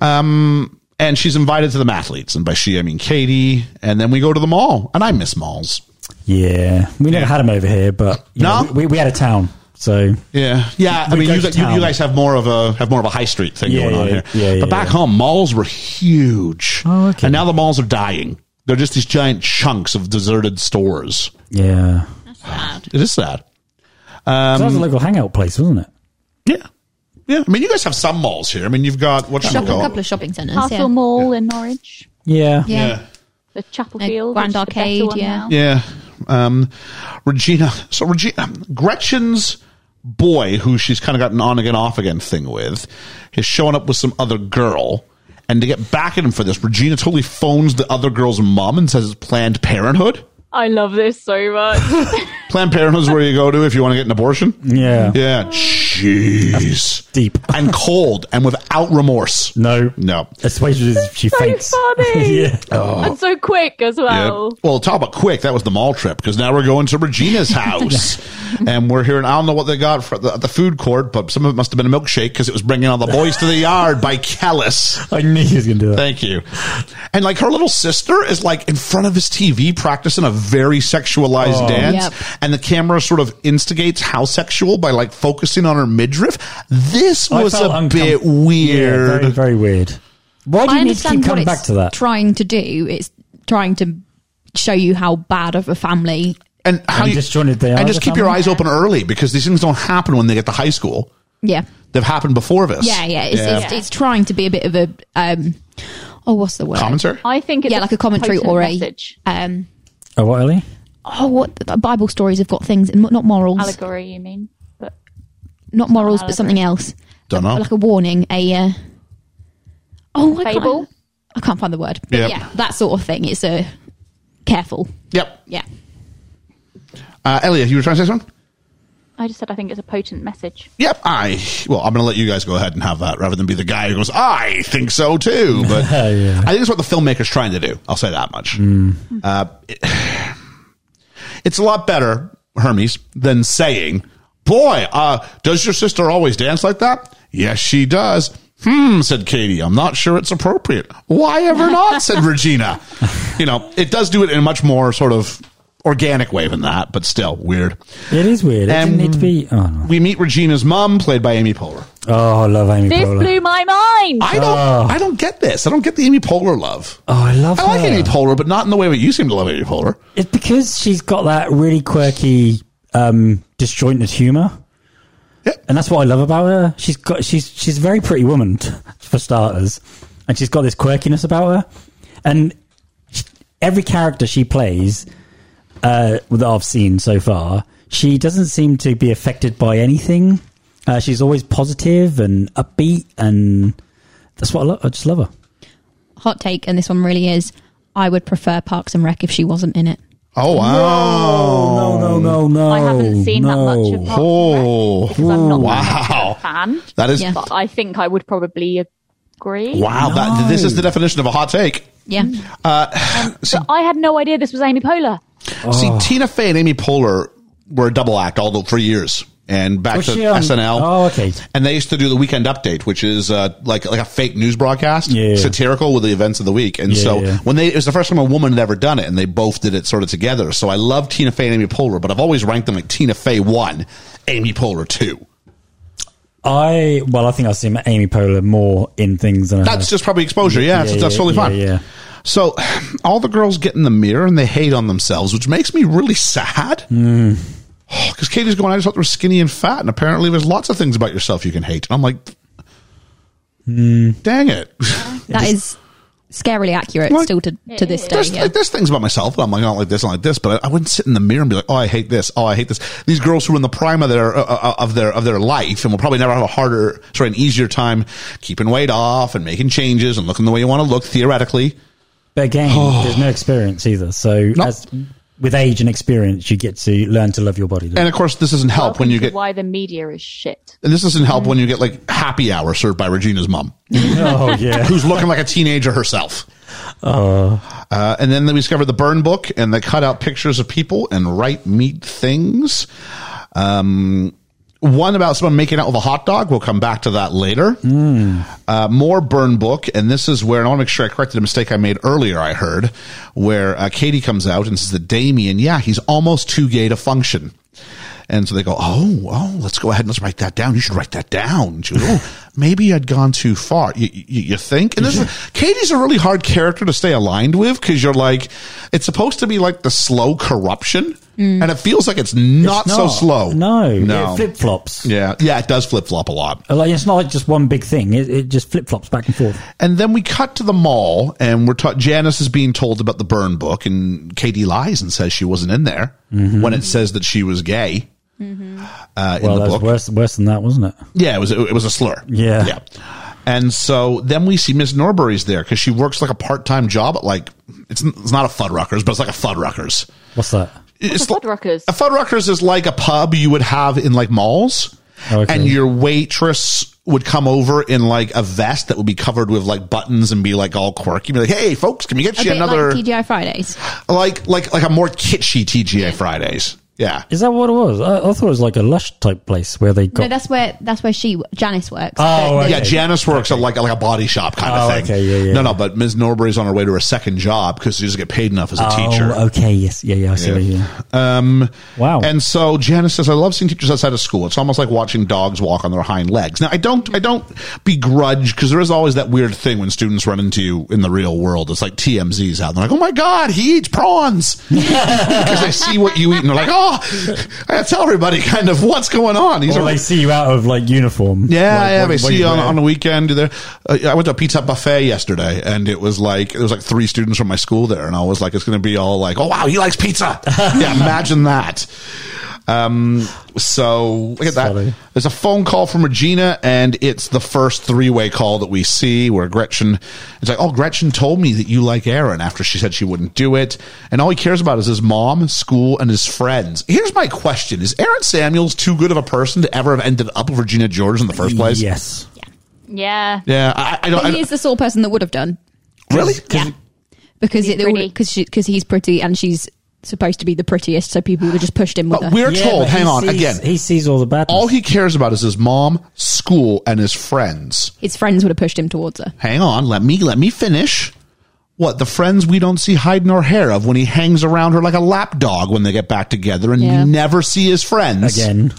Um, and she's invited to the mathletes, and by she I mean Katie, and then we go to the mall, and I miss malls.
Yeah. We never
Yeah.
had them over here, but you
No?
know, we, we had a town. So
Yeah, yeah. I
We
mean,
go
you,
to
guys- you, you
town.
guys have more of a have more of a high street thing
Yeah,
going on
yeah,
here.
yeah, yeah,
but back
yeah.
home, malls were huge,
Oh, okay.
and now the malls are dying. They're just these giant chunks of deserted stores.
yeah.
It is sad.
'Cause that was a local hangout place, wasn't it?
Yeah, yeah. I mean, you guys have some malls here. I mean, you've got what
Shop,
you
a
call
couple of shopping centres.
Castle
yeah.
Mall in Norwich,
Yeah.
Yeah.
yeah.
the Chapel
Like
Field,
Grand
which is the better
Arcade,
one
yeah.
now.
Yeah. Um, Regina. So Regina, Gretchen's boy, who she's kind of got an on again, off again thing with, is showing up with some other girl. And to get back at him for this, Regina totally phones the other girl's mom and says it's Planned Parenthood.
I love this so much.
Planned Parenthood is where you go to if you want to get an abortion.
Yeah.
Yeah. Jeez.
Deep.
And cold and without remorse.
No.
No.
Especially as she
so
faints.
funny.
yeah.
and so quick as
Yeah.
Oh.
well.
Well, talk about quick. That was the mall trip because now we're going to Regina's house, and we're here. And I don't know what they got for the, the food court, but some of it must have been a milkshake because it was bringing all the boys to the yard by Kellis.
I knew he was going to do that.
Thank you. And like her little sister is like in front of his TV practicing a very sexualized
Oh.
dance,
Yep.
and the camera sort of instigates how sexual by like focusing on her midriff. This
Oh, I
was a
felt uncom-
bit
Yeah,
weird.
very, very weird. Why do
I
you need to
understand
keep
what
coming
it's
back to that?
trying to do. It's trying to show you how bad of a family.
and how
And
you
just joined it there
and
as
just
a
keep your
family?
eyes open early because these things don't happen when they get to high school.
Yeah.
They've happened before this.
Yeah, yeah. It's, It's, it's trying to be a bit of a um oh what's the word?
commentary.
I think it's
Yeah, like a commentary
potent
or a
message.
um
Oh, what, Ellie?
oh what the Bible stories have got things and not morals.
allegory. You mean? But
not morals but something else.
Don't know.
Like a warning, a uh, Oh, I
Fable?
can't, I can't find the word. But
Yep.
Yeah, that sort of thing. It's a careful.
Yep.
Yeah.
Uh, Elliot, you were trying to say something?
I just said I think it's a potent message.
Yep. I, well, I'm going to let you guys go ahead and have that rather than be the guy who goes, I think so too. But
Yeah.
I think it's what the filmmaker's trying to do. I'll say that much. Uh, it- it's a lot better, Hermes, than saying, boy, uh, does your sister always dance like that? Yes, she does. Hmm, said Katie. I'm not sure it's appropriate. Why ever not? said Regina. You know, it does do it in a much more sort of organic way than that, but still weird.
It is weird. It
Um,
didn't need to be. Oh, no.
we meet Regina's mom, played by Amy Poehler.
oh I love Amy
This
Poehler.
blew my mind.
I don't,
Ah.
I don't get this. I don't get the Amy Poehler love.
oh, I love
I like
her.
Amy Poehler, but not in the way that you seem to love Amy Poehler.
It's because she's got that really quirky, um, disjointed humor.
Yep.
And that's what I love about her. She's got she's she's a very pretty woman for starters, and she's got this quirkiness about her. And she- every character she plays uh, that I've seen so far, she doesn't seem to be affected by anything. Uh, she's always positive and upbeat, and that's what I love. I just love her.
Hot take, and this one really is I would prefer Parks and Rec if she wasn't in it.
Oh wow!
No, no, no, no.
I haven't seen that much of Parks
Oh.
and Rec because I'm not
Wow.
a fan.
That is
Yeah.
But I think I would probably agree.
wow. That, this is the definition of a hot take.
Yeah.
Mm. But I had no idea this was Amy Poehler.
Oh.
See, Tina Fey and Amy Poehler were a double act all the, for years, and back
Was
to
she on-
SNL.
Oh, okay.
And they used to do the Weekend Update, which is uh, like like a fake news broadcast,
Yeah.
satirical with the events of the week. And
Yeah,
so
yeah.
when they it was the first time a woman had ever done it, and they both did it sort of together. So I love Tina Fey and Amy Poehler, but I've always ranked them like Tina Fey one, Amy Poehler two.
I well, I think I've seen Amy Poehler more in things than I
That's
have.
just probably exposure. Yeah, that's, that's totally
Uh-huh. yeah,
fine.
yeah.
So all the girls get in the mirror and they hate on themselves, which makes me really sad. Because
Hmm.
Katie's going, I just thought they were skinny and fat, and apparently there's lots of things about yourself you can hate. And I'm like,
Hmm.
dang it.
That is scarily accurate
Like-
still to, to this day.
There's,
Yeah.
like, there's things about myself. that I'm like, I don't like this, I don't like this, but I, I wouldn't sit in the mirror and be like, oh, I hate this. Oh, I hate this. These girls who are in the prime of their, uh, uh, of their, of their life and will probably never have a harder, sorry, an easier time keeping weight off and making changes and looking the way you want to look theoretically.
But again, there's no experience either. So
No.
as with age and experience, you get to learn to love your body.
And of course, this doesn't help Oh, when
Welcome
you
to
get.
why the media is shit.
And this doesn't help when you get like happy hour served by Regina's mom,
oh yeah,
who's looking like a teenager herself. Uh, and then they discovered the burn book and they cut out pictures of people and write meat things. Um, one about someone making out with a hot dog. We'll come back to that later. Uh, more burn book. And this is where, and I want to make sure I corrected a mistake I made earlier, I heard, where uh, Katie comes out and says that Damien, yeah, he's almost too gay to function. And so they go, oh, oh, let's go ahead and let's write that down. You should write that down. And she goes, oh, maybe I'd gone too far. You, you, you think? And this is, Katie's a really hard character to stay aligned with because you're like, it's supposed to be like the slow corruption. And it feels like Mm. it's not,
It's
so slow.
No,
No.
flip flops.
yeah. Yeah. It does flip flop a lot.
Like it's not like just one big thing. It, it just flip flops back and forth.
And then we cut to the mall, and we're taught Janice is being told about the burn book, and Katie lies and says she wasn't in there when it says that she was gay. Uh, in
Mm-hmm. Well,
the
that was
book.
worse worse than that, wasn't it?
Yeah, it was it was a slur.
Yeah.
yeah. And so then we see Miss Norbury's there because she works like a part time job at like it's it's not a Fuddruckers, but it's like a Fuddruckers.
What's that?
It's
a Fuddruckers?
A Fuddruckers is like a pub you would have in like malls,
Okay.
and your waitress would come over in like a vest that would be covered with like buttons and be like all quirky, be like, "Hey, folks, can we get
A
you
bit
another
like TGI Fridays.
like like like a more kitschy TGA Fridays?" Yeah,
Is that what it was? I, I thought it was like a lush type place where they got.
No, that's where that's where she Janice works.
Ah,
Oh,
But the-
okay.
Yeah, Janice works at like like a body shop kind
Oh,
of thing.
okay, yeah, yeah,
no, no,
yeah.
but Ms. Norbury's on her way to her second job because she doesn't get paid enough as a
oh,
teacher.
okay. Yes. Yeah. Yeah. I see. what you mean.
Um,
Wow.
And so Janice says, "I love seeing teachers outside of school. It's almost like watching dogs walk on their hind legs." Now, I don't, I don't begrudge because there is always that weird thing when students run into you in the real world. It's like TMZ's out. They're like, "Oh my god, he eats prawns," because they see what you eat and they're like, "Oh, I gotta tell everybody kind of what's going on." These
or they see you out of like uniform.
Yeah,
Like,
yeah.
what-
They
what
see you on,
wear.
on the weekend. There, uh, I went to a pizza buffet yesterday, and it was like there was like three students from my school there, and I was like, it's going to be all like, oh wow, he likes pizza. yeah, imagine that. Um, so look at that.
Funny.
There's a phone call from Regina, and it's the first three way call that we see where Gretchen is like, oh, Gretchen told me that you like Aaron after she said she wouldn't do it, and all he cares about is his mom, school, and his friends. Here's my question: Is Aaron Samuels too good of a person to ever have ended up with Regina George in the first place?
Yes.
Yeah.
Yeah, I, I don't. I
but
don't-
he is the sort of person that would have done
really?
Yeah. because
Be
it- they would-
pretty.
'cause she- 'cause he's pretty and she's supposed to be the prettiest, so people would have just pushed him with
But
her.
we're
Yeah,
told.
but he
Hang on.
sees-
Again,
He sees all the badness.
all he cares about is his mom, school, and his friends.
His friends would have pushed him towards her.
Hang on. Let me let me finish. What the friends we don't see hide nor hair of when he hangs around her like a lap dog when they get back together, and
Yeah.
you never see his friends
again.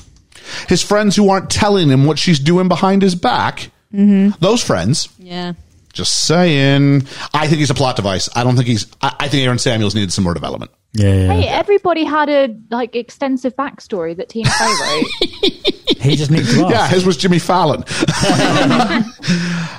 His friends who aren't telling him what she's doing behind his back. Those friends.
Yeah.
Just saying. I think he's a plot device. I don't think he's. I, I think Aaron Samuels needed some more development.
Yeah. yeah.
Hey, everybody had a like extensive backstory that Tina Fey wrote.
He just needs to
Yeah,
ask.
his was Jimmy Fallon.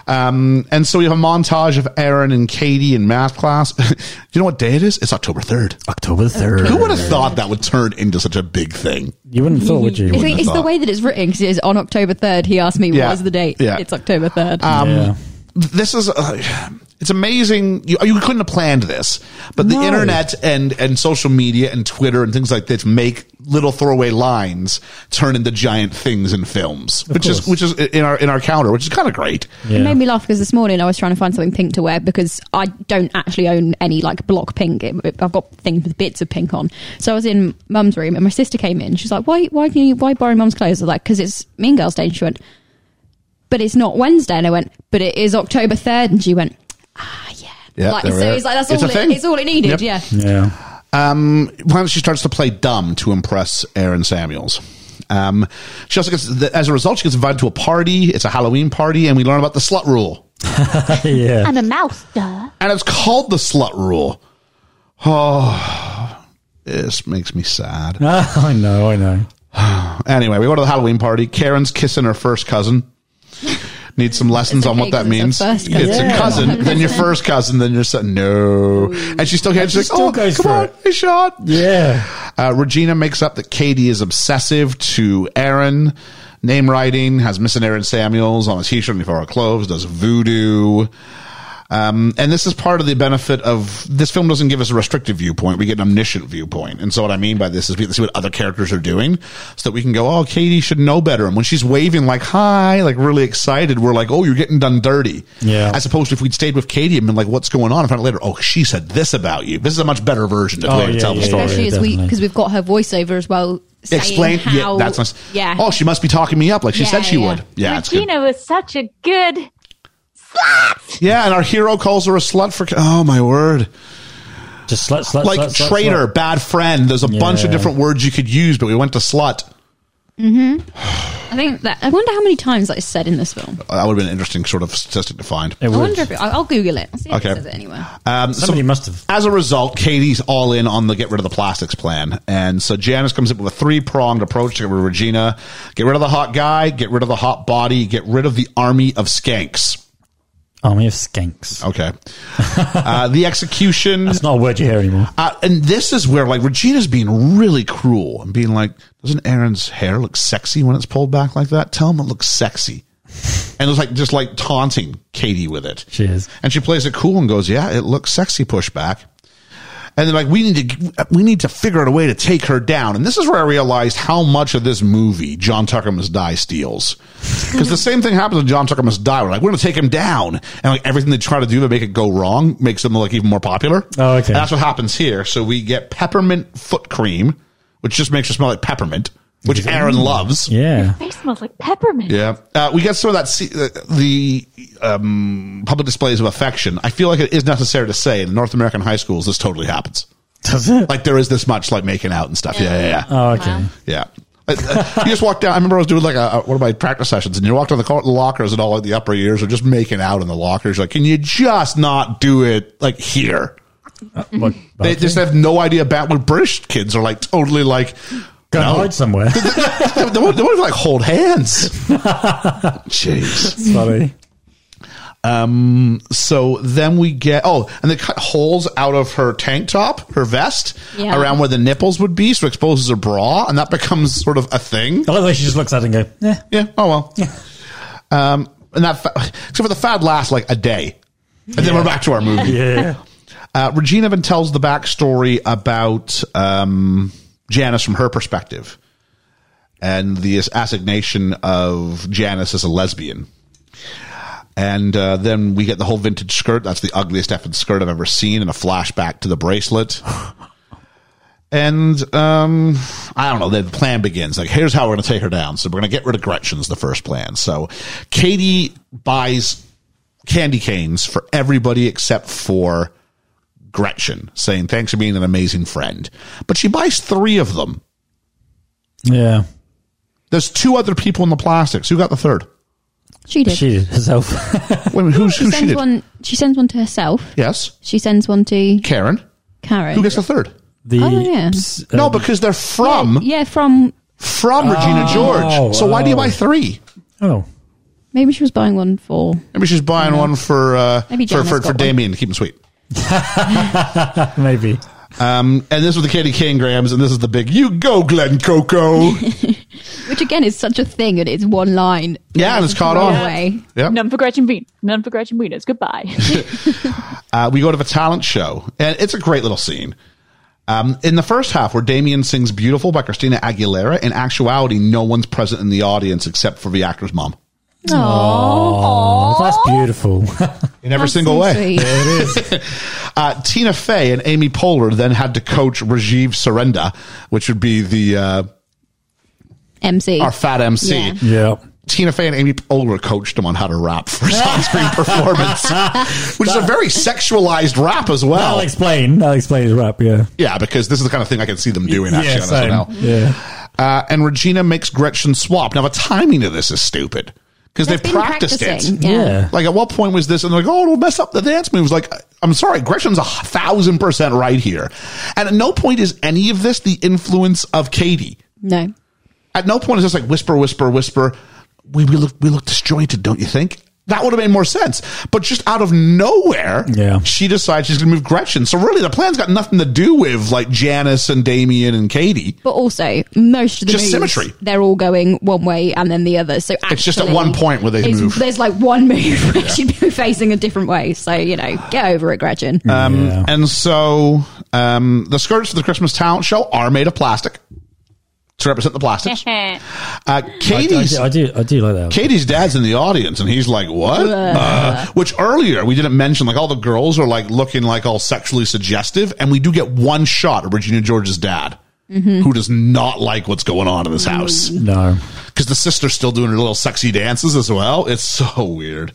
um, and so we have a montage of Aaron and Katie in math class. Do you know what day it is? It's October 3rd.
October third.
Who would have thought that would turn into such a big thing?
You wouldn't have thought, would you?
It's,
wouldn't
like-
have
it's the
thought.
way that it's written because it is on October 3rd. He asked me,
Yeah.
what was the date?
Yeah. Uh,
It's October 3rd.
Yeah.
Um, This is, uh, it's amazing. You, you couldn't have planned this, but the
No.
internet and, and social media and Twitter and things like this make little throwaway lines turn into giant things in films, which is,
course.
which is in our, in our counter, which is kind of great.
It
Yeah.
made me laugh because this morning I was trying to find something pink to wear because I don't actually own any like block pink. It- it- I've got things with bits of pink on. So I was in mum's room and my sister came in. She's like, "Why? Why do you? Why borrow mum's clothes?" I was like, "Because it's Mean Girls Day." And she went, "But it's not Wednesday." And I went, "But it is October 3rd. And she went,
Yeah,
like,
there we
"So
are.
it's like that's
It's
all.
a thing.
It, it's all it needed."
Yep.
Yeah.
Yeah.
Um, when she starts to play dumb to impress Aaron Samuels. Um, she also gets, the, as a result, she gets invited to a party. It's a Halloween party, and we learn about the slut rule.
Yeah.
and a mouse, duh.
And it's called the slut rule. Oh, this makes me sad.
Ah, I know. I know.
Anyway, we go to the Halloween party. Karen's kissing her first cousin. Need some lessons
It's
on what
okay
that
'cause
means.
it's our
It's
first cousin.
a
Yeah.
cousin, then your first cousin, then your son. No, and she still can't. She's
She
like,
still
"Oh,
goes
come
for
on,
it.
hey, Sean."
Yeah.
Uh, Regina makes up that Katie is obsessive to Aaron. Name writing has Miss and Aaron Samuels on a t-shirt and before her clothes. Does voodoo. Um, and this is part of the benefit of this film doesn't give us a restrictive viewpoint. We get an omniscient viewpoint. And so what I mean by this is we get to see what other characters are doing so that we can go, oh, Katie should know better. And when she's waving like, hi, like really excited, we're like, oh, you're getting done dirty.
Yeah.
As opposed to if we'd stayed with Katie and been like, what's going on? And found out later, oh, she said this about you. This is a much better version of the
Oh,
way to
yeah,
tell the
yeah,
story.
especially as we
definitely.
because we've got her voiceover as well. Saying
Explain.
how,
yeah, that's nice.
yeah.
Oh, she must be talking me up like she
Yeah,
said she
yeah.
would. Yeah, it's good.
Regina was such a good slut.
Yeah, and our hero calls her a slut for. Oh my word!
Just slut, slut,
Like
slut, slut,
traitor,
slut.
bad friend. There's a bunch of
Yeah.
different words you could use, but we went to slut.
I think that I wonder how many times that is said in this film.
Uh, That would have been an interesting sort of statistic to find.
It
I
would.
wonder if it, I'll, I'll Google it. I'll see if
Okay.
it says it anywhere.
Um,
Somebody must have.
As a result, Katie's all in on the get rid of the plastics plan. And so Janice comes up with a three pronged approach to get rid of Regina get rid of the hot guy, get rid of the hot body, get rid of the army of skanks.
Army of oh, skanks.
Okay. uh, the execution.
That's not a word you hear anymore.
Uh, and this is where like Regina's being really cruel and being like, doesn't Aaron's hair look sexy when it's pulled back like that? Tell him it looks sexy. And it was like just like taunting Katie with it.
She is.
And she plays it cool and goes, yeah, it looks sexy pushback. And they're like, we need to, we need to figure out a way to take her down. And this is where I realized how much of this movie John Tucker Must Die steals. Because the same thing happens with John Tucker Must Die. We're like, we're going to take him down. And like everything they try to do to make it go wrong makes them like even more popular.
Oh, okay.
And that's what happens here. So we get peppermint foot cream, which just makes her smell like peppermint, which Aaron loves.
Yeah.
They smells like peppermint.
Yeah, uh, we got some of that. se- uh, The um, public displays of affection. I feel like it is necessary to say in North American high schools, this totally happens.
Does it?
Like there is this much like making out and stuff. Yeah, yeah, yeah.
oh, okay.
yeah. Uh, uh, you just walk down. I remember I was doing like a, a- one of my practice sessions, and you walked down the, co- the lockers, and all like the upper years are just making out in the lockers. You're like, can you just not do it like here?
Look,
They
okay.
just have no idea about when British kids are like totally like
Go
no.
and hide somewhere.
they won't, they won't even, like hold hands. Jeez.
Sorry.
so then we get oh and they cut holes out of her tank top her vest
Yeah.
around where the nipples would be so it exposes her bra and that becomes sort of a thing
I like the way she just looks at it and go, eh.
yeah oh well um and that fa- except for the fad lasts like a day and then we're back to our movie
Yeah.
uh, Regina then tells the backstory about um, Janice from her perspective and the assignation of Janice as a lesbian. And uh, then we get the whole vintage skirt. That's the ugliest effing skirt I've ever seen, and a flashback to the bracelet. And um, I don't know. The plan begins. Like, here's how we're going to take her down. So we're going to get rid of Gretchen's the first plan. So Katie buys candy canes for everybody except for Gretchen, saying thanks for being an amazing friend. But she buys three of them.
Yeah.
There's two other people in the plastics. Who got the third?
She did.
She
She,
did herself.
Wait a minute, who's, who she
sends
did?
one. She sends one to herself.
Yes,
She sends one to
Karen.
Karen.
Who gets the third?
The,
Oh, yeah.
ps-
No,
um,
because they're from
yeah, from
from Regina George. So why do you buy three?
Oh.
maybe she was buying one for.
Maybe she's buying one for uh,
Maybe
for
Janice
for,
got
for
one.
Damien to keep him sweet.
Maybe.
Um, and this was the Candy Cane Grams, and this is the big you go, Glen Coco.
Which again is such a thing, and it's one line.
yeah, and it's caught on.
Away.
Yep.
None for Gretchen Wien. None for Gretchen Wieners. Goodbye.
Uh, we go to the talent show, and it's a great little scene. Um, in the first half, where Damien sings Beautiful by Christina Aguilera, in actuality, no one's present in the audience except for the actor's mom.
Oh, that's beautiful.
In every
That's
single
so
way.
sweet.
Uh, Tina Fey and Amy Poehler then had to coach Rajiv Sarenda, which would be the uh,
MC.
our fat MC.
Yeah.
yeah.
Tina Fey and Amy Poehler coached him on how to rap for his on-screen performance, which is a very sexualized rap as well.
I'll explain. Oh. That'll explain his rap, yeah.
yeah, because this is the kind of thing I can see them doing actually
yeah,
on
same.
SNL.
Yeah.
uh, and Regina makes Gretchen swap. Now the timing of this is stupid because they've,
been
practiced
practicing,
it.
Yeah.
Yeah.
Like at what point was this? And they're like, oh, it'll mess up the dance moves. Like I'm sorry, Gretchen's a thousand percent right here. And at no point is any of this the influence of Katie.
No.
At no point is this like whisper, whisper, whisper. We, we look we look disjointed, don't you think? That would have made more sense. But just out of nowhere,
Yeah.
she decides she's going to move Gretchen. So really, the plan's got nothing to do with like Janice and Damien and Katie.
But also, most of the
Just
moves,
symmetry.
they're all going one way and then the other. So
It's just at
actually,
one point where they
it's-
move.
There's like one move where she'd be facing a different way. So you know, get over it, Gretchen.
Um,
Yeah.
And so um, the skirts for the Christmas talent show are made of plastic to represent the plastics. Uh,
I, I,
Katie's.
do, I do. I do like that. One.
Katie's dad's in the audience and he's like, what? Uh, which earlier we didn't mention, like all the girls are like looking like all sexually suggestive. And we do get one shot of Regina George's dad
Mm-hmm.
who does not like what's going on in this
Mm.
house
No,
because the sister's still doing her little sexy dances as well. It's so weird.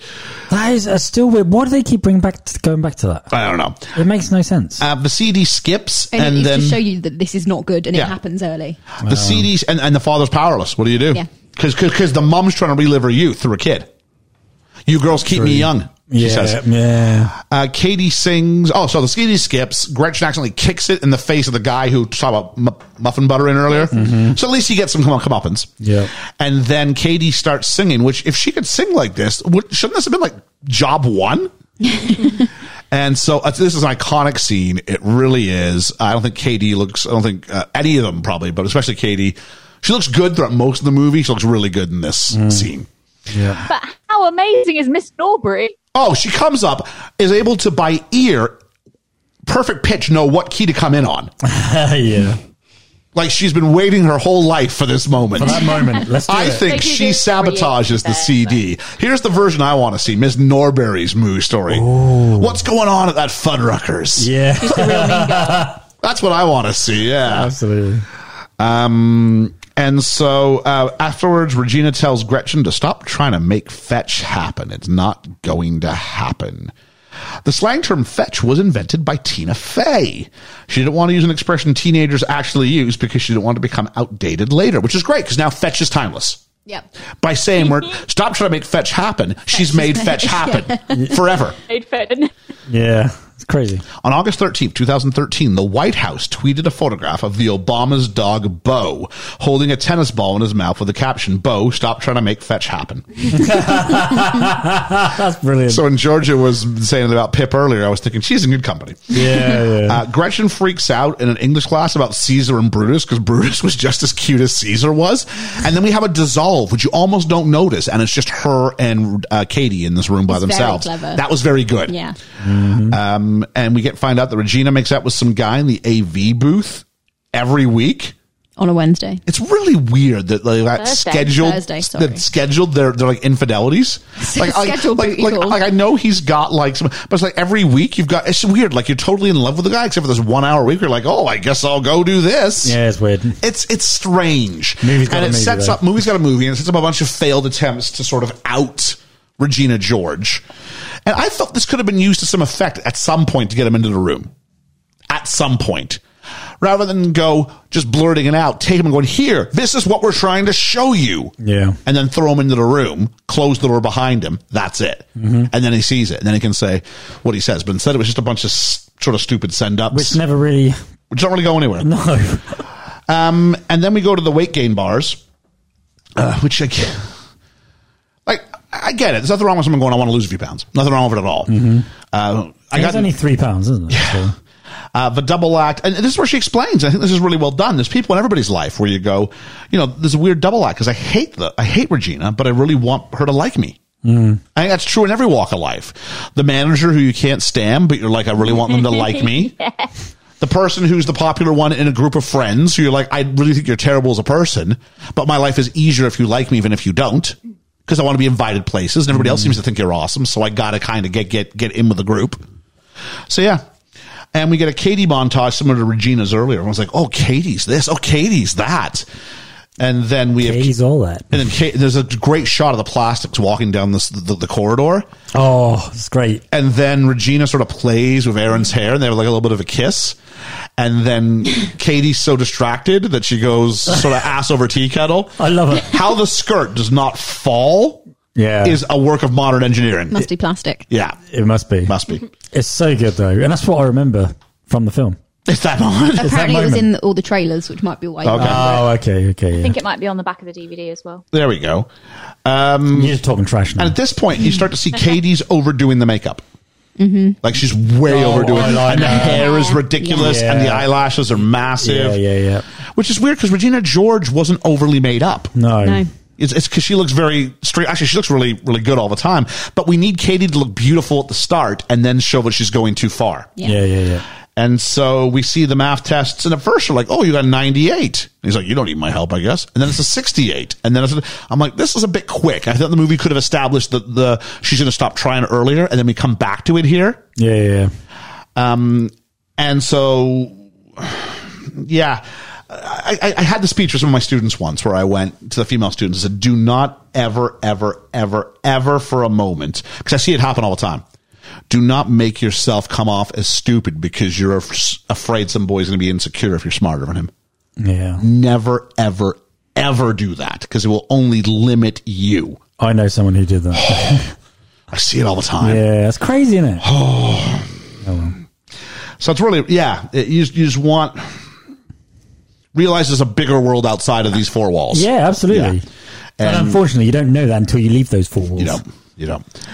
that is uh, still weird. Why do they keep bringing back to, going back to that?
I don't know.
It makes no sense.
Uh, the CD skips
and,
and,
it's
then
to show you that this is not good and
Yeah.
it happens early.
the CDs and, and the father's powerless. What do you do?
Yeah.
Because the mom's trying to relive her youth through a kid. You girls keep me young. She
yeah,
says.
yeah.
Uh, Katie sings. Oh, so the skinny skips. Gretchen accidentally kicks it in the face of the guy who talked about mu- muffin butter in earlier. So at least he gets some come- comeuppance.
Yeah.
And then Katie starts singing, which if she could sing like this, would, shouldn't this have been like job one? and so uh, this is an iconic scene. It really is. I don't think Katie looks. I don't think uh, any of them probably, but especially Katie. She looks good throughout most of the movie. She looks really good in this scene.
But how amazing is Miss Norbury?
Oh, she comes up, is able to by ear, perfect pitch, know what key to come in on.
yeah.
Like she's been waiting her whole life for this moment.
For that moment, let's do
I
it.
think
They do
she
this
sabotages the
creative
CD. Here's the version I want to see Miss Norberry's Moo story. What's going on at that Fuddruckers?
yeah,
That's what I want to see, yeah.
absolutely.
Um, and so uh, afterwards, Regina tells Gretchen to stop trying to make fetch happen. It's not going to happen. The slang term fetch was invented by Tina Fey. She didn't want to use an expression teenagers actually use because she didn't want to become outdated later, which is great because now fetch is timeless.
Yep.
By saying we're stop trying to make fetch happen, she's made fetch happen forever.
Made fit, didn't it?
Yeah, it's crazy.
On August 13th, 2013, the White House tweeted a photograph of the Obama's dog, Bo, holding a tennis ball in his mouth with the caption, Bo, stop trying to make fetch happen.
That's brilliant.
so when Georgia was saying about Pip earlier, I was thinking, she's in good company.
yeah, yeah.
Uh, Gretchen freaks out in an English class about Caesar and Brutus because Brutus was just as cute as Caesar was. And then we have a dissolve, which you almost don't notice. And it's just her and uh, Katie in this room by
It's very
themselves.
clever.
That was very good.
Yeah.
Um, and we get find out that Regina makes out with some guy in the AV booth every week.
On a Wednesday.
It's really weird that like that
Thursday.
scheduled
Thursday, sorry.
that scheduled their their like infidelities. Like, I-
Scheduled
like,
booty
like,
calls.
like I know he's got like some, but it's like every week you've got it's weird. Like you're totally in love with the guy except for this one hour week. You're like, oh, I guess I'll go do this.
yeah, it's weird.
It's it's strange,
Movie's got
and
a
it
movie,
sets
though.
up movie's got a movie, and it sets up a bunch of failed attempts to sort of out Regina George. And I thought this could have been used to some effect at some point to get him into the room, at some point, rather than go just blurting it out. Take him and going here. This is what we're trying to show you.
Yeah.
and then throw him into the room, close the door behind him. That's it,
Mm-hmm.
and then he sees it, and then he can say what he says. But instead, it was just a bunch of s- sort of stupid send
Which
ups,
never really.
which don't really go anywhere.
No.
Um, and then we go to the weight gain bars, uh, which I get, like I get it. There's nothing wrong with someone going, "I want to lose a few pounds." Nothing wrong with it at all. Uh, I
It
got
was only three pounds, isn't it? So-
uh, the double act, and this is where she explains. I think this is really well done. There's people in everybody's life where you go, you know, there's a weird double act because I hate the I hate Regina, but I really want her to like me. I think that's true in every walk of life. The manager who you can't stand, but you're like, I really want them to like me. The person who's the popular one in a group of friends who you're like, I really think you're terrible as a person, but my life is easier if you like me, even if you don't, because I want to be invited places and everybody else seems to think you're awesome. So I got to kind of get, get, get in with the group. So yeah. And we get a Katie montage similar to Regina's earlier. Everyone's like, oh, Katie's this. Oh, Katie's that. And then we have
Katie's all that.
and then Kate, there's a great shot of the plastics walking down this, the, the corridor.
Oh, it's great.
And then Regina sort of plays with Aaron's hair and they have like a little bit of a kiss. And then Katie's so distracted that she goes sort of ass over tea kettle.
I love it.
How the skirt does not fall
Yeah.
is a work of modern engineering.
Must be plastic.
Yeah,
it must be.
must be.
It's so good, though. And that's what I remember from the film.
It's that moment.
Apparently, it was
moment.
in all the trailers, which might be why.
Okay.
Oh, okay, okay.
I
yeah.
think it might be on the back of the DVD as well.
There we go. Um,
You're just talking trash now.
And at this point, you start to see Katie's overdoing the makeup. Mm-hmm. Like she's way
Oh,
overdoing
I
it.
like
and the
that.
hair is ridiculous
Yeah.
and the eyelashes are
yeah,
massive.
yeah, yeah.
Which is weird because Regina George wasn't overly made up.
No.
No.
It's because she looks very straight. Actually, she looks really, really good all the time. But we need Katie to look beautiful at the start and then show that she's going too far.
Yeah.
Yeah, yeah, yeah.
And so we see the math tests, and at first you're like, "Oh, you got a 98." And he's like, "You don't need my help, I guess." And then it's a 68, and then it's a, I'm like, "This is a bit quick." I thought the movie could have established that the she's going to stop trying earlier, and then we come back to it here.
Yeah, yeah, yeah.
Um, And so, yeah, I, I- I had this speech with some of my students once where I went to the female students and said, do not ever, ever, ever, ever for a moment, because I see it happen all the time. Do not make yourself come off as stupid because you're af- afraid some boy's going to be insecure if you're smarter than him.
Yeah.
Never, ever, ever do that because it will only limit you.
I know someone who did that.
I see it all the time.
yeah, that's crazy, isn't it?
So it's really, yeah, it, you, just- you just want, realize there's a bigger world outside of these four walls.
Yeah, absolutely.
Yeah.
And, unfortunately, you don't know that until you leave those four walls.
You don't. You don't.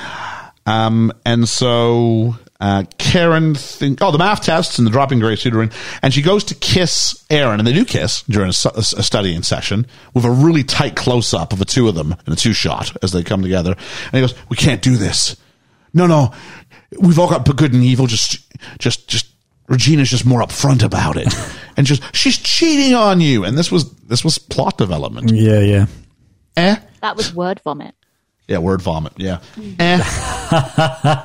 Um, and so uh, Karen think oh the math tests and the dropping grade tutoring, and she goes to kiss Aaron, and they do kiss during a, su- a studying session with a really tight close up of the two of them in a two shot as they come together. And he goes, "We can't do this. No, no, we've all got good and evil. Just, just, just." Regina's just more upfront about it, and just she's cheating on you. And this was this was plot development.
Yeah, yeah.
Eh?
That was word vomit.
Yeah, word vomit. Yeah. Eh.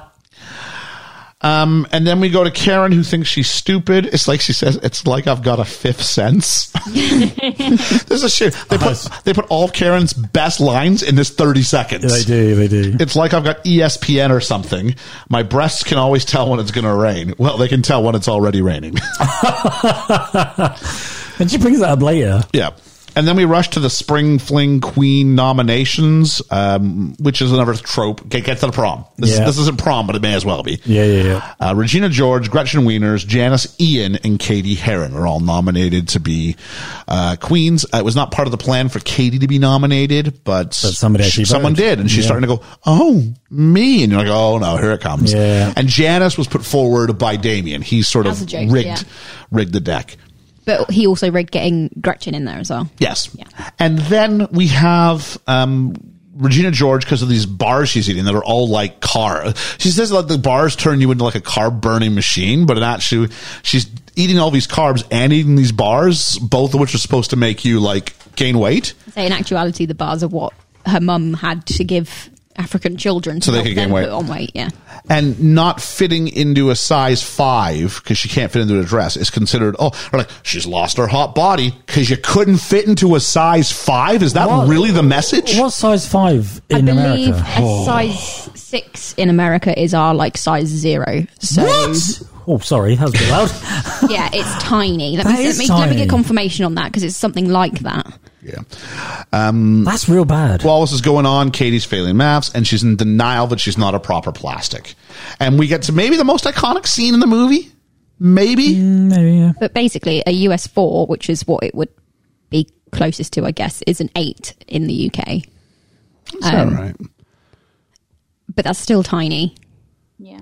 um, and then we go to Karen, who thinks she's stupid. It's like she says, "It's like I've got a fifth sense." this is shit. They put
Uh-huh.
they put all Karen's best lines in this thirty seconds.
They do, they do.
It's like I've got E ESPN or something. My breasts can always tell when it's going to rain. Well, they can tell when it's already raining.
And she brings that up later.
Yeah. And then we rush to the Spring Fling Queen nominations, um, which is another trope. Get, get to the prom. This,
Yeah.
this isn't prom, but it may as well be.
Yeah, yeah, yeah.
Uh, Regina George, Gretchen Wieners, Janice Ian, and Katie Heron are all nominated to be uh, queens. Uh, it was not part of the plan for Katie to be nominated, but,
somebody
she-
actually
someone
voted.
did. And she's
Yeah.
starting to go, oh, me. And you're like, oh, no, here it comes.
Yeah.
And Janice was put forward by Damien. He sort
As
of
a joke,
rigged,
yeah.
rigged the deck.
But he also read getting Gretchen in there as well.
Yes. And then we have um, Regina George because of these bars she's eating that are all like car. She says like the bars turn you into like a car burning machine, but in actually she's eating all these carbs and eating these bars, both of which are supposed to make you like gain weight.
So in actuality, the bars are what her mum had to give African children to
So they
help
could gain
them
weight.
put on weight. Yeah.
and not fitting into a size five because she can't fit into a dress is considered oh or like she's lost her hot body because you couldn't fit into a size five is that
What?
really the message
What size five
I
in
believe
America?
a size six in America is our like size zero. So
Oh, sorry, that was a bit loud.
yeah, it's tiny. Let,
That
me, let,
is
me, let
tiny.
me get confirmation on that because it's something like that.
yeah
That's real bad.
While this is going on, Katie's failing maths, and she's in denial that she's not a proper plastic. And we get to maybe the most iconic scene in the movie. Maybe.
Maybe, yeah.
But basically, a US four, which is what it would be closest to, I guess, is an eight in the UK. Um,
All right.
But that's still tiny.
Yeah.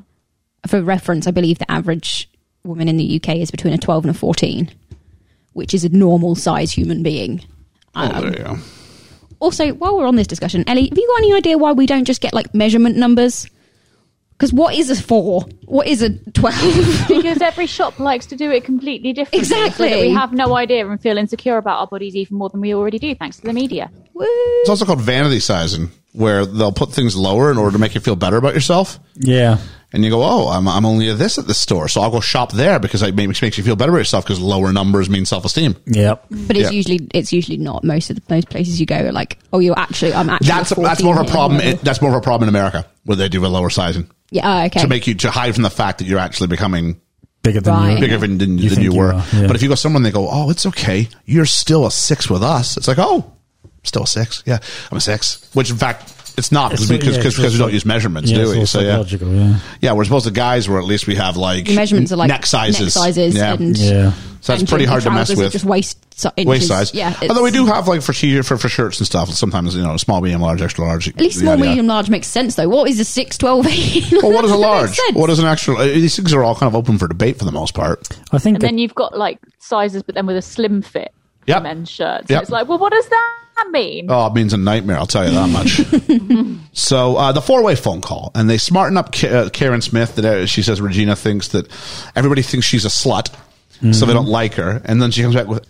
for reference, I believe the average woman in the UK is between a 12 and a 14, which is a normal size human being.
Oh, there you go.
Also, while we're on this discussion, Ellie, have you got any idea why we don't just get like measurement numbers? Because what is a four? What is a 12?
Because every shop likes to do it completely differently.
Exactly.
So that we have no idea and feel insecure about our bodies even more than we already do, thanks to the media.
It's also called vanity sizing, where they'll put things lower in order to make you feel better about yourself.
Yeah.
And you go, oh, I'm, I'm only a this at this store, so I'll go shop there because it makes, makes you feel better about yourself because lower numbers mean self esteem.
Yep.
but it's
Yeah.
usually it's usually not. Most of the most places you go are like, oh, you're actually I'm actually
That's
a
that's more of a
14
problem.
here.
in- that's more of a problem in America where they do a lower sizing
yeah, oh, okay.
to make you to hide from the fact that you're actually becoming
Bigger than
Right.
you.
bigger than, than
Mm-hmm. You
you, than
think
you
you
were.
are, yeah.
But if you go someone, they go, "Oh, it's okay. You're still a six with us." It's like, "Oh, still a six. Yeah, I'm a six. Which, in fact, it's not because
It's- yeah,
because
it's
we
all-
don't use measurements,
yeah,
do
it's
we?
all
So yeah,
psychological, yeah.
yeah. Whereas most of the guys were at least we have like
The measurements are like
neck sizes,
neck sizes
yeah.
and
Yeah.
So that's
and
pretty
the
hard to mess
trousers are
with.
Just waist si- inches.
waist size.
Yeah.
Although we
it's-
do have like for t- for for shirts and stuff. Sometimes you know small, medium, large, extra large.
At least small, medium, large makes sense though. What is a 6, 12, 18?
Well, what is a
That makes
large?
sense.
What is an extra? uh, These things are all kind of open for debate for the most part.
I think
And
that-
then you've got like sizes, but then with a slim fit for
Yep.
men's shirt. So
Yep.
it's like, well, what does that mean?
Oh, it means a nightmare. I'll tell you that much. so uh, the four-way phone call, and they smarten up Ka- uh, Karen Smith. That uh, she says Regina thinks that everybody thinks she's a slut, so they don't like her. And then she comes back with.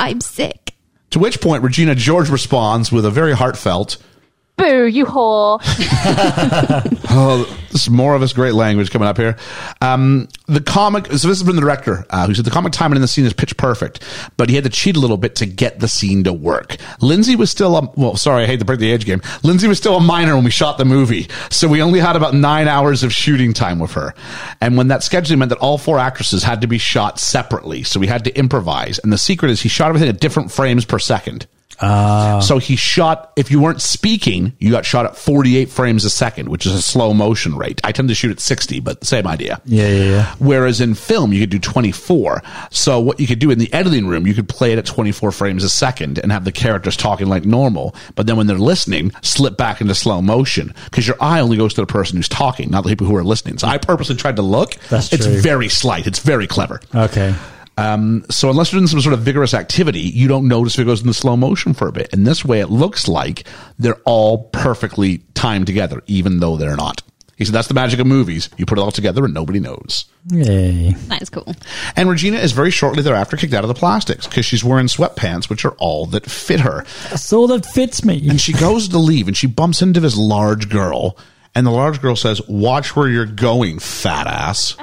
I'm sick.
To which point Regina George responds with a very heartfelt.
Boo, you whore.
Oh, this is more of us great language coming up here. Um, the comic, so this has been the director uh, who said the comic timing in the scene is pitch perfect, but he had to cheat a little bit to get the scene to work. Lindsay was still, a, well, sorry, I hate to break the age game. Lindsay was still a minor when we shot the movie, so we only had about nine hours of shooting time with her. And when that scheduling meant that all four actresses had to be shot separately, so we had to improvise. And the secret is he shot everything at different frames per second.
Uh-huh.
So he shot, if you weren't speaking, you got shot at 48 frames a second, which is a slow motion rate. I tend to shoot at 60, but same idea.
Yeah, yeah, yeah.
Whereas in film, you could do 24. So what you could do in the editing room, you could play it at 24 frames a second and have the characters talking like normal. But then when they're listening, slip back into slow motion because your eye only goes to the person who's talking, not the people who are listening. So I purposely tried to look.
That's
It's
true.
very slight. It's very clever.
Okay.
Um, so unless you're doing some sort of vigorous activity, you don't notice if it goes into slow motion for a bit. And this way, it looks like they're all perfectly timed together, even though they're not. He said that's the magic of movies. You put it all together, and nobody knows.
Yay.
That is cool.
And Regina is very shortly thereafter kicked out of the plastics because she's wearing sweatpants, which are all that fit her.
That's all that fits me.
And she goes to leave, and she bumps into this large girl, and the large girl says, "Watch where you're going, fat ass."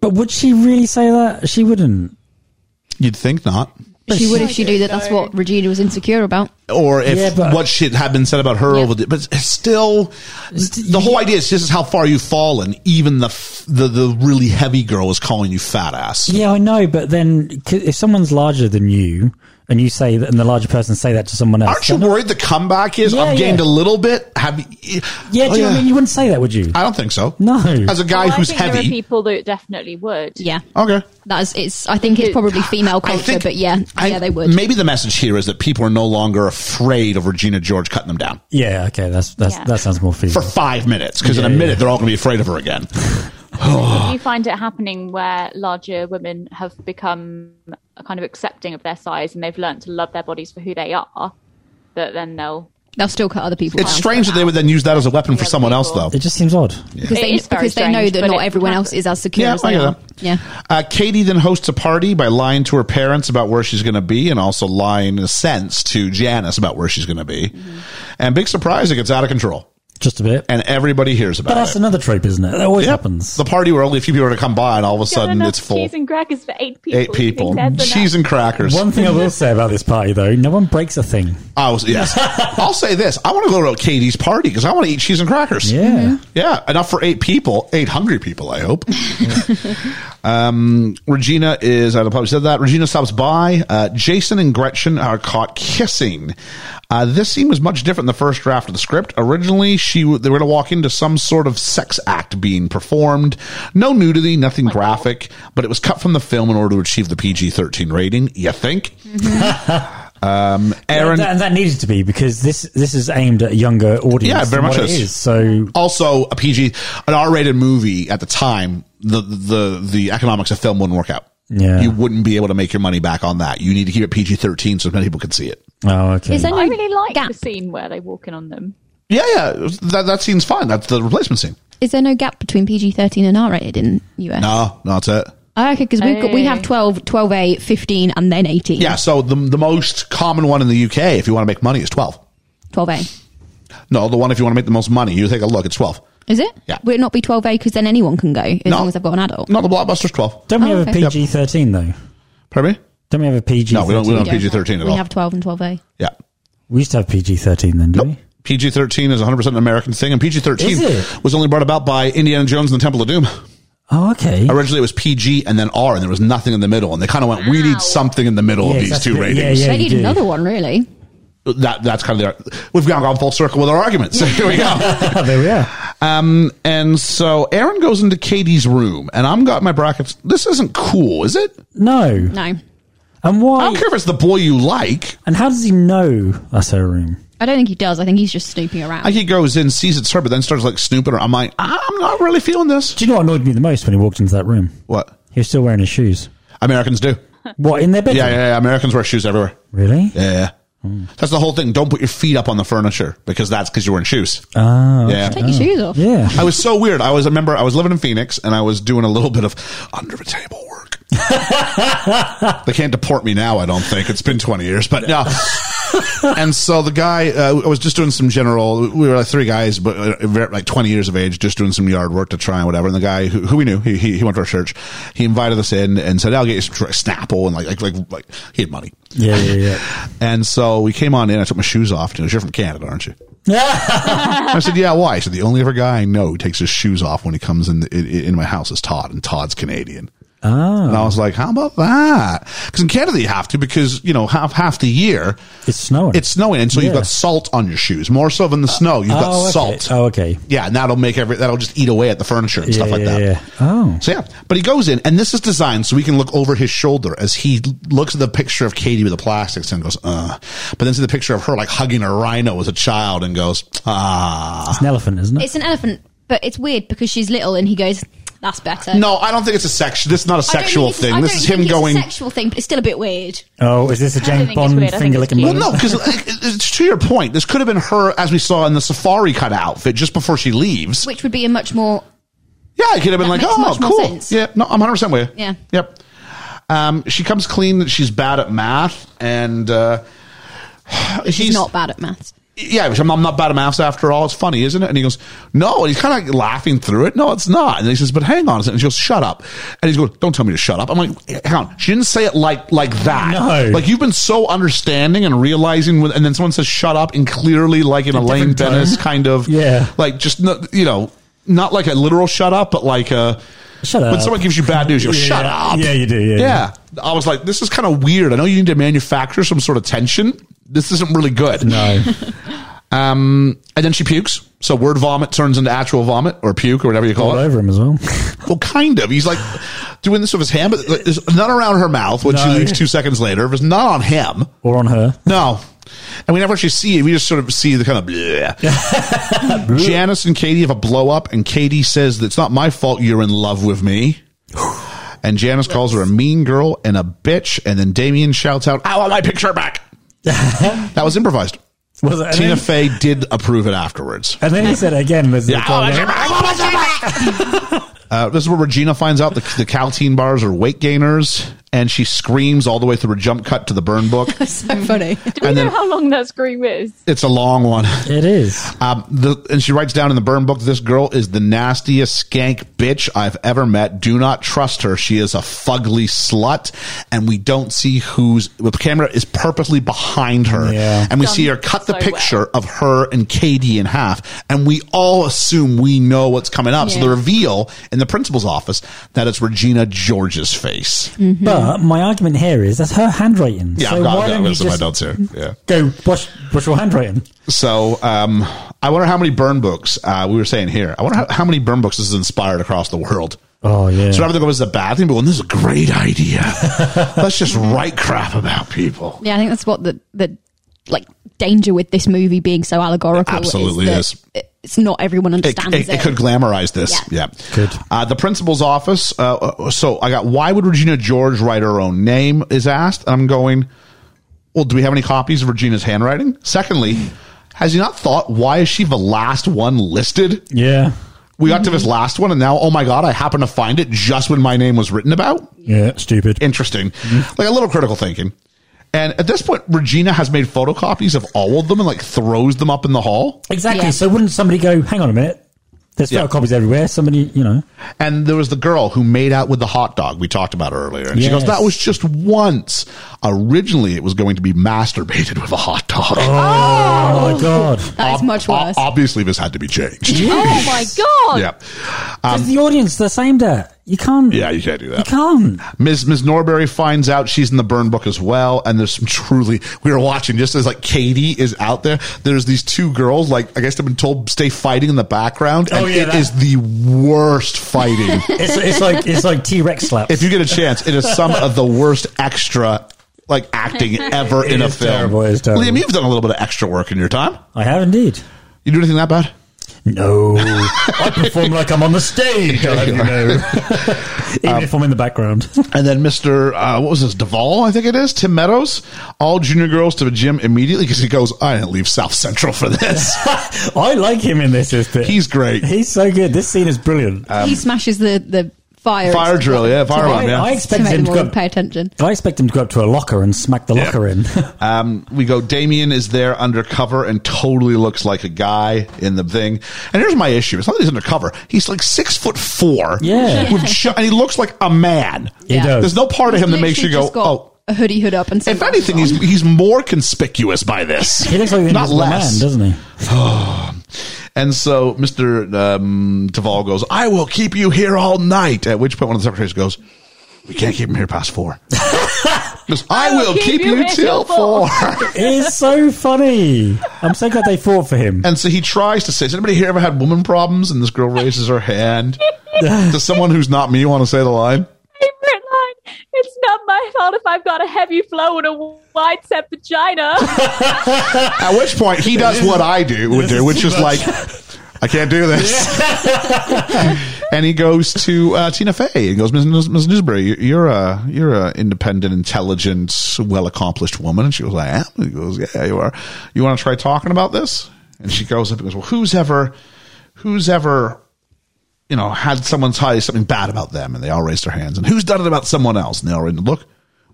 But would she really say that? She wouldn't.
You'd think not.
She would if she knew that that's what Regina was insecure about.
or if
Yeah, but-
what shit had been said about her
Yeah.
over the, but it's still the whole idea is this is how far you've fallen even the f- the the really heavy girl is calling you fat ass
Yeah, I know. But then, c- if someone's larger than you, and you say that, and the larger person say that to someone else,
aren't you
they're not-
worried the comeback is
Yeah,
i've gained
yeah.
a little bit have you,
Yeah,
Oh,
do you know what I mean? You wouldn't say that, would you?
I don't think so
No.
as a guy
Well,
who's
I think There are
heavy
people that definitely would.
Yeah.
okay
That is, it's, I think it's
It-
probably female
I
culture,
think-
but yeah,
I-
yeah, they would.
maybe the message here is that people are no longer afraid of regina george cutting them down
yeah. Okay. That's that's
Yeah.
that sounds more
for
feasible.
five minutes because in a
Yeah,
minute
yeah.
they're all going to be afraid of her again Ah.
Do you find it happening where larger women have become kind of accepting of their size and they've learned to love their bodies for who they are? That then they'll
They'll still cut other people
it's
down.
strange that they would then use that as a weapon for
Yeah,
someone else though
people.
it just seems odd.
because
It
they,
is very
because they know
strange,
that
but
not
it
everyone else
happens.
is as secure
Yeah,
as
I
they
get
are.
that.
Yeah.
Uh, Katie then hosts a party by lying to her parents about where she's going to be and also lying, in a sense, to Janice about where she's going to be. And big surprise, it gets out of control.
Just a bit.
And everybody hears
but
about
that's
it.
another trope, isn't it? That always
Yep.
happens.
The party where only a few people are going to come by, and all of a sudden
Enough
it's full.
Cheese and crackers for eight people.
Eight people, cheese
She's
and crackers.
One thing I will say about this party, though, no one breaks a thing.
I was yes. I'll say this: I want to go to Katie's party because I want to eat cheese and crackers.
Yeah.
Yeah, enough for eight people, eight hungry people, I hope. um, Regina is, I'd have probably said that. Regina stops by. Uh, Jason and Gretchen are caught kissing. Uh, this scene was much different in the first draft of the script. Originally, she w- they were going to walk into some sort of sex act being performed. No nudity, nothing graphic, but it was cut from the film in order to achieve the PG 13 rating. You think? um, Aaron.
That- and that needed to be because this this is aimed at a younger audience.
Yeah, very
than
much
what it
is.
is. So
also a PG, an R-rated movie at the time, the the the economics of film wouldn't work out.
Yeah.
you wouldn't be able to make your money back on that. You need to keep it PG thirteen so many people can see it.
Oh, okay.
Is there
I really like
gap?
the scene where they walk in on them.
Yeah, yeah, that that scene's fine. That's the replacement scene.
Is there no gap between PG thirteen and R rated in US?
No, no, that's it.
Oh, okay, because we've got we have 12, 12A, 15, and then eighteen.
Yeah, so the the most common one in the UK, if you want to make money, is twelve.
twelve A.
No, the one if you want to make the most money, you take a look. It's twelve.
Is it?
Yeah.
Would it not be twelve A because then anyone can go as
No.
long as I've got an adult?
No, the blockbuster's twelve.
Don't we
Oh,
have
okay.
a PG thirteen though?
Pardon me?
Don't we have a PG?
No, we don't. We don't
We
PG thirteen at
We
all.
have twelve and twelve A.
yeah.
We used to have PG thirteen then, didn't
PG 13 is 100% an American thing, and PG
Is
13
it?
was only brought about by Indiana Jones and the Temple of Doom.
we? Oh, okay.
originally it was PG and then R, and there was nothing in the middle. And they kind of went, we need something in the middle
Yeah,
of these
exactly.
two
Yeah,
ratings.
yeah.
they
you
need
do. Oh,
another one, really.
that that's kind of the we've now gone full circle with our arguments. Here we go.
Oh, there we are.
Um, and so Aaron goes into Katie's room, and I'm got my brackets. This isn't cool, is it?
No.
No,
And
I
why?
don't care if it's the boy you like.
And how does he know that's her room?
I don't think he does. I think he's just snooping around.
Like he goes in, sees it's her, but then starts like snooping. around. I'm like, I'm not really feeling this.
Do you know what annoyed me the most when he walked into that room?
What
He was still wearing his shoes.
Americans do?
What in their bedroom?
Yeah, yeah, yeah. Americans wear shoes everywhere.
Really?
Yeah, yeah. That's the whole thing. Don't put your feet up on the furniture because that's because you're wearing shoes.
Oh,
yeah.
Take your shoes off.
yeah.
I was so weird. I was I remember I was living in Phoenix and I was doing a little bit of under the table work. they can't deport me now. I don't think it's been twenty years, but no. and so the guy, uh, I was just doing some general. We were like three guys, but uh, ver- like twenty years of age, just doing some yard work to try and whatever. And the guy who, who we knew, he, he he went to our church. He invited us in and said, "I'll get you some tr- Snapple," and like like like, like he had money.
Yeah, yeah,
And so we came on in. I took my shoes off. And he goes, "You're from Canada, aren't you?"
yeah.
I said, "Yeah, why?" He said, "The only other guy I know who takes his shoes off when he comes in in, in my house is Todd, and Todd's Canadian."
Ah.
Oh. And I was like, "How about that?" Because in Canada you have to, because you know half half the year
it's snowing.
it's snowing, and so you've
Yeah.
got salt on your shoes more so than the snow. You've got
oh, okay.
salt.
Oh, okay.
Yeah, and that'll make every that'll just eat away at the furniture and stuff
Yeah,
like
yeah,
that.
yeah. Oh.
So yeah, but he goes in, and this is designed so we can look over his shoulder as he looks at the picture of Katie with the plastics and goes, "Uh," but then see the picture of her like hugging a rhino as a child and goes, "Ah."
It's an elephant, isn't it?
It's an elephant, but it's weird because she's little, and he goes, "That's better."
No, I don't think it's a sex. This is not a
I don't
sexual
think it's-
thing.
I
This
don't
is
think
him
it's a
going.
sexual thing, but it's still a bit weird.
oh, is this a
think
James
it's
Bond
weird. I think
finger
it's
licking
cute.
Well, no,
blood?
because to your point, this could have been her, as we saw in the safari cut outfit just before she leaves.
which would be a much more
Yeah, it could have been like,
That makes
oh,
much more
cool.
sense.
Yeah, no, I'm 100 percent with you.
Yeah.
Yep. Um, she comes clean that she's bad at math, and uh, he's
she's not bad at maths
Yeah, which I'm, I'm not bad at maths after all. It's funny, isn't it? And he goes, no. And he's kind of laughing through it. No, it's not. And he says, but hang on a second. And she goes, shut up. And he's going, don't tell me to shut up. I'm like, hang on. She didn't say it like like that.
No.
Like you've been so understanding and realizing, when, and then someone says shut up, and clearly like in a Elaine
different tone.
Dennis kind of,
Yeah.
like just no- you know, not like a literal shut up, but like a
Shut
when
up.
someone gives you bad news, you go,
Uh, Yeah,
shut
yeah.
up.
Yeah, you do, yeah,
yeah. I was like, this is kind of weird. I know you need to manufacture some sort of tension. This isn't really good.
No.
Um, and then she pukes. So word vomit turns into actual vomit or puke or whatever you call
All
it.
over him as well.
Well, kind of. He's like doing this with his hand, but like, there's none around her mouth when she
No.
leaves two seconds later. It was not on him.
or on her.
No. And we never actually see it. We just sort of see the kind of bleh. Janice and Katie have a blow up, and Katie says, It's not my fault you're in love with me. And Janice calls her a mean girl and a bitch. And then Damien shouts out, I want my picture back. that was improvised.
Was it? And
Tina
then,
Fey did approve it afterwards.
and then he said it again. As
Yeah, I want my picture back, I want my picture uh, this is where Regina finds out the, the Caltine bars are weight gainers, and she screams all the way through a jump cut to the burn book.
so funny
Do we
And
know
then-
how long that scream is?
it's a long one.
It is.
Um, the, and she writes down in the burn book, this girl is the nastiest skank bitch I've ever met. Do not trust her. She is a fugly slut. And we don't see who's, the camera is purposely behind her.
Yeah.
And we
Done
see her cut the
so
picture of her and Katie in half. And we all assume we know what's coming up. So
Yeah.
the reveal in the principal's office that it's Regina George's face.
But my argument here is that's her handwriting.
Yeah,
Mm. so
I've got,
why
I've got
don't you
some of my
just
notes here. Yeah.
go brush, brush your handwriting?
So um, I wonder how many burn books uh, we were saying here. I wonder how, how many burn books this has inspired across the world.
Oh yeah.
So rather than go, this is a bad thing, but going, this is a great idea. Let's just write crap about people.
yeah i think that's what the the like danger with this movie being so allegorical
It absolutely
that
is.
it- it's not everyone
It,
understands it,
it, it could glamorize this. Yeah.
Yeah.
Good.
Uh, the principal's office. Uh, uh, so I got, why would Regina George write her own name is asked. And I'm going, well, do we have any copies of Regina's handwriting? Secondly, has he not thought, why is she the last one listed?
yeah.
We got to this last one, and now, oh my god, I happen to find it just when my name was written about.
Yeah. Stupid.
Interesting, like a little critical thinking. And at this point, Regina has made photocopies of all of them and like throws them up in the hall.
exactly.
Yeah.
So wouldn't somebody go? Hang on a minute. There's
Yeah.
photocopies everywhere. Somebody, you know.
And there was the girl who made out with the hot dog we talked about earlier, and she goes,
Yes.
"That was just once. Originally, it was going to be masturbated with a hot dog.
Oh my god.
that is much
Ob-
worse
obviously, this had to be changed.
oh my god
yeah.
Does the audience the same that? You can't.
Um, Yeah, you can't do
You
that.
can't.
Ms. Ms. Norbury finds out she's in the burn book as well, and there's some truly we were watching just as like Katie is out there. There's these two girls like I guess they've been told stay fighting in the background, and
Oh, yeah,
it
that-
is the worst fighting.
It's, it's like it's like T Rex slap.
if you get a chance, it is some of the worst extra like acting ever
It
in a
is
film.
terrible, it is terrible.
Liam, you've done a little bit of extra work in your time.
I have indeed.
You do anything that bad?
No, I perform like I'm on the stage. I you know, even if I'm in the background.
And then Mr. Uh, what was this? Duvall, I think it is. Tim Meadows. All junior girls to the gym immediately because he goes, I didn't leave South Central for this.
I like him in this. This bit.
He's great.
He's so good. This scene is brilliant.
he smashes the the fire
Um, Fire drill, yeah, fire
I,
one, yeah.
I
to
expect
make
him
them
to
all
go. Up,
pay attention.
I expect him to go up to a locker and smack the
Yeah.
locker in.
Um, we go, Damien is there undercover and totally looks like a guy in the thing. And here's my issue. It's not that he's undercover. He's like six foot four.
Yeah.
With ch- and he looks like a man.
He Yeah. does.
There's no part of him that
He's
makes you
literally
go,
just got
oh.
a hoodie hood up and "Oh,
If
sunglasses
anything, he's,
on.
he's more conspicuous by this.
he looks like the
Not
Invisible
less.
man, doesn't he?
And so Mr. Um, Duvall goes, I will keep you here all night. At which point, one of the secretaries goes, We can't keep him here past four. Goes, I will keep, you,
here
till
till
four.
four."
It's so funny. I'm so glad they fought for him.
and so he tries to say, Has anybody here ever had woman problems? And this girl raises her hand. Does someone who's not me want to say the line?
Favorite line. It's not my fault if I've got a heavy flow and a wide set vagina.
At which point, he does what I do would do, which is like, I can't do this. and he goes to uh, Tina Fey and goes, Ms. News- Ms. Newsbury, you- you're a you're a independent, intelligent, well accomplished woman. And she goes, I am. And he goes, Yeah, you are. You want to try talking about this? And she goes up and goes, Well, who's ever, who's ever. You know, had someone tell you something bad about them, and they all raised their hands. And who's done it about someone else? And they all raised. Look,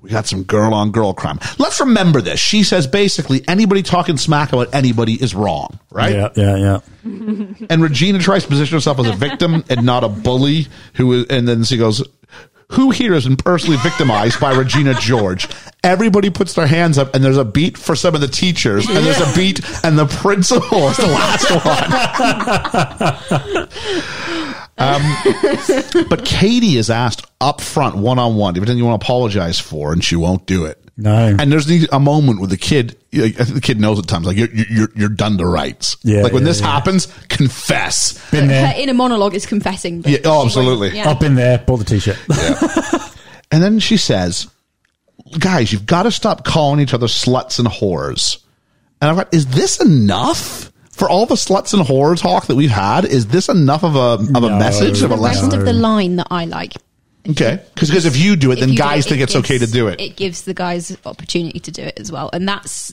we got some girl on girl crime. Let's remember this. She says basically anybody talking smack about anybody is wrong, right?
Yeah, yeah, yeah.
And Regina tries to position herself as a victim and not a bully. Who is, and then she goes, "Who here has been personally victimized by Regina George?" Everybody puts their hands up, and there's a beat for some of the teachers, and there's a beat, and the principal is the last one. um, but Katie is asked up front, one on one, everything you want to apologize for, and she won't do it.
No.
And there's these, a moment with the kid. you know, I think the kid knows at times, like you're you're you're done to rights.
Yeah,
like when
yeah,
this
yeah.
happens, confess.
Been
her
there,
inner monologue is confessing. but
Yeah, oh,
she won't.
absolutely.
Yeah.
up in there, bought the t-shirt.
And then she says, "Guys, you've got to stop calling each other sluts and whores." And I'm like, "Is this enough for all the sluts and whore talk that we've had? Is this enough of a of a
No.
message of a
The rest
lesson?"
of the line that I like.
Okay, because if you do it,
If
then
you do
guys
it,
think
it
it's okay to
gives-
do it.
It gives the guys opportunity to do it as well, and that's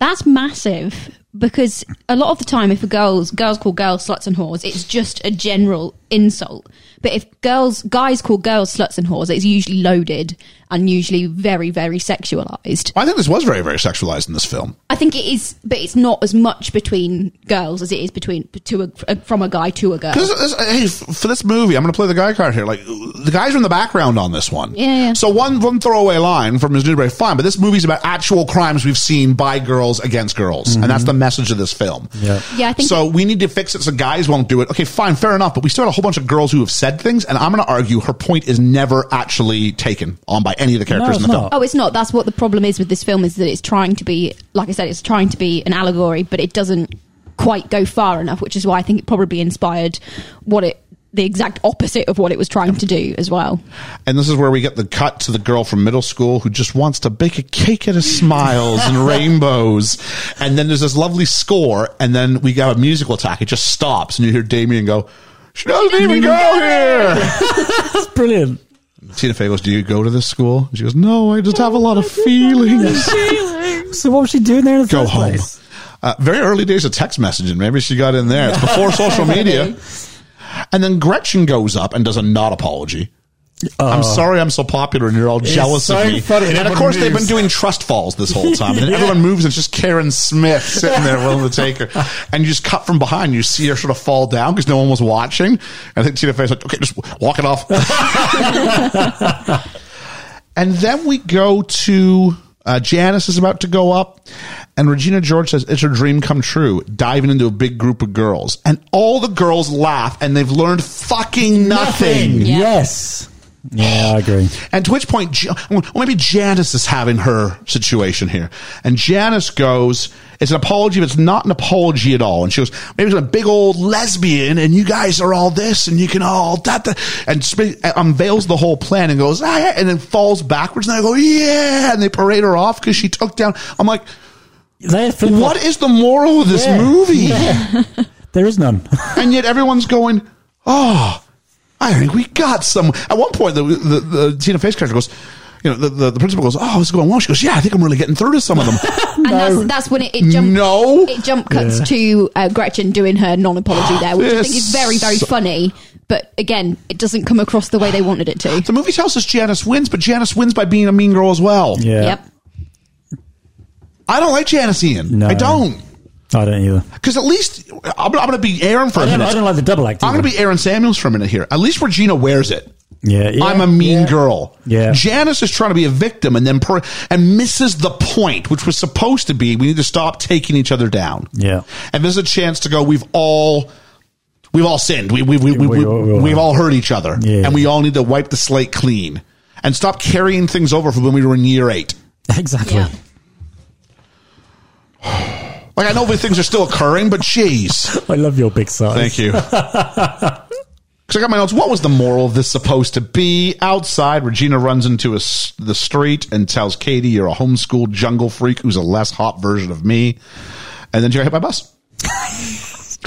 that's massive because a lot of the time, if a girls girls call girls sluts and whores, it's just a general insult. But if girls guys call girls sluts and whores, it's usually loaded and usually very very sexualized.
I think this was very very sexualized in this film.
I think it is, but it's not as much between girls as it is between to a, from a guy to a girl.
This is- this- hey, f- for this movie, I'm going to play the guy card here. Like the guys are in the background on this one.
Yeah, yeah.
So one one throwaway line from Ms. Newberry, fine, but this movie's about actual crimes we've seen by girls against girls, and that's the message of this film.
Mm-hmm. Yeah.
Yeah, I think-
so. We need to fix it so guys won't do it. Okay, fine, fair enough. But we still had a whole bunch of girls who have said things, and I'm going to argue her point is never actually taken on by any of the characters in
it's
the film.
not.
Oh, it's not. That's what the problem is with this film is that it's trying to be, like I said, it's trying to be an allegory, but it doesn't quite go far enough, which is why I think it probably inspired what it, the exact opposite of what it was trying to do as well.
And this is where we get the cut to the girl from middle school who just wants to bake a cake out of smiles and rainbows. And then there's this lovely score, and then we got a musical attack. It just stops, and you hear Damien go, She doesn't even go here.
That's brilliant.
Tina Fey goes, Do you go to this school? And she goes, No, I just have a lot of feelings.
So what was she doing there in the
Go
first
home.
place?
Uh, very early days of text messaging. Maybe she got in there. It's before social media. And then Gretchen goes up and does a not apology. I'm sorry I'm so popular and you're all jealous
Uh. so
of me.
funny.
And, of
Everyone
course, they've been
moves.
doing trust falls this whole time. And then
Yeah.
everyone moves and it's just Karen Smith sitting there willing to take her. And you just cut from behind. You see her sort of fall down because no one was watching. And I think Tina Fey's like, okay, just walk it off. and then we go to Uh, Janice is about to go up, and Regina George says it's her dream come true, diving into a big group of girls, and all the girls laugh, and they've learned fucking nothing.
Yeah.
Yes. Yeah, I agree.
And to which point, Ja- well, maybe Janice is having her situation here. And Janice goes, It's an apology, but it's not an apology at all. And she goes, Maybe it's a big old lesbian, and you guys are all this, and you can all that, that and sp- uh, unveils the whole plan and goes, ah, yeah," and then falls backwards. And I go, Yeah. And they parade her off because she took down. I'm like,
They flip
What is the moral of this
Yeah.
movie?
There is none.
and yet everyone's going, oh, I think we got some. At one point, the the, the Tina Fey's character goes, you know, the, the, the principal goes, oh, it's going well. She goes, yeah, I think I'm really getting through to some of them.
And that's, that's when it, it jumped.
No.
It jump cuts to uh, Gretchen doing her non apology there, which I think is very, very
Yes.
funny. But again, it doesn't come across the way they wanted it to.
the movie tells us Janice wins, but Janice wins by being a mean girl as well.
Yeah.
Yep.
I don't like Janice Ian.
No.
I don't.
I don't either.
Because at least I'm, I'm going to be Aaron for a
I don't,
minute.
I don't like the double act.
I'm going
either.
to be Aaron Samuels for a minute here. At least Regina wears it.
Yeah, yeah,
I'm a mean
yeah.
girl.
Yeah.
Janice is trying to be a victim and then per- and misses the point, which was supposed to be we need to stop taking each other down.
Yeah.
And there's a chance to go. We've all we've all sinned. We we we, we,
We-
we,
we all- we all
we've
have.
all hurt each other,
Yeah.
and we all need to wipe the slate clean and stop carrying things over from when we were in year eight.
Exactly.
Yeah.
Like I know that things are still occurring, but jeez,
I love your big size.
thank you. Because I got my notes. What was the moral of this supposed to be? Outside, Regina runs into a s the street and tells Katie, "You're a homeschooled jungle freak who's a less hot version of me." And then she got hit by a bus.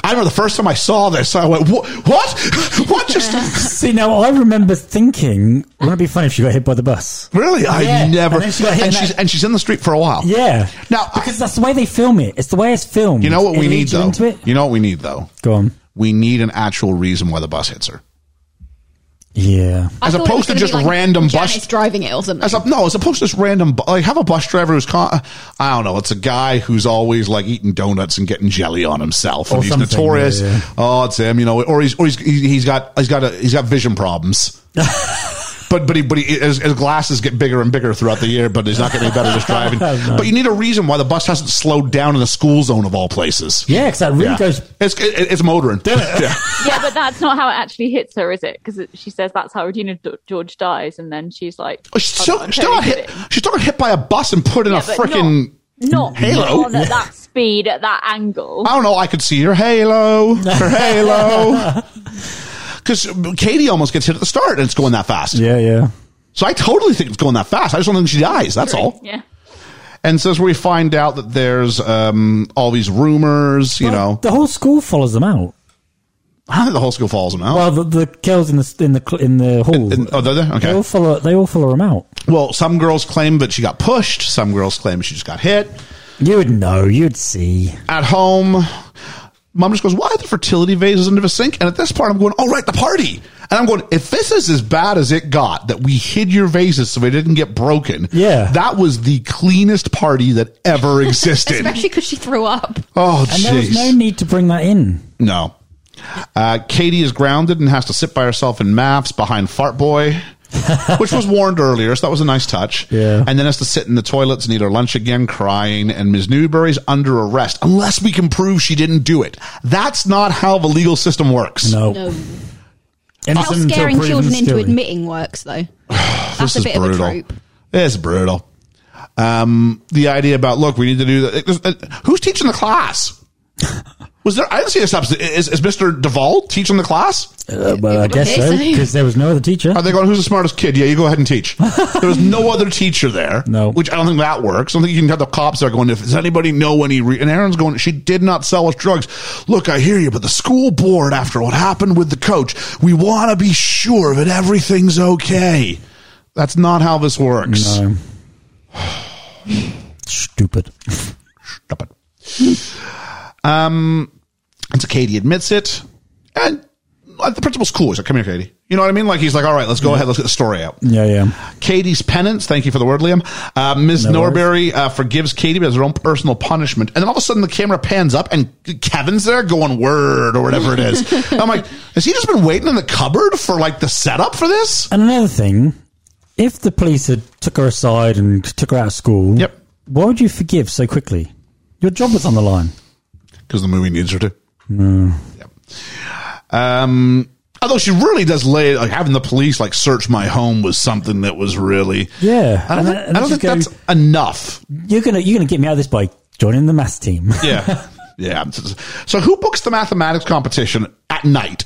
I remember the first time I saw this, I went, "What? What? what just?"
See, now I remember thinking, wouldn't it be funny if she got hit by the bus?
Really? I
Yeah.
never. And,
And then she got hit in
she's
that-
and she's in the street for a while.
Yeah.
Now, I-
because that's the way they film it. It's the way it's filmed.
You know what
It
we need
leads you
though.
Into it.
You know what we need though.
Go on.
We need an actual reason why the bus hits her.
Yeah.
I
As
thought it was
opposed to
gonna be
just random
Janice
bus-
driving it or something.
As a, no, as opposed to this random, bu- like have a bus driver who's con- I don't know. It's a guy who's always like eating donuts and getting jelly on himself,
Or
and he's
something,
notorious.
yeah, yeah.
Oh, it's him, you know, or he's or he's he's got he's got a he's got vision problems. But but he, but he, his, his glasses get bigger and bigger throughout the year, but he's not getting any better just driving. But you need a reason why the bus hasn't slowed down in the school zone of all places.
Yeah, because that really
Yeah.
goes.
It's it, it's motoring. Yeah.
yeah, but that's not how it actually hits her, is it? Because she says that's how Regina D- George dies, and then she's like,
Oh, She's
"I'm
still,
not
still got
kidding."
hit. She's still got hit by a bus and put in a
Yeah, but
freaking.
not, not
Halo. Uh,
on at that speed at that angle.
I don't know. I could see her halo, her halo. Because Katie almost gets hit at the start, and it's going that fast.
Yeah, yeah.
So I totally think it's going that fast. I just don't think she dies. That's all.
Yeah.
And so that's where we find out that there's um, all these rumors. You know,
the whole school follows them out.
I don't think the whole school follows them out.
Well, the, the girls in the in the cl- in the hall.
And- oh, they're there?
They
Okay.
all follow. They all follow them out.
Well, some girls claim that she got pushed. Some girls claim she just got hit.
You would know. You'd see.
at home. Mom just goes, "Why are the fertility vases under the sink?" And at this part, I'm going, "All right, the party." And I'm going, "If this is as bad as it got, that we hid your vases so they didn't get broken,
Yeah.
that was the cleanest party that ever existed."
Especially because she threw up.
oh,
And there was
jeez,
no need to bring that in.
no. Uh, Katie is grounded and has to sit by herself in maps behind Fart Boy, which was warned earlier, so that was a nice touch.
Yeah.
And then has to sit in the toilets and eat her lunch again, crying. And Ms. Newberry's under arrest unless we can prove she didn't do it. That's not how the legal system works.
No.
No. How
Innocent until
scaring
proven
children into
guilty.
admitting works, though. That's a bit of a trope.
It's brutal. Um, the idea about look, we need to do that. Who's teaching the class? Was there? I didn't see this. episode. Is, is Mister Duvall teaching the class?
Uh, well, I guess so
Okay, so-
because there was no other teacher.
Are they going, who's the smartest kid? Yeah, you go ahead and teach. There was no other teacher there.
No.
Which I don't think that works. I don't think you can have the cops there going, if does anybody know any, re-? and Aaron's going, she did not sell us drugs. Look, I hear you, but the school board, after what happened with the coach, we want to be sure that everything's okay. That's not how this works.
No. Stupid.
Stop it. um, and so Katie admits it, and uh, the principal's cool. He's like, come here, Katie. You know what I mean? Like, he's like, all right, let's go ahead. Let's get the story out.
Yeah, yeah.
Katie's penance. Thank you for the word, Liam. Uh, Ms.
No worries.
Norbury uh, forgives Katie but has her own personal punishment. And then all of a sudden the camera pans up and Kevin's there going word or whatever it is. I'm like, has he just been waiting in the cupboard for like the setup for this?
And another thing, if the police had took her aside and took her out of school,
Yep.
why would you forgive so quickly? Your job was on the line.
because the movie needs her to. Yep. Um, although she really does lay like having the police like search my home was something that was really
Yeah.
I don't
And
think,
then- and
I don't
just
think
go-
that's enough.
You're gonna you're gonna get me out of this by joining the maths team.
Yeah, yeah. So who books the mathematics competition at night?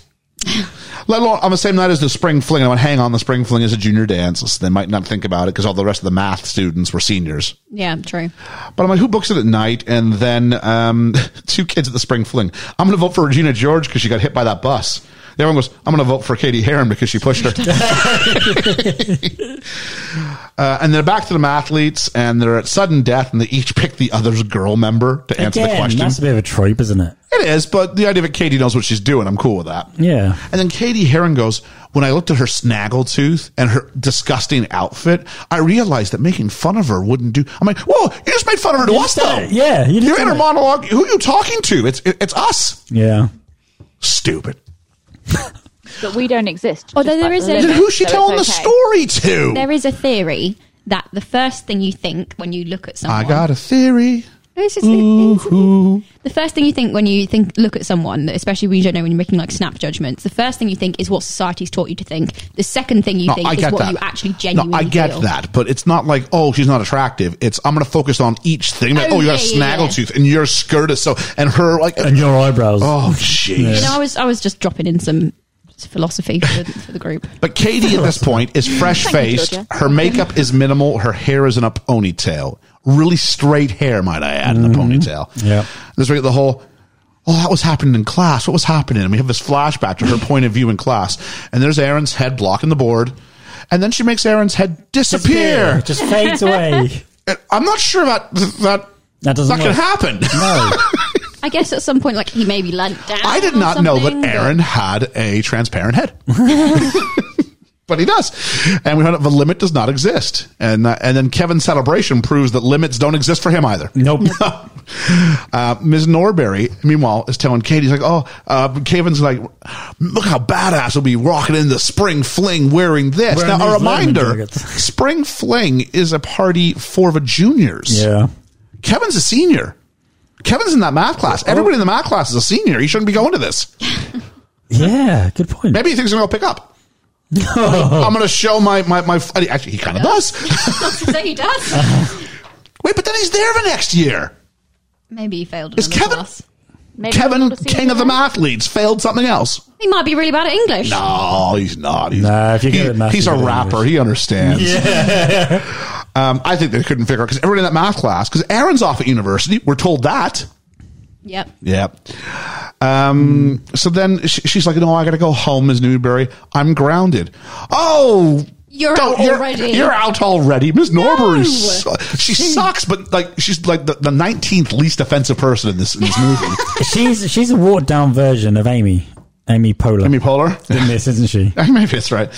Let alone on the same night as the spring fling. I went, hang on, the spring fling is a junior dance. So they might not think about it because all the rest of the math students were seniors.
Yeah, true.
But I'm like, who books it at night? And then um, two kids at the spring fling. I'm going to vote for Regina George because she got hit by that bus. The other one goes, I'm going to vote for Katie Heron because she pushed her. uh, and they're back to them athletes, and they're at sudden death, and they each pick the other's girl member to answer the
Again,
question.
that's a bit of a trope, isn't it?
It is, but the idea that Katie knows what she's doing, I'm cool with that.
Yeah.
And then Katie Heron goes, When I looked at her snaggletooth and her disgusting outfit, I realized that making fun of her wouldn't do. I'm like, Whoa, you just made fun of her to
You
us,
just
though.
did it. Yeah, you
You
just
are
did
in her
it.
monologue. Who are you talking to? It's, it, it's us.
Yeah.
Stupid.
But we don't exist.
Although
just
there
like
is
the
a-
And
Okay,
living,
who's she
so it's
telling the
okay.
story to?
There is a theory that the first thing you think when you look at someone.
I got a theory.
It's just- The first thing you think when you think look at someone, especially when you don't know when you're making like snap judgments, the first thing you think is what society's taught you to think. The second thing you
No,
think
I
is
get
what
that.
you actually genuinely
no, I get
feel.
that, but it's not like oh she's not attractive. It's I'm going to focus on each thing. Like, oh,
Oh,
you got a
yeah, yeah, yeah.
snaggletooth, and your skirt is so, and her like
And your eyebrows.
oh jeez.
You know, I was I was just dropping in some philosophy for, for the group.
But Katie at this point is fresh faced.
Georgia.
Her makeup is minimal. Her hair is in a ponytail. Really straight hair, might I add, in a ponytail.
Mm-hmm. Yeah.
There's really the whole, oh, that was happening in class. What was happening? And we have this flashback to her point of view in class. And there's Aaron's head blocking the board. And then she makes Aaron's head disappear.
It just fades away.
I'm not sure that that,
That doesn't
that can happen.
work. No.
I guess at some point, like he maybe leant down.
I did
or
not know that
something, but-
Aaron had a transparent head. But he does, and we found out the limit does not exist, and uh, and then Kevin's celebration proves that limits don't exist for him either.
Nope.
uh, Ms. Norberry, meanwhile, is telling Katie's like, "Oh, uh, Kevin's like, look how badass will be rocking in the spring fling wearing this."
Wearing
now, a
these lemon
reminder:
jackets.
spring fling is a party for the juniors.
Yeah.
Kevin's a senior. Kevin's in that math class.
Oh.
Everybody in the math class is a senior. He shouldn't be going to this.
Yeah. Good point.
Maybe he thinks I'm going to pick up. I'm going to show my, my, my, actually, he kind of does.
so he does.
Wait, but then he's there the next year.
maybe he failed.
Is
another
Kevin-
class.
Maybe
Kevin,
we'll see
king of the
them.
mathletes, failed something else.
He might be really bad at English.
No, he's not. He's,
Nah, if you
he-
get it, math,
he's
you
a
get it,
rapper.
English.
He understands. um, I think they couldn't figure out because everybody in that math class, because Aaron's off at university. We're told that.
Yep.
Yeah. Um, So then she, she's like, "No, I got to go home, Ms. Newberry. I'm grounded." Oh,
You're
don't-
out already.
You're out already, Ms. Norbury. su- She
She-
sucks, but like she's like the, the 19th least offensive person in this, in this movie.
she's she's a watered down version of Amy. Amy Poehler.
Amy Poehler.
in this, isn't she?
Maybe that's right.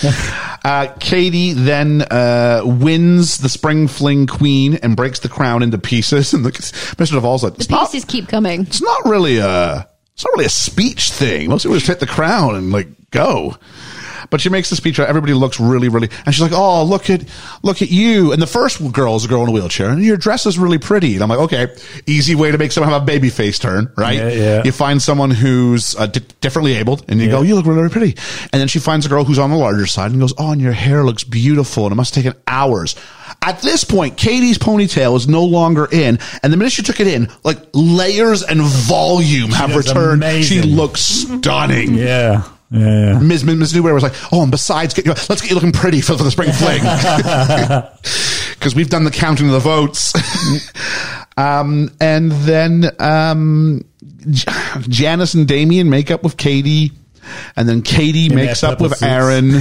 Uh, Katie then uh, wins the spring fling queen and breaks the crown into pieces. And the Mr. Duvall's like,
The
it's not,
pieces keep coming.
it's not really a it's not really a speech thing. Most people just hit the crown and like go. But she makes the speech. Everybody looks really, really, and she's like, "Oh, look at look at you!" And the first girl is a girl in a wheelchair, and your dress is really pretty. And I'm like, "Okay, easy way to make someone have a baby face turn, right?
Yeah, yeah.
You find someone who's uh, di- differently abled, and you go, "You look really, really pretty." And then she finds a girl who's on the larger side and goes, "Oh, and your hair looks beautiful, and it must have taken hours." At this point, Katie's ponytail is no longer in, and the minute she took it in, like layers and volume have
looks
returned. She
amazing.
looks stunning.
Yeah. Yeah.
Ms. Ms. Ms. Newberry was like, "Oh, and besides, get you, let's get you looking pretty for, for the spring fling, because we've done the counting of the votes." um, and then um, J- Janice and Damien make up with Katie, and then Katie
their
makes up
purple
with
suits.
Aaron.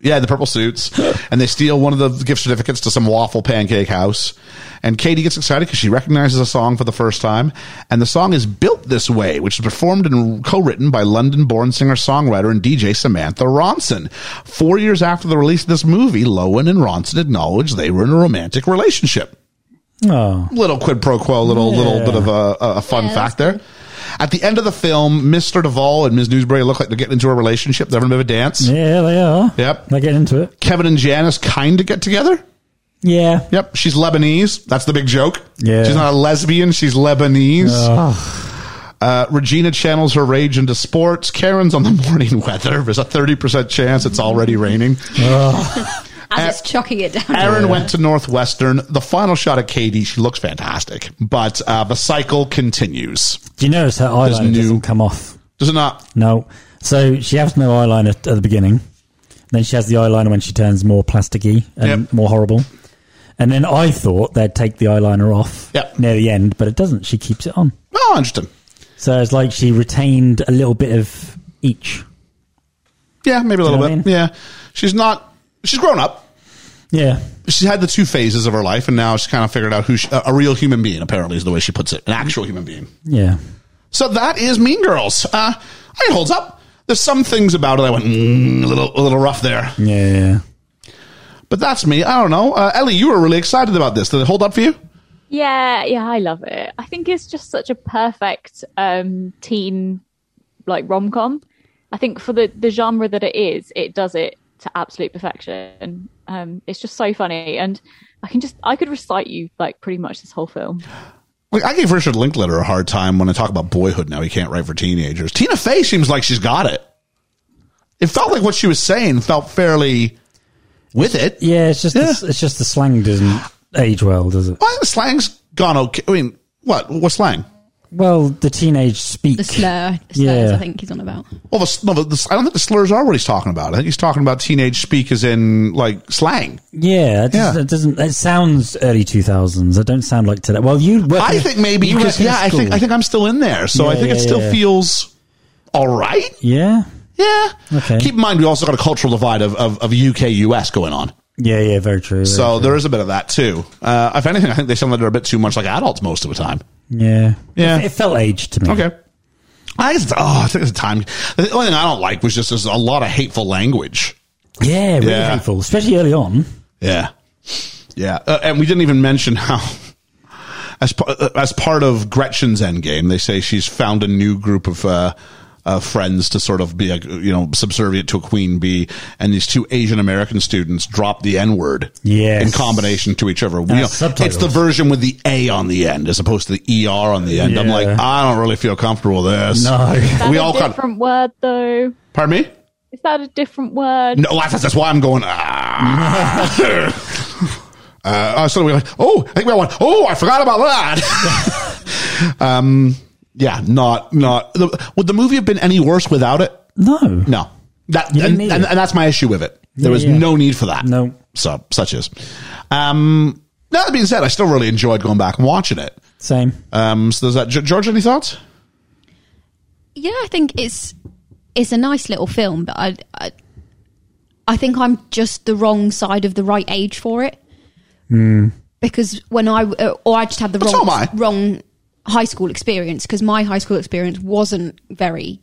yeah, the purple suits, and they steal one of the gift certificates to some waffle pancake house. And Katie gets excited because she recognizes a song for the first time, and the song is "Built This Way," which is performed and co-written by London-born singer-songwriter and DJ Samantha Ronson. Four years after the release of this movie, Lowen and Ronson acknowledged they were in a romantic relationship
Oh.
little quid pro quo, little little bit of a, a fun fact there. At the end of the film, Mr. Duvall and Ms. Newsbury look like they're getting into a relationship. They're having a bit of a dance.
Yeah, they are.
Yep.
They get into it.
Kevin and Janice kind of get together.
Yeah.
Yep, she's Lebanese. That's the big joke.
Yeah.
She's not a lesbian, she's Lebanese. Uh, Regina channels her rage into sports. Karen's on the morning weather. There's a 30% chance it's already raining.
As it's chucking it down.
Aaron went to Northwestern. The final shot of Katie, she looks fantastic, but uh, the cycle continues.
Do you notice her eyeliner
new-
doesn't come off?
Does it not?
No. So she has no eyeliner at the beginning. Then she has the eyeliner when she turns more plasticky and
Yep.
more horrible. And then I thought they'd take the eyeliner off
Yep.
near the end, but it doesn't. She keeps it on.
Oh, interesting.
So it's like she retained a little bit of each.
Yeah, maybe a
You know
little
what I
bit. Yeah. She's not, she's grown up.
Yeah.
She's had the two phases of her life, and now she's kind of figured out who she, a a real human being, apparently, is the way she puts it an actual human being.
Yeah.
So that is Mean Girls. Uh, it holds up. There's some things about it I went mm, a little a little rough there,
Yeah.
but that's me. I don't know. Uh, Ellie, you were really excited about this. Did it hold up for you?
Yeah, yeah, I love it. I think it's just such a perfect um, teen like rom com. I think for the the genre that it is, it does it to absolute perfection. Um, it's just so funny, and I can just I could recite you like pretty much this whole film.
Like, I gave Richard Linklater a hard time when I talk about Boyhood. Now he can't write for teenagers. Tina Fey seems like she's got it. It felt like what she was saying felt fairly with it.
Yeah, it's just
Yeah.
The, it's just the slang doesn't age well, does it?
Well, slang's gone okay. I mean, what what slang?
Well, the teenage speak.
The slur. Slurs,
Yeah.
I think he's on about.
Well, the, no, the, the, I don't think the slurs are what he's talking about. I think he's talking about teenage speak as in like slang.
Yeah, it, does,
Yeah.
it doesn't. It sounds early two thousands. It don't sound like today. Well, you. Work
I
in-
think maybe
you
because
work in a
yeah, I
school.
think I think I'm still in there, so
Yeah,
I think it
yeah,
still
yeah.
feels all right.
Yeah,
Yeah.
Okay.
Keep in mind, we also got a cultural divide of of, of UK US going on,
yeah, yeah. Very true. very
so
true.
there is a bit of that too. Uh, if anything, I think they sound like they're a bit too much like adults most of the time.
yeah,
Yeah.
It, it felt aged to me.
Okay. I guess, it's- oh, I think it's a time. The only thing I don't like was just there's a lot of hateful language.
Yeah, really
Yeah.
painful, especially early on.
Yeah, yeah, uh, and we didn't even mention how. As, pa- uh, as part of Gretchen's endgame, they say she's found a new group of uh, uh, friends to sort of be, a, you know, subservient to a queen bee. And these two Asian American students drop the N word
Yes.
in combination to each other. You
As
know, it's
subtitles.
the version with the A on the end as opposed to the ER on the end. I'm
Yeah.
like, I don't really feel comfortable with this.
No,
That's
We
a
all got-
different word though.
Pardon me?
Is that a different word?
No, that's, that's why I'm going. Ah. uh, so we like, oh, I think we had one. Oh, I forgot about that. um, yeah, not not. The, would the movie have been any worse without it?
no,
No, that
You didn't
and,
need
and,
it.
and that's my issue with it. There
Yeah,
was
yeah.
no need for that.
No.
so such is. Um, that being said, I still really enjoyed going back and watching it.
Same.
Um, so there's that. Ge- George, any thoughts?
Yeah, I think it's it's a nice little film, but I, I I think I'm just the wrong side of the right age for it. Because when I uh, or I just had the
Hmm. But so
wrong
am I.
wrong high school experience because my high school experience wasn't very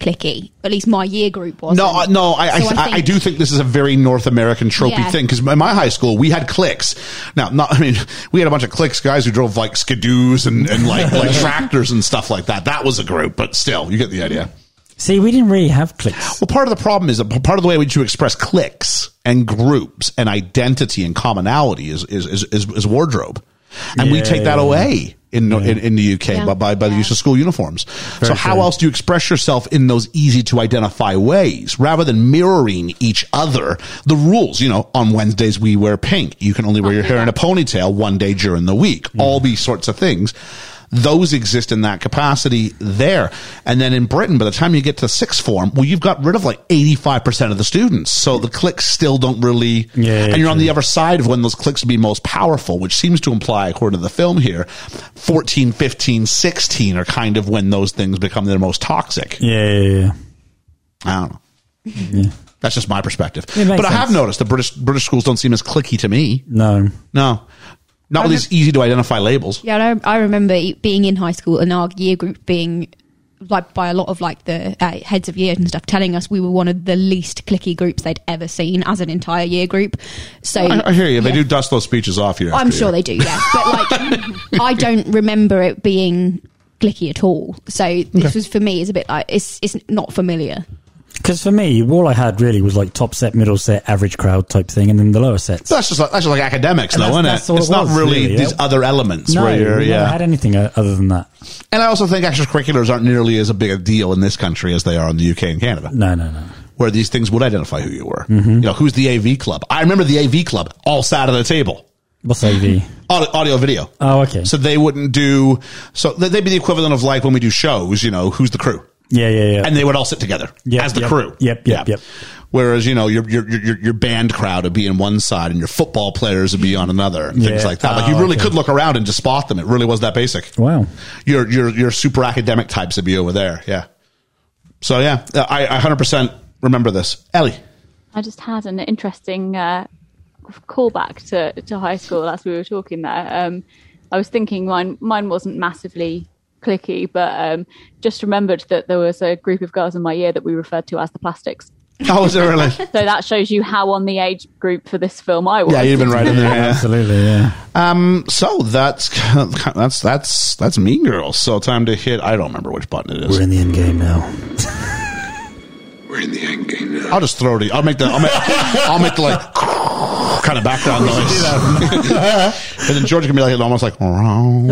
clicky. At least my year group was.
No, uh, no, I,
So
I, I,
I
I
think-
do think this is a very North American tropey
Yeah.
thing because in my high school we had cliques. Now, not I mean, we had a bunch of cliques guys who drove like skidoos and, and like like tractors and stuff like that. That was a group, but still, you get the idea.
See, we didn't really have clicks.
Well, part of the problem is that part of the way which you express cliques and groups and identity and commonality is is is, is, is wardrobe, and we
Yeah,
take that
Mm-hmm. yeah.
away. In, in, in the UK,
Yeah.
by, by, by the
Yeah.
use of school uniforms. so,
Very
how
true.
else do you express yourself in those easy to identify ways rather than mirroring each other? The rules, you know, on Wednesdays we wear pink. You can only wear
Oh,
your hair in a ponytail one day during the week.
Mm-hmm.
All these sorts of things. Those exist in that capacity there. And then in Britain, by the time you get to sixth form, well, you've got rid of like 85% of the students. So the cliques still don't really,
Yeah, yeah,
and you're on
true.
the other side of when those cliques would be most powerful, which seems to imply, according to the film here, 14, 15, 16 are kind of when those things become their most toxic.
Yeah, yeah, yeah.
I don't know. That's just my perspective. But
It makes
I have
sense.
noticed the British British schools don't seem as clicky to me.
no.
No. Not with these easy to identify labels.
Yeah, and I, I remember e- being in high school and our year group being like by a lot of like the uh, heads of years and stuff telling us we were one of the least clicky groups they'd ever seen as an entire year group. So
I, I hear you. They
Yeah.
do dust
Oh,
those speeches off here.
I'm sure they do, yeah. But like, I don't remember it being clicky at all. So this was for me is a bit like it's it's not familiar.
Because for me, all I had really was like top set, middle set, average crowd type thing, and then the lower sets.
That's just like, that's just like academics,
And
though, isn't it?
that's- that's all
It's
it
not
was,
really,
really, yeah.
these other elements
no,
where you're,
we never
yeah.
had anything uh, other than that.
and I also think extracurriculars aren't nearly as a big a deal in this country as they are in the UK and Canada,
No, no, no.
where these things would identify who you were.
Mm-hmm.
You know, who's the AV club? I remember the AV club all sat at a table,
What's AV?
audio, audio video.
Oh, okay.
So they wouldn't do, so they- they'd be the equivalent of like when we do shows, you know, who's the crew?
yeah, yeah, yeah.
and they would all sit together
Yep,
as the
yep,
crew.
yep, yep, yep.
Whereas you know your your your your band crowd would be in one side and your football players would be on another and things
Yeah.
like that. Like
Oh,
you really
okay.
could look around and just spot them. It really was that basic.
wow.
Your your your super academic types would be over there. Yeah. So yeah, I I hundred percent remember this. Ellie,
I just had an interesting uh, callback to, to high school as we were talking there. Um, I was thinking mine mine wasn't massively clicky, but um, just remembered that there was a group of girls in my year that we referred to as the plastics.
how was it really?
So that shows you how on the age group for this film I was.
Yeah, you've been right in there. yeah.
Absolutely, yeah.
Um, So that's that's that's that's Mean Girls. So time to hit. I don't remember which button it is.
the end game now.
We're in the end game now.
I'll just throw the. I'll make the. I'll make, I'll make the like kind of background noise. and then George can be like almost like. um,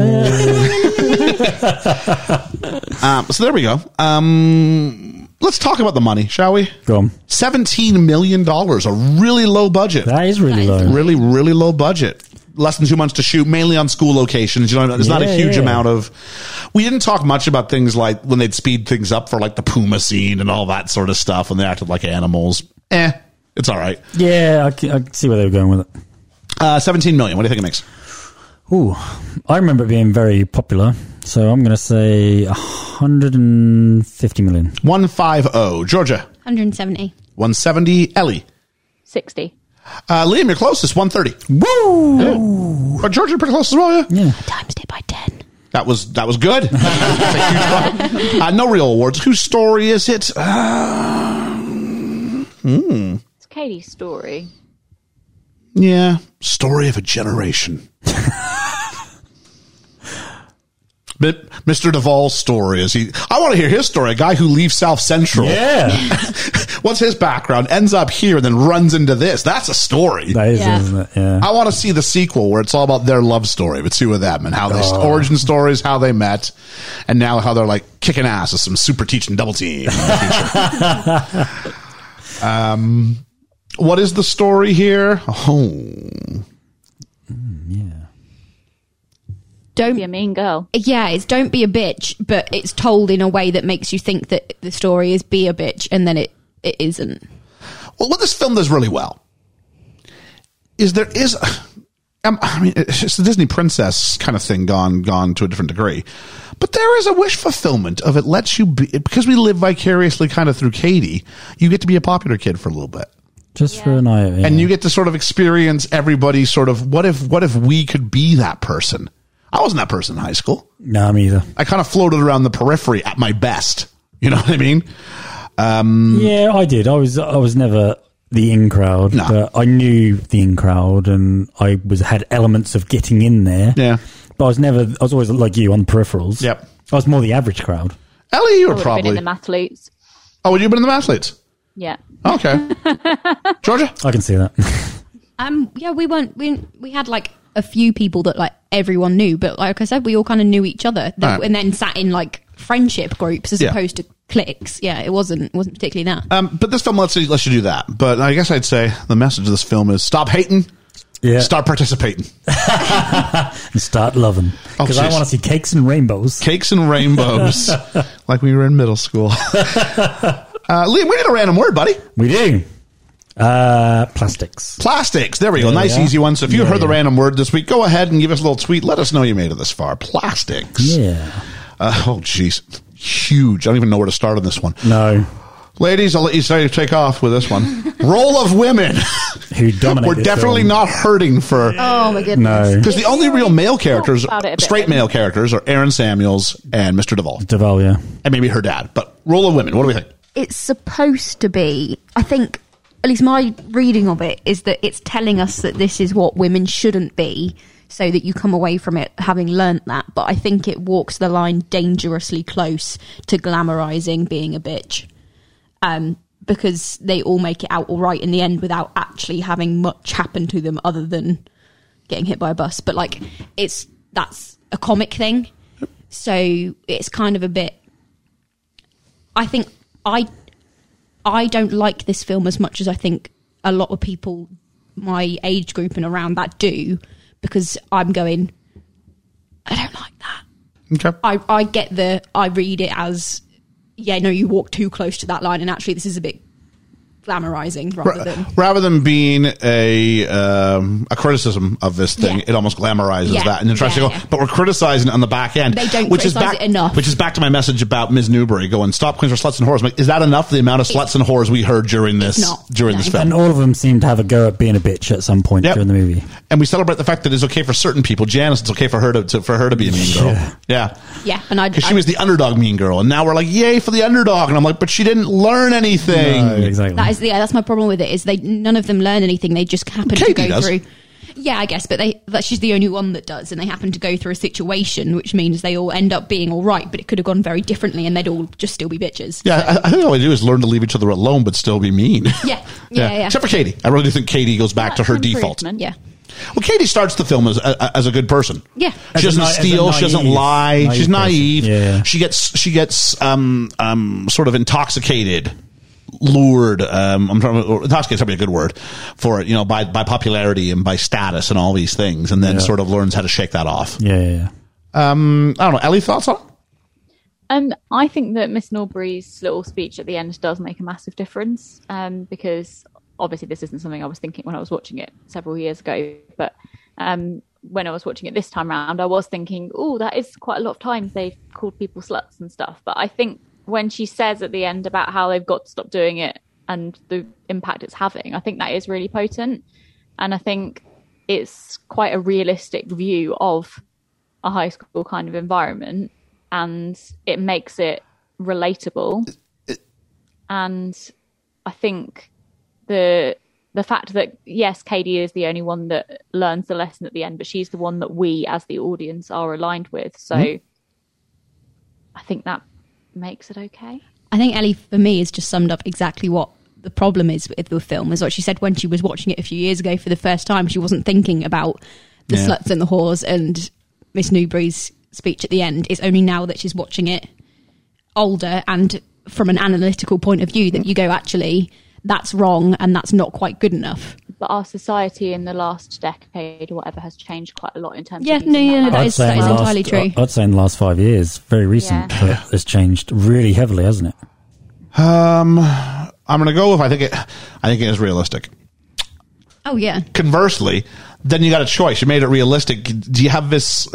so there we go. Um, let's talk about the money, shall we?
Go on.
Seventeen million dollars, a really low budget.
That is really
That is
low.
really, really low budget. Less than two months to shoot, mainly on school locations. You know, there's not a
Yeah,
huge
yeah.
amount of. We didn't talk much about things like when they'd speed things up for like the Puma scene and all that sort of stuff, and they acted like animals. Eh, it's all right.
Yeah, I, c- I see where they were going with it.
Uh, Seventeen million. What do you think it makes?
Ooh, I remember it being very popular, so I'm going to say 150 million.
One five zero. Georgia.
170.
One seventy. Ellie.
60.
Uh, Liam, you're closest. One thirty. Woo! But Georgia, you're pretty close as well. Yeah.
Times it by 10.
That was that was good. That's a huge one. uh, no real awards. Whose story is it?
It's Katie's story.
Yeah. Story of a generation. But Mr. Duvall's story is he? I want to hear his story. A guy who leaves South Central.
Yeah.
What's his background? Ends up here and then runs into this. That's a story.
that is,
Yeah.
isn't it? Yeah.
I want to see the sequel where it's all about their love story with two of them and how they origin stories, how they met, and now how they're like kicking ass with some super teaching double team. in the future. um, what is the story here? Oh,
Don't
Be a mean girl.
yeah, it's don't be a bitch, but it's told in a way that makes you think that the story is be a bitch and then it, it isn't.
Well, what this film does really well is there is, um, I mean, it's just the Disney princess kind of thing gone gone to a different degree, but there is a wish fulfillment of it lets you be because we live vicariously kind of through Katie. You get to be a popular kid for a little bit,
Just for an eye.
and you get to sort of experience everybody. Sort of what if what if we could be that person? I wasn't that person in high school.
No, me either.
I kind of floated around the periphery at my best. You know what I mean? Um, Mm.
Yeah, I did. I was I was never the in crowd,
No.
but I knew the in crowd, and I was had elements of getting in there.
Yeah.
but I was never. I was always like you on peripherals.
Yep.
I was more the average crowd.
Ellie, you
I
were
would have been in
probably.
the mathletes.
oh, you've been in the mathletes.
Yeah.
Okay. Georgia?
I can see that.
Um, yeah, we weren't, we, we had like a few people that like everyone knew, but like I said, we all kind of knew each other that,
Right.
and then sat in like friendship groups as
Yeah.
opposed to cliques. Yeah, it wasn't, wasn't particularly that.
Um, but this film lets you, lets you do that. But I guess I'd say the message of this film is stop hating,
yeah,
start participating.
and start loving
Oh,
because I
jeez.
want to see cakes and rainbows.
Cakes and rainbows, like we were in middle school. uh, Liam, we did a random word, buddy.
We do. Uh, plastics.
Plastics. There we go.
There we
nice,
are.
easy one. So if you
Yeah,
heard the
yeah.
random word this week, go ahead and give us a little tweet. Let us know you made it this far. Plastics.
Yeah.
Uh, oh, jeez. Huge. I don't even know where to start on this one.
No.
Ladies, I'll let you say take off with this one. Role of women.
Who dominate?
We're
this
definitely
film.
not hurting for
oh my
No.
goodness.
Because the only real male characters,
about it a bit.
straight male characters, are Aaron Samuels and Mr. Duvall,
Deval, yeah.
and maybe her dad. But role of women. What do we think?
it's supposed to be i think at least my reading of it is that it's telling us that this is what women shouldn't be so that you come away from it having learnt that. But I think it walks the line dangerously close to glamorizing being a bitch. Um, because they all make it out all right in the end without actually having much happen to them other than getting hit by a bus. But like, it's that's a comic thing. So it's kind of a bit. I think I I don't like this film as much as I think a lot of people my age group and around that do because I'm going I don't like that.
Okay.
I, I get the I read it as yeah, no, you walk too close to that line and actually this is a bit glamorizing rather
Ra-
than
rather than being a um, a criticism of this thing,
Yeah.
it almost glamorizes
Yeah.
that, and then tries to
Yeah,
go.
yeah.
But we're criticizing it on the back end.
They don't
which is
criticize
back,
it enough.
Which is back to my message about Ms. Newbury going stop queens for sluts and whores. I'm like, is that enough? The amount of sluts and whores we heard during this
not.
during
No.
this
And
film.
all of them seem to have a go at being a bitch at some point
Yep.
during the movie.
And we celebrate the fact that it's okay for certain people. Janice, it's okay for her to, to for her to be a mean girl.
Yeah.
Yeah,
yeah, and I,
because
I-
she was the underdog mean girl, and now we're like, yay for the underdog. And I'm like, but she didn't learn anything.
No, exactly.
That is the, yeah, that's my problem with it is they none of them learn anything. They just happen
Katie
to go
does.
through. Yeah, I guess, but they that she's the only one that does, and they happen to go through a situation, which means they all end up being all right, but it could have gone very differently, and they'd all just still be bitches.
Yeah, I, I think all we do is learn to leave each other alone, but still be mean.
Yeah. Yeah, yeah.
Except for Katie, I really do think Katie goes back to
That's
her
an
default.
improvement.
yeah,
Well, Katie starts the film as a, as a good person.
yeah.
As
she
a
doesn't
na- as a
steal. she doesn't
naive-
lie.
naive
She's
person.
naive.
Yeah, yeah.
She gets she gets um um sort of intoxicated, lured. Um, I'm trying. or Intoxicated is probably a good word for it. You know, by by popularity and by status and all these things, and then
Yeah.
sort of learns how to shake that off.
Yeah, yeah, yeah.
Um, I don't know. Ellie, thoughts on? it?
Um, I think that Miss Norbury's little speech at the end does make a massive difference um, because obviously this isn't something I was thinking when I was watching it several years ago, but um, when I was watching it this time round, I was thinking, oh, that is quite a lot of times they've called people sluts and stuff. But I think when she says at the end about how they've got to stop doing it and the impact it's having, I think that is really potent. And I think it's quite a realistic view of a high school kind of environment and it makes it relatable and i think the the fact that yes katie is the only one that learns the lesson at the end but she's the one that we as the audience are aligned with so
Mm-hmm.
i think that makes it okay
I think Ellie, for me, has just summed up exactly what the problem is with the film. Is what she said when she was watching it a few years ago for the first time. She wasn't thinking about the
Yeah.
sluts and the whores and Miss Newbury's speech at the end. It's only now that she's watching it older and from an analytical point of view that you go, actually, that's wrong and that's not quite good enough.
but our society in the last decade or whatever has changed quite a lot in terms
Yeah,
of using
no, yeah, no,
that
that
language.
is- that
in
is
the last-
entirely true.
I- I'd say in the last five years, very recent,
Yeah.
but it's changed really heavily, hasn't it?
Um, I'm going to go with I think it. I think it is realistic.
Oh yeah,
conversely, then you got a choice. You made it realistic. Do you have this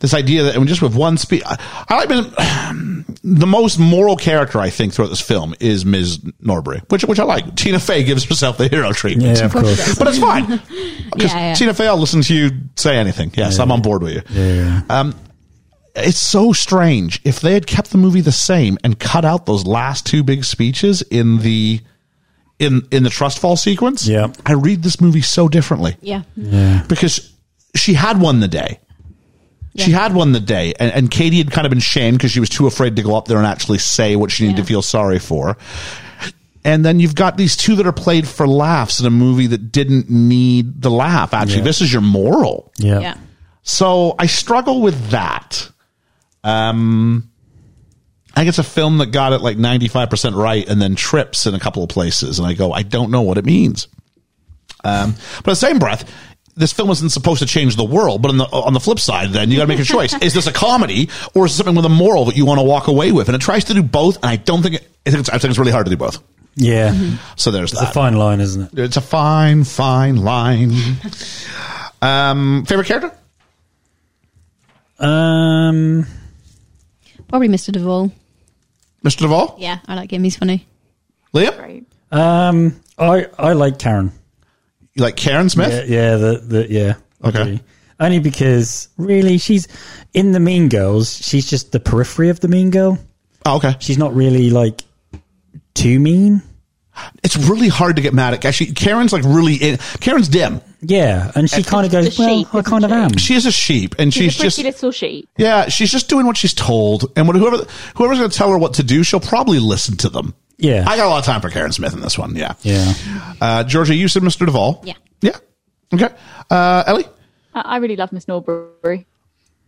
this idea that and just with one speech? I, I like Ms. the most moral character I think throughout this film is Ms. Norbury, which which I like. Tina Fey gives herself the hero treatment.
Yeah, of
course it
course.
does.
But it's fine. 'Cause
Yeah, yeah.
Tina Fey, I'll listen to you say anything. Yes, I'm on board with you.
Yeah.
Um, it's so strange. If they had kept the movie the same and cut out those last two big speeches in the in in the trust fall sequence,
Yeah.
I read this movie so differently
yeah,
because she had one the day. She
Yeah.
had one the day, and, and Katie had kind of been shamed because she was too afraid to go up there and actually say what she needed
Yeah.
to feel sorry for. And then you've got these two that are played for laughs in a movie that didn't need the laugh. Actually,
Yeah.
this is your moral.
Yeah.
yeah.
So I struggle with that. Um, I think it's a film that got it like 95% right and then trips in a couple of places. And I go, I don't know what it means. Um, but at the same breath, this film isn't supposed to change the world. But on the, on the flip side, then you got to make a choice. is this a comedy or is it something with a moral that you want to walk away with? And it tries to do both. And I don't think, it, I, think it's, I think it's really hard to do both.
Yeah.
Mm-hmm.
So there's
It's a
that.
fine line, isn't it?
it's a fine, fine line. um, favorite character?
Um,
Probably Mr. Duvall.
Mr. Duvall?
Yeah, I like him. He's funny.
Liam?
Right.
um, I I like Karen.
You like Karen Smith?
Yeah, yeah, the, the yeah. I
Okay.
do. Only because really she's in the Mean Girls. She's just the periphery of the Mean Girl.
Oh, okay.
She's not really like too mean.
It's really hard to get mad at. Actually, Karen's like really. In, Karen's dim.
Yeah, and she kind of goes,
the
"Well,
sheep,
I kind of am."
She is a sheep, and she's,
She's, a pretty
just
little sheep.
yeah. She's just doing what she's told, and what, whoever whoever's going to tell her what to do, she'll probably listen to them.
Yeah.
I got a lot of time for Karen Smith in this one. Yeah,
Yeah.
Uh, Georgia, you said Mr. Duvall.
Yeah.
yeah. Okay, uh, Ellie.
I, I really love Miss Norbury.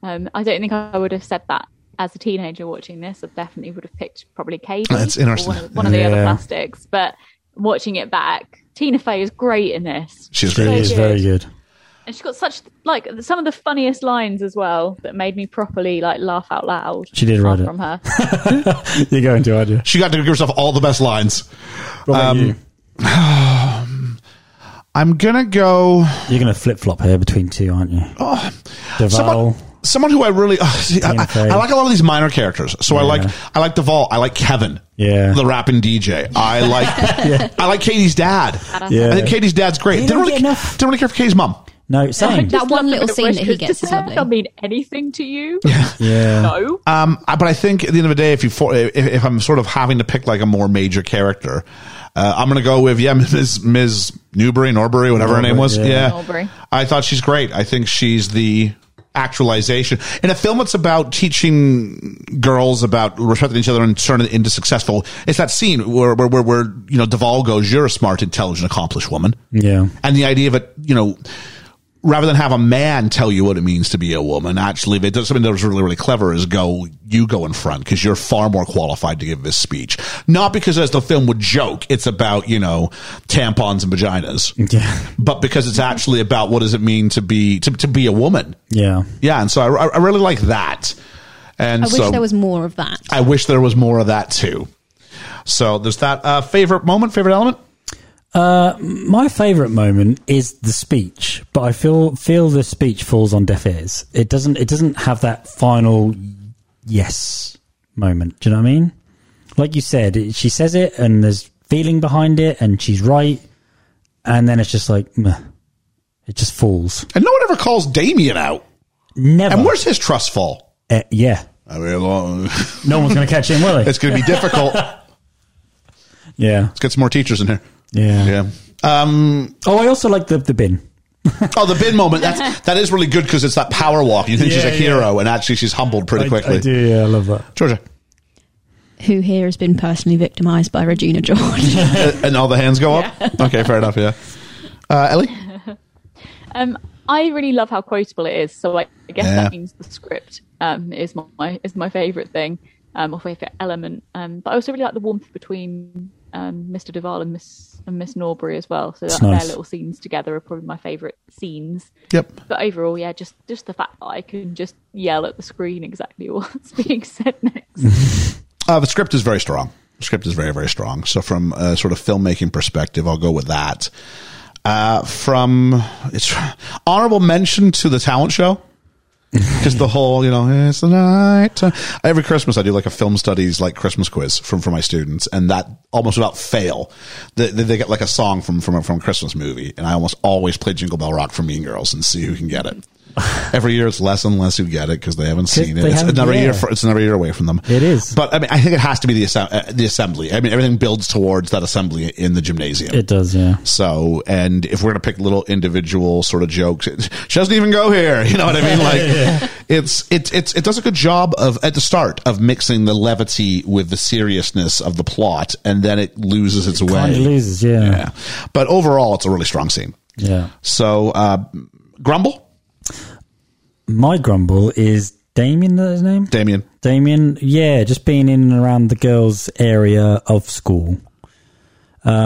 Um, I don't think I would have said that as a teenager watching this. I definitely would have picked probably Katie.
That's
or
interesting.
One of, one of the other
Yeah.
plastics. But watching it back, Tina Fey is great in this.
She's
She
great.
is very good.
And she's got such, like, some of the funniest lines as well that made me properly, like, laugh out loud.
She did
apart
write it.
From her.
You're going to, aren't you?
She got to give herself all the best lines.
What
Um,
about you?
I'm gonna go.
You're going to flip flop here between two, aren't you? Oh, Duval.
someone, someone who I really oh, see, I,
Tina
I-
Fey.
I like a lot of these minor characters. So I
Yeah.
like I like Duvall. I like Kevin.
Yeah.
the rapping DJ. I like I like Katie's dad.
Yeah.
I think Katie's dad's great.
He
Didn't
don't
really,
get enough.
didn't really care for Katie's mom.
No, same.
That one little scene that he gets is
Does that
lovely.
mean anything to you?
yeah.
No.
Um, I- but I think at the end of the day, if you for, if, if I'm sort of having to pick like a more major character, uh, I'm gonna go with yeah, Ms. Ms. Newbury Norbury, whatever her name was.
Norbury,
Yeah,
yeah.
Norbury.
I thought she's great. I think she's the actualization in a film that's about teaching girls about respecting each other and turning it into successful. It's that scene where where where, where you know Duvall goes, "You're a smart, intelligent, accomplished woman."
Yeah.
and the idea of it, you know, rather than have a man tell you what it means to be a woman, actually, they did something that was really, really clever is go, you go in front because you're far more qualified to give this speech. Not because, as the film would joke, it's about, you know, tampons and vaginas,
Yeah.
but because it's actually about what does it mean to be, to, to be a woman.
Yeah.
Yeah. And so I, I really like that. And
I wish
so
there was more of that.
I wish there was more of that too. So there's that uh, favorite moment, favorite element.
My favourite moment is the speech, but I feel feel the speech falls on deaf ears. It doesn't. It doesn't have that final yes moment. Do you know what I mean? Like you said, it, she says it, and there's feeling behind it, and she's right, and then it's just like, meh. it just falls.
And no one ever calls Damien out.
Never.
And where's his trust fall?
Eh, yeah.
I mean,
No one's going to catch him, will they?
it's going to be difficult. Let's
Yeah.
get some more teachers in here.
Yeah.
Yeah.
Oh, I also like the the bin.
Oh, the bin moment. That's that is really good because it's that power walk. You think she's
Yeah,
a hero, and actually she's humbled pretty quickly.
I, I do. Yeah, I love that.
Georgia
Who here has been personally victimized by Regina George?
uh, and and all the hands go up. Okay, fair enough. Yeah. Uh, Ellie.
Um, I really love how quotable it is. So I I guess
Yeah.
that means the script um, is my is my favourite thing, um, or favourite element. Um, but I also really like the warmth between um, Mr. Duval and Miss and Miss Norbury as well. So that,
nice.
their little scenes together are probably my favourite scenes.
Yep.
But overall, yeah, just just the fact that I can just yell at the screen exactly what's being said next.
Uh, the script is very strong. The script is very very strong. So from a sort of filmmaking perspective, I'll go with that. Uh, from it's honorable mention to the talent show. Because the whole, you know, it's the night. time." Every Christmas, I do like a film studies like Christmas quiz from for my students, and that almost without fail, they, they, they get like a song from from a- from a Christmas movie, and I almost always play Jingle Bell Rock from Mean Girls and see who can get it. Every year, it's less and less who get it because they haven't seen it.
they
It's
haven't-
another
yeah.
year. For, it's another year away from them.
It is.
but I mean, I think it has to be the assem- uh, the assembly. I mean, everything builds towards that assembly in the gymnasium.
It does. Yeah.
So, and if we're gonna pick little individual sort of jokes, it, she doesn't even go here. You know what I mean? Like, it's it's it's it does a good job of at the start of mixing the levity with the seriousness of the plot, and then it loses its way.
Kind of loses. Yeah.
Yeah, but overall, it's a really strong scene.
yeah.
So, uh, grumble,
My grumble is Damien. That his name?
Damien.
Damien. Yeah, just being in and around the girls' area of school. Um,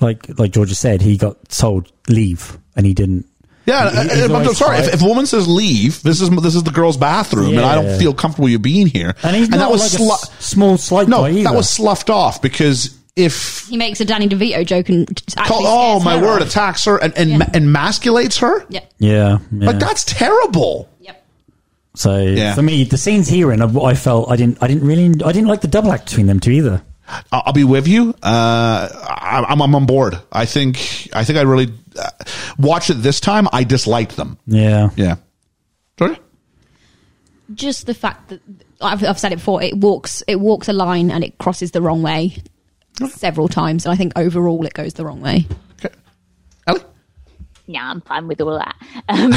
like like Georgia said, he got told leave, and he didn't.
Yeah,
He-
and-
he's
and I'm
always
sorry. If,
quiet.
if a woman says leave, this is this is the girls' bathroom, and I don't
Yeah.
feel comfortable you being here.
And he's not
that was
like a
slu-
s- small slight
no,
guy either.
that was sloughed off because if
he makes a Danny DeVito joke and just actually
call, oh
scares
my
her
word,
off.
attacks her and and ma- emasculates her,
Yep.
yeah, yeah.
like that's terrible.
Yep.
so
Yeah.
for me, the scenes here in I I felt I didn't I didn't really I didn't like the double act between them two either.
I'll, I'll be with you. Uh, I, I'm I'm on board. I think I think I really uh, watched it this time. I disliked them.
Yeah,
Yeah, Georgia?
Just the fact that I've, I've said it before. It walks. It walks a line and it crosses the wrong way. several times, and I think overall it goes the wrong way.
Okay. Ellie?
yeah, I'm fine with all that. Um,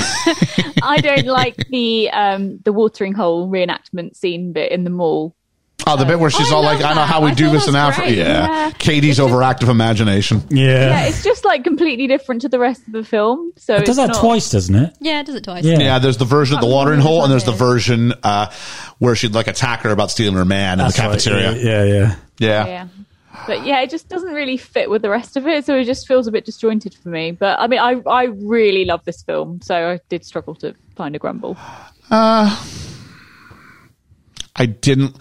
I don't like the um, the watering hole reenactment scene, but in the mall,
Oh, the bit where she's
I
all
love
like, I know
that.
how we
I
do
thought
this
that
in
was
Africa.
great.
Yeah.
Yeah.
Katie's overactive imagination.
yeah, it's just like completely different to the rest of the film. So
It does
it's
that
not-
twice, doesn't it?
Yeah, it does it twice.
Yeah.
Yeah, there's the version of the
Oh,
watering
yeah,
hole, and there's
that
the
is.
version uh, where she'd like attack her about stealing her man in the cafeteria.
Right. Yeah, yeah, yeah.
yeah.
Yeah. But yeah, it just doesn't really fit with the rest of it, so it just feels a bit disjointed for me. But I mean, I I really love this film, so I did struggle to find a grumble.
I didn't.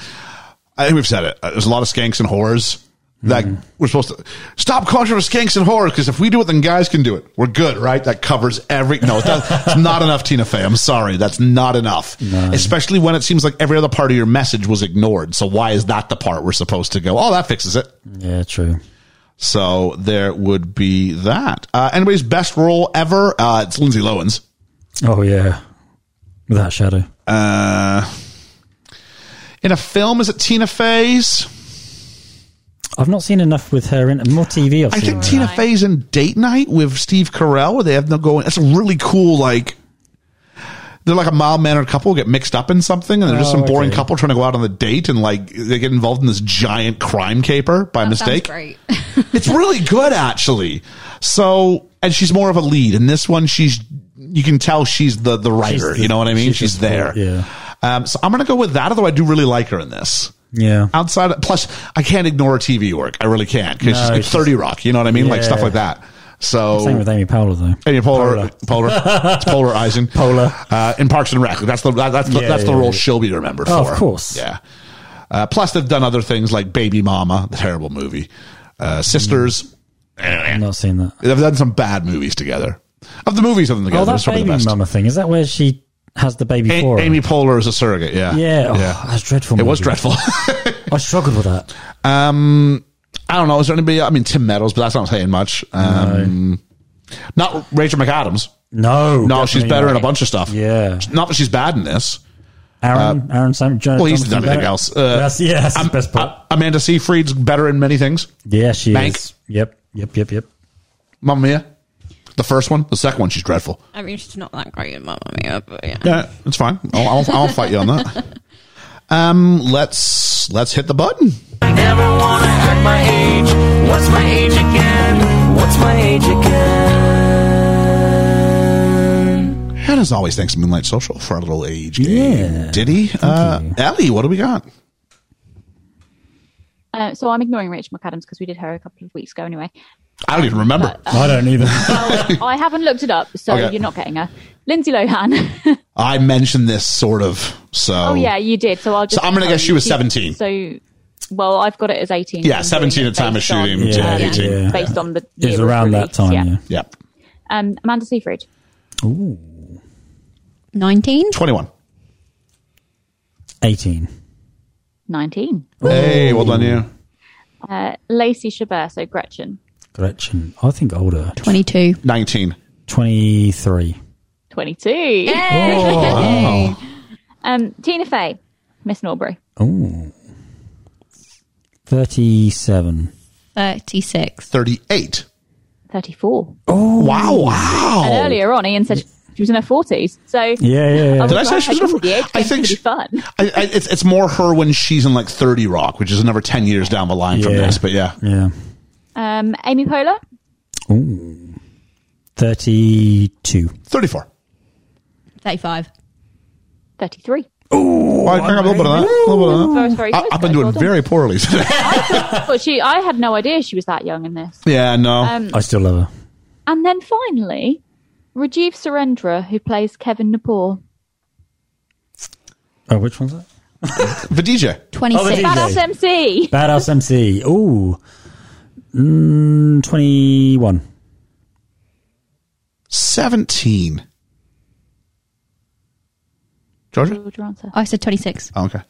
I think we've said it. Uh, There's a lot of skanks and whores that
Hmm.
we're supposed to stop culture of skanks and whores because if we do it, then guys can do it. We're good, right? That covers every. No, it's not, it's not enough, Tina Fey. I'm sorry, that's not enough. Especially when it seems like every other part of your message was ignored. So why is that the part we're supposed to go? Oh, that fixes it.
Yeah, true.
So there would be that. Uh, anyways, best role ever. Uh, it's Lindsay Lohan's.
Oh, yeah. Without shadow.
Uh, in a film, is it Tina Fey's?
I've not seen enough with her in more TV. I've
I
seen.
think Tina Fey's in Date Night with Steve Carell, where they have no going. That's a really cool, like. They're like a mild mannered couple get mixed up in something, and they're just
Oh,
some boring
okay.
couple trying to go out on a date, and like they get involved in this giant crime caper by
That sounds
mistake.
Great.
it's really good actually. So, and she's more of a lead in this one. She's you can tell she's the the writer.
the-
you know what I mean?
she's
She's,
the-
there.
yeah.
Um, so I'm gonna go with that. Although I do really like her in this.
Yeah.
Outside, plus I can't ignore her TV work. I really can't because
No,
it's
she's-
Thirty Rock. You know what I mean? Like stuff
Yeah.
like that. So
Same with Amy Powell, though.
Amy Polar, Polar, it's polarizing.
Polar.
uh, in Parks and Rec. That's the that, that's the,
Yeah,
that's the
yeah,
role
yeah.
she'll be remembered
Oh,
for.
of course.
yeah. Uh, plus, they've done other things like Baby Mama, the terrible movie, uh, Sisters.
I've not seen that.
They've done some bad movies together. Of the movies of them together,
Oh,
it's
that
probably
baby
the best.
mama thing. Is that where she has the baby
A-
for her?
Amy Poehler is a surrogate. Yeah,
Yeah. Oh, That's dreadful.
It was
movie.
dreadful.
I struggled with that.
um, I don't know. Is there anybody? I mean, Tim Meadows, but that's not saying much. Um, Not Rachel McAdams.
No.
No, she's
definitely
better
not.
in a bunch of stuff.
Yeah.
Not that she's bad in this.
Aaron, Aaron Sam, John,
Uh, Well, he's done anything else. Uh,
that's, yeah, that's
Am-
the best part.
A- Amanda Seyfried's better in many things.
yeah, she
Bank.
is. Yep, yep, yep, yep.
Mamma Mia. The first one, the second one, she's dreadful.
I mean, she's not that great in Mamma Mia, but yeah.
Yeah, it's fine. I'll, I'll, I'll fight you on that. Um, let's let's hit the button.
I never wanna act my age. What's my age again? What's my age again?
And as always, thanks to Moonlight Social for our little age
Yeah.
game. Did he? Uh,
you.
Ellie, what do we got?
Uh, so I'm ignoring Rachel McAdams because we did her a couple of weeks ago anyway.
I don't even remember.
I don't even.
Well, I haven't looked it up, so
Okay.
you're not getting her. Lindsay Lohan.
I mentioned this sort of. So
oh yeah, you did. So I'll. Just
I'm gonna
tell
guess she
you.
was 17.
So, well, I've got it as 18.
Yeah,
I'm doing
17
it
at the time of
based
shooting,
on,
yeah,
um,
18. Yeah.
Based on the.
It was
year of
around that
release,
time, yeah.
Yep.
Um, Amanda Seyfried.
19?
21.
18.
19.
Oh.
Hey, well done you.
Uh, Lacey Chabert, so Gretchen,
Gretchen, I think older.
22.
19.
23.
22.
Oh,
Um, Tina Fey, Miss Norbury.
37.
36.
38.
34.
Oh. Wow, wow.
And earlier on, Ian said she was in her 40s. So
Yeah, yeah, yeah.
Did I say
Right,
she was
I
number?
think the age
I
game's
think
pretty
she-
fun.
I, I, it's it's more her when she's in like Thirty Rock, which is another ten years down the line from
Yeah.
this. But yeah,
Yeah.
um, Amy Poehler,
32.
thirty four.
35.
33.
Well, I I got a little bit of that. A little bit
Very,
of
very
that. I,
close,
I've been
guys.
doing
Well done.
very poorly today.
But she, I had no idea she was that young in this.
yeah, no.
I still love her.
And then finally, Rajiv Surendra, who plays Kevin Napor.
Oh, which one's that?
the DJ.
26.
Oh,
Badass MC.
Badass MC. Ooh. Mm, 21.
Seventeen. Georgia.
What was your answer?
I said 26.
Oh, okay.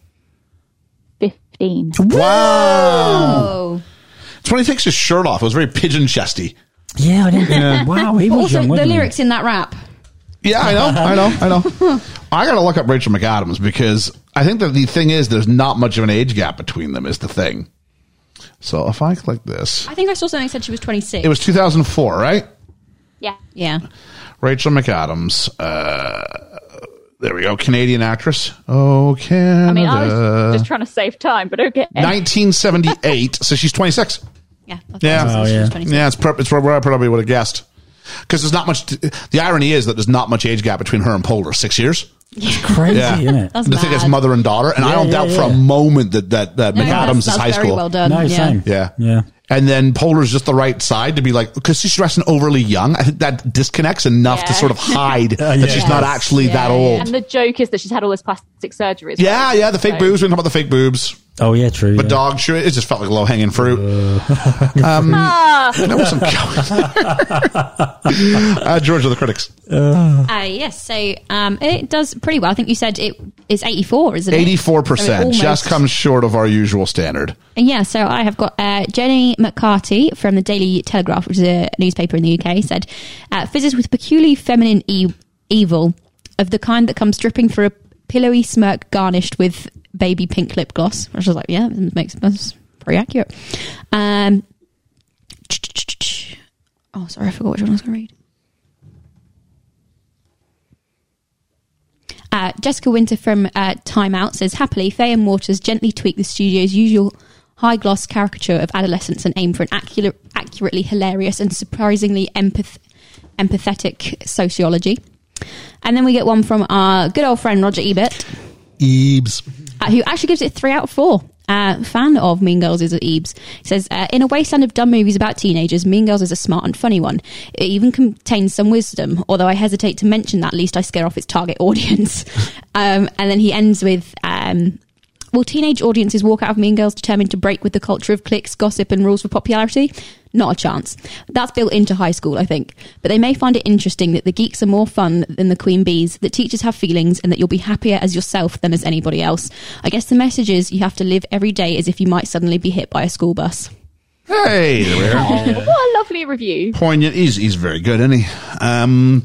15.
Wow.
Oh.
Twenty takes his shirt off. It was very pigeon chesty.
Yeah, I didn't. Wow, he
But
was
also,
young,
the
wasn't he?
lyrics in that rap.
Yeah, I know, I know, I know. I got to look up Rachel McAdams because I think that the thing is there's not much of an age gap between them. Is the thing. So if I click this,
I think I saw something that said she was 26.
it was 2004, right?
Yeah.
yeah.
Rachel McAdams. Uh, there we go. Canadian actress. Oh, Canada.
I mean, I was just trying to save time, but okay.
eh.
1978. so she's 26.
Yeah. I thought
Yeah.
it said
Oh,
she
yeah.
was 26.
Yeah, it's, prob- it's where I probably would have guessed. Because there's not much. The irony is that there's not much age gap between her and Polar. Six years.
It's crazy,
Yeah.
isn't it?
That's
the thing is,
bad.
mother and daughter. And I
Yeah,
don't
yeah,
doubt for a
yeah.
moment that that, that
No,
McAdams
that's-
is high
that's very
school.
well done.
No,
yeah.
same.
Yeah.
Yeah.
And then Polar's just the right side to be like, because she's dressing overly young. I think that disconnects enough to
Yeah.
sort of hide
Uh,
that
yeah.
she's not
Yes.
actually
Yeah,
that
yeah.
old.
And the joke is that she's had all this plastic surgery. as
Yeah,
well.
yeah. The fake
So-
boobs. We can talk about the fake boobs.
Oh yeah, true.
But
yeah.
dog shit. It just felt like low hanging fruit. um,
ah,
and there was some uh, George of the critics.
Uh, yes, so um, it does pretty well. I think you said it is 84, isn't it?
Eighty-four percent,
almost-
just comes short of our usual standard.
And yeah, so I have got uh, Jenny McCarthy from the Daily Telegraph, which is a newspaper in the UK, said, uh, "Fizzes with peculiarly feminine e- evil of the kind that comes dripping through a pillowy smirk garnished with baby pink lip gloss." Which I was like, yeah, that makes that's pretty accurate. Um, oh, sorry, I forgot which one I was going to read. Uh, Jessica Winter from uh, Time Out says, happily, Faye and Waters gently tweak the studio's usual high gloss caricature of adolescence and aim for an accu- accurately hilarious and surprisingly empath- empathetic sociology. And then we get one from our good old friend Roger Ebert,
Ebs.
uh, who actually gives it three out of four. Uh, fan of Mean Girls is Ebes says uh, in a wasteland of dumb movies about teenagers, Mean Girls is a smart and funny one. It even contains some wisdom, although I hesitate to mention that, least I scare off its target audience. um, and then he ends with. Um, Will teenage audiences walk out of Mean Girls determined to break with the culture of cliques, gossip, and rules for popularity? Not a chance. That's built into high school, I think. But they may find it interesting that the geeks are more fun than the queen bees, that teachers have feelings, and that you'll be happier as yourself than as anybody else. I guess the message is you have to live every day as if you might suddenly be hit by a school bus.
Hey, there we are.
What a lovely review.
poignant. He's he's very good, isn't he? Um,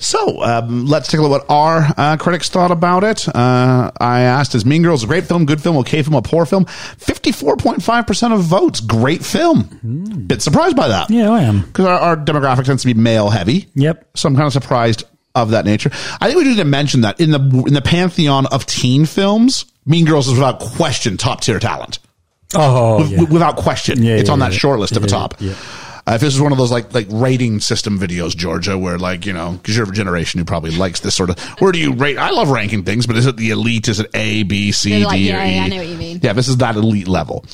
so um, let's take a look at what our uh, critics thought about it. Uh, I asked, "Is Mean Girls a great film, good film, okay film, a poor film?" Fifty-four point five percent of votes, great film. Bit surprised by that.
Yeah, I am.
because our, our demographic tends to be male heavy.
Yep.
So I'm kind of surprised of that nature. I think we need to mention that in the in the pantheon of teen films, Mean Girls is without question top tier talent.
Oh,
With-
yeah.
without question.
Yeah,
it's
yeah,
on that
yeah.
short list at the
Yeah,
top.
yeah.
Uh, if this is one of those like like rating system videos, Georgia, where like you know, because you're of a generation who probably likes this sort of. Where do you rate? I love ranking things, but is it the elite? Is it A, B, C, D,
They're like,
or
yeah,
E?
yeah, I know what you mean.
Yeah, this is that elite level.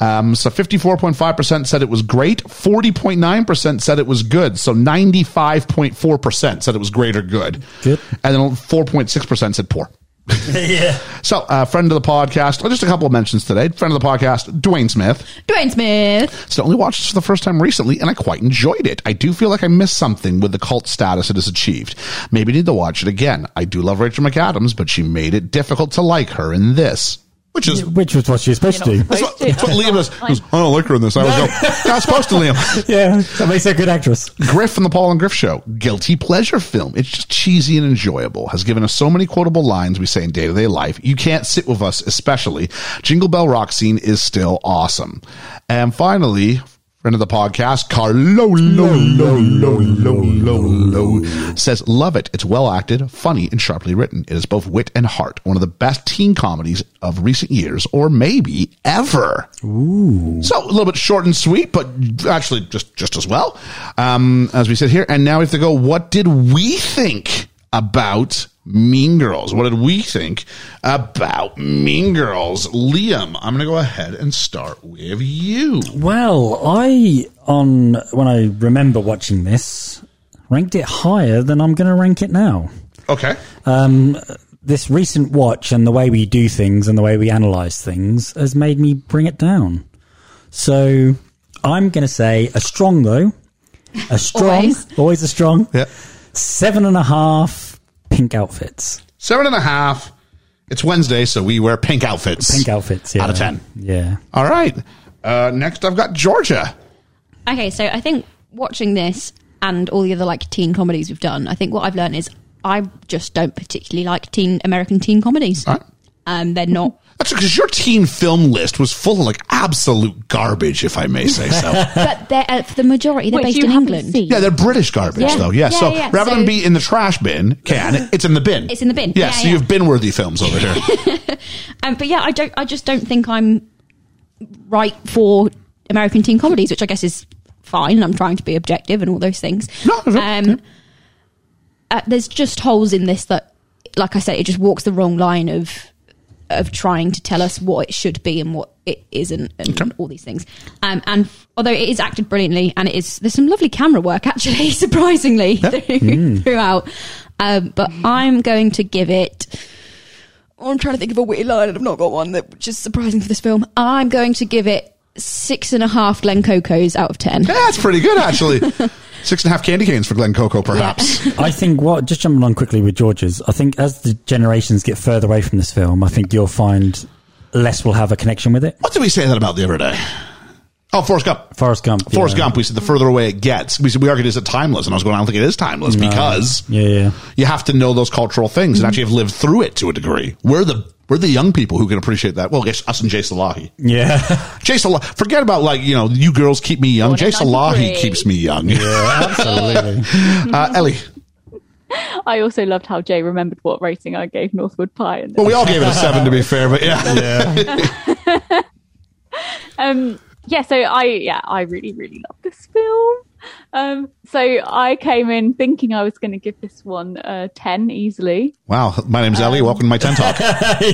Um, so fifty four point five percent said it was great. Forty point nine percent said it was good. So ninety five point four percent said it was great or good.
Good.
And then four point six percent said poor.
yeah.
So, uh, friend of the podcast, just a couple of mentions today. Friend of the podcast, Dwayne Smith.
Dwayne Smith.
So I only watched this for the first time recently, and I quite enjoyed it. I do feel like I missed something with the cult status it has achieved. Maybe need to watch it again. I do love Rachel McAdams, but she made it difficult to like her in this, which is.
Which was what she was supposed to do.
That's what, that's what Liam does. He goes, I don't like her in this. I was go, not supposed to, Liam.
Yeah, that makes her a good actress.
Griff from the Paul and Griff Show, guilty pleasure film. It's just cheesy and enjoyable. Has given us so many quotable lines we say in day to day life. You can't sit with us, especially. Jingle Bell Rock Scene is still awesome. And finally, friend of the podcast, Carlo Lo Lo Lo Lo Lo Lo says, "Love it. It's well acted, funny, and sharply written. It is both wit and heart. One of the best teen comedies of recent years, or maybe ever." So a little bit short and sweet, but actually just just as well um, as we sit here. And now we have to go. What did we think about Mean Girls? What did we think about Mean Girls? Liam, I'm going to go ahead and start with you.
Well, I on when I remember watching this, ranked it higher than I'm going to rank it now.
Okay.
This recent watch and the way we do things and the way we analyze things has made me bring it down. So I'm going to say a strong though, a strong,
Always.
always, a strong
Yeah.
seven and a half pink outfits,
Seven and a half. It's Wednesday, so we wear pink outfits.
pink outfits. Yeah.
Out of 10.
Yeah.
All right. Uh, next, I've got Georgia.
Okay, so I think watching this and all the other like teen comedies we've done, I think what I've learned is I just don't particularly like teen American teen comedies.
All right.
Um, they're not
That's because your teen film list was full of like absolute garbage, if I may say so.
But they're, uh, for the majority, they're
Which
based
you
in
haven't
England.
seen.
Yeah, they're British garbage
Yeah.
though. Yeah,
Yeah,
so
yeah.
rather than
So-
be in the trash bin, can it's in the bin.
It's in the bin.
Yeah,
Yeah,
so
yeah.
you have bin worthy films over here.
Um, but yeah, I don't. I just don't think I'm right for American teen comedies, which I guess is fine. And I'm trying to be objective and all those things.
No, no, yeah.
um, uh, there's just holes in this that, like I said, it just walks the wrong line of of trying to tell us what it should be and what it isn't, and all these things. Um, and f- although it is acted brilliantly, and it is there's some lovely camera work actually, surprisingly through,
Mm.
throughout. Um, but I'm going to give it. oh, I'm trying to think of a witty line, and I've not got one that which is surprising for this film. I'm going to give it six and a half Glen Cocos out of ten.
Yeah, that's pretty good actually. Six and a half candy canes for Glen Coco, perhaps.
I think what just jumping on quickly with George's. I think as the generations get further away from this film, I think you'll find less will have a connection with it.
What did we say that about the other day? Oh, Forrest Gump.
Forrest Gump.
Forrest
yeah.
Gump. We said the further away it gets, we said we argued is it timeless, and I was going, I don't think it is timeless because
Yeah, yeah.
you have to know those cultural things and actually have lived through it to a degree. We're the we're the young people who can appreciate that. Well, I guess us and Jay Salahi.
Yeah.
Jay Salahi. Forget about like you know you girls keep me young. Jay Salahi
93.
keeps me young.
Absolutely.
Uh, Ellie.
I also loved how Jay remembered what rating I gave Northwood Pie. And
Well, we all gave it a seven to be fair, but yeah.
um yeah so i yeah i really really love this film um so i came in thinking i was going to give this one a 10 easily
Wow. My name's Ellie. Welcome to my 10 talk.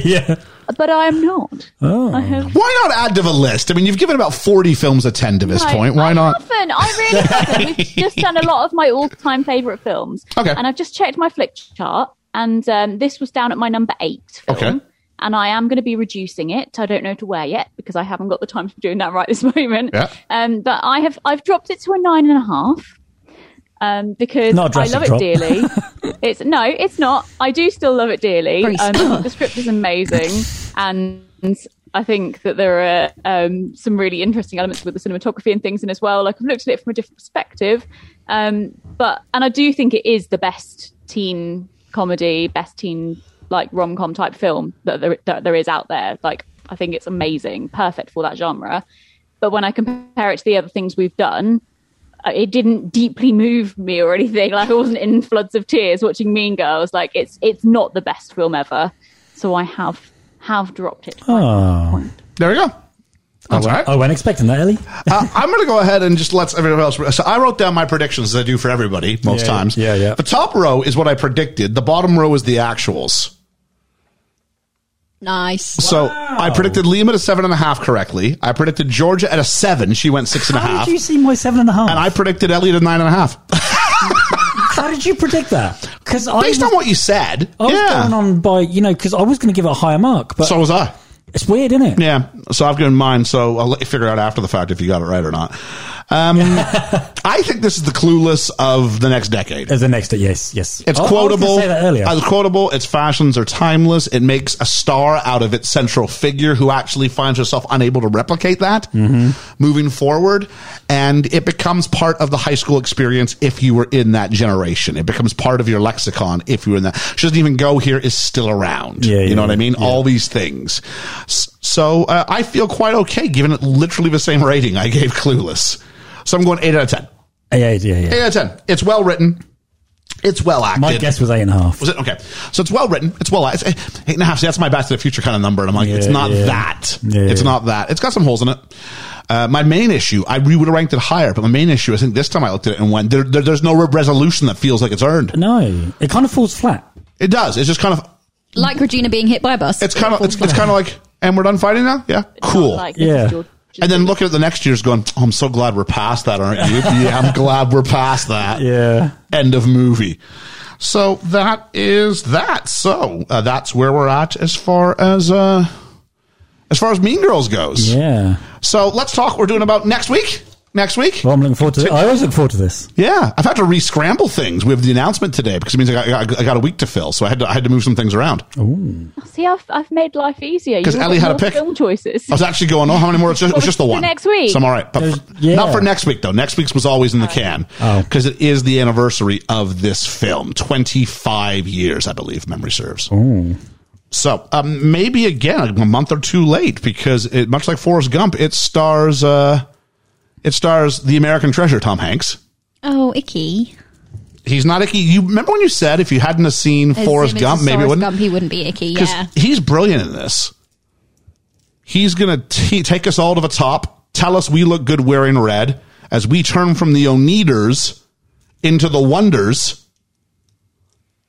yeah.
but i am not i
Oh.
have
Why not add to the list? I mean, you've given about 40 films a 10 to this
No,
point. Why
I
not?
Haven't. I Oh, really haven't. We've just done a lot of my all-time favorite films.
Okay.
And I've just checked my flick chart, and um, this was down at my number eight film.
Okay.
And I am going to be reducing it. I don't know to where yet because I haven't got the time to doing that right this moment.
Yeah.
Um, but I have I've dropped it to a nine and a half. Um, because
Not a
I
drastic
love
drop.
it dearly. it's no, it's not. I do still love it dearly.
Very
Um, the script is amazing, and I think that there are um, some really interesting elements with the cinematography and things in as well. Like I've looked at it from a different perspective, um, but and I do think it is the best teen comedy, best teen like rom com type film that there, that there is out there. Like I think it's amazing, perfect for that genre. But when I compare it to the other things we've done, uh, it didn't deeply move me or anything. Like I wasn't in floods of tears watching Mean Girls. Like it's it's not the best film ever. So I have have dropped it.
Oh.
There we go. That's all right.
I wasn't expecting that, Ellie.
Uh, I'm going to go ahead and just let everyone else. So I wrote down my predictions as I do for everybody most
Yeah,
times.
yeah, yeah.
The top row is what I predicted. The bottom row is the actuals.
Nice.
So I predicted Liam at a seven and a half correctly. I predicted Georgia at a seven. She went six and a half.
How did you see my seven and a half?
and I predicted Elliot at nine and a half.
How did you predict that? Because I,
Based
was-
on what you said.
I was
yeah.
Oh, going on by, you know, because I was going to give it a higher mark, but
so was I.
it's weird, isn't it?
Yeah. So I've given mine. So I'll let you figure out after the fact if you got it right or not. Um, I think this is the clueless of the next decade.
As the next, yes, yes.
It's
Oh, I- I was gonna
quotable.
say that earlier.
It's quotable. Its fashions are timeless. It makes a star out of its central figure who actually finds herself unable to replicate that
Mm-hmm.
moving forward. And it becomes part of the high school experience if you were in that generation. It becomes part of your lexicon if you were in that. She doesn't even go here, is still around.
Yeah,
you
yeah,
know what I mean?
yeah.
All these things. S- So uh, I feel quite okay given it literally the same rating I gave Clueless. So I'm going 8 out of 10.
yeah, yeah,
8
yeah.
out of 10. It's well written. It's well acted.
My guess was eight and a half.
Was it okay? So it's well written. It's well. It's eight and a half. See, that's my Back to the Future kind of number, and I'm like, it's
Yeah,
not
yeah.
that.
Yeah,
it's
yeah.
not that. It's got some holes in it. Uh, my main issue, I we would have ranked it higher, but my main issue, I think this time I looked at it and went, there, there, there's no re- resolution that feels like it's earned.
No, it kind of falls flat.
It does. It's just kind of.
Like Regina being hit by a bus.
It's kind of. It's, it's kind of like, and we're done fighting now. Yeah, cool.
Like, this is
Yeah.
George-
and then looking at the next year's, going, oh, I'm so glad we're past that, aren't you? yeah, I'm glad we're past that.
Yeah.
end of movie. So that is that. So uh, that's where we're at as far as uh, as far as Mean Girls goes.
Yeah.
So let's talk. what We're doing about next week. Next week.
Well, I'm looking forward to it. I always look forward to this.
Yeah, I've had to re-scramble things with the announcement today because it means I got, I got- I got a week to fill, so I had to, I had to move some things around. I
See, I've I've made life easier
'Cause
You've
Ellie
got
had a
more
pick.
Film choices.
was actually going, oh, how many more? It's just, it was just the
For
one
next week.
So I'm all right, but
There's-
for-
yeah. Oh.
not for next week though. Next week's was always in the can because it is the anniversary of this film, 25 years, I believe, if memory serves. So um, maybe again a month or two late because it, much like Forrest Gump, it stars uh, it stars the American Treasure, Tom Hanks.
Oh, icky.
He's not icky. You remember when you said if you hadn't have seen
As
Forrest
if it's
Gump,
a
maybe it
Forrest
wouldn't.
Gump, he wouldn't be icky.
Because
Yeah.
he's brilliant in this. He's going to t- take us all to the top, tell us we look good wearing red as we turn from the Oneaters into the Wonders.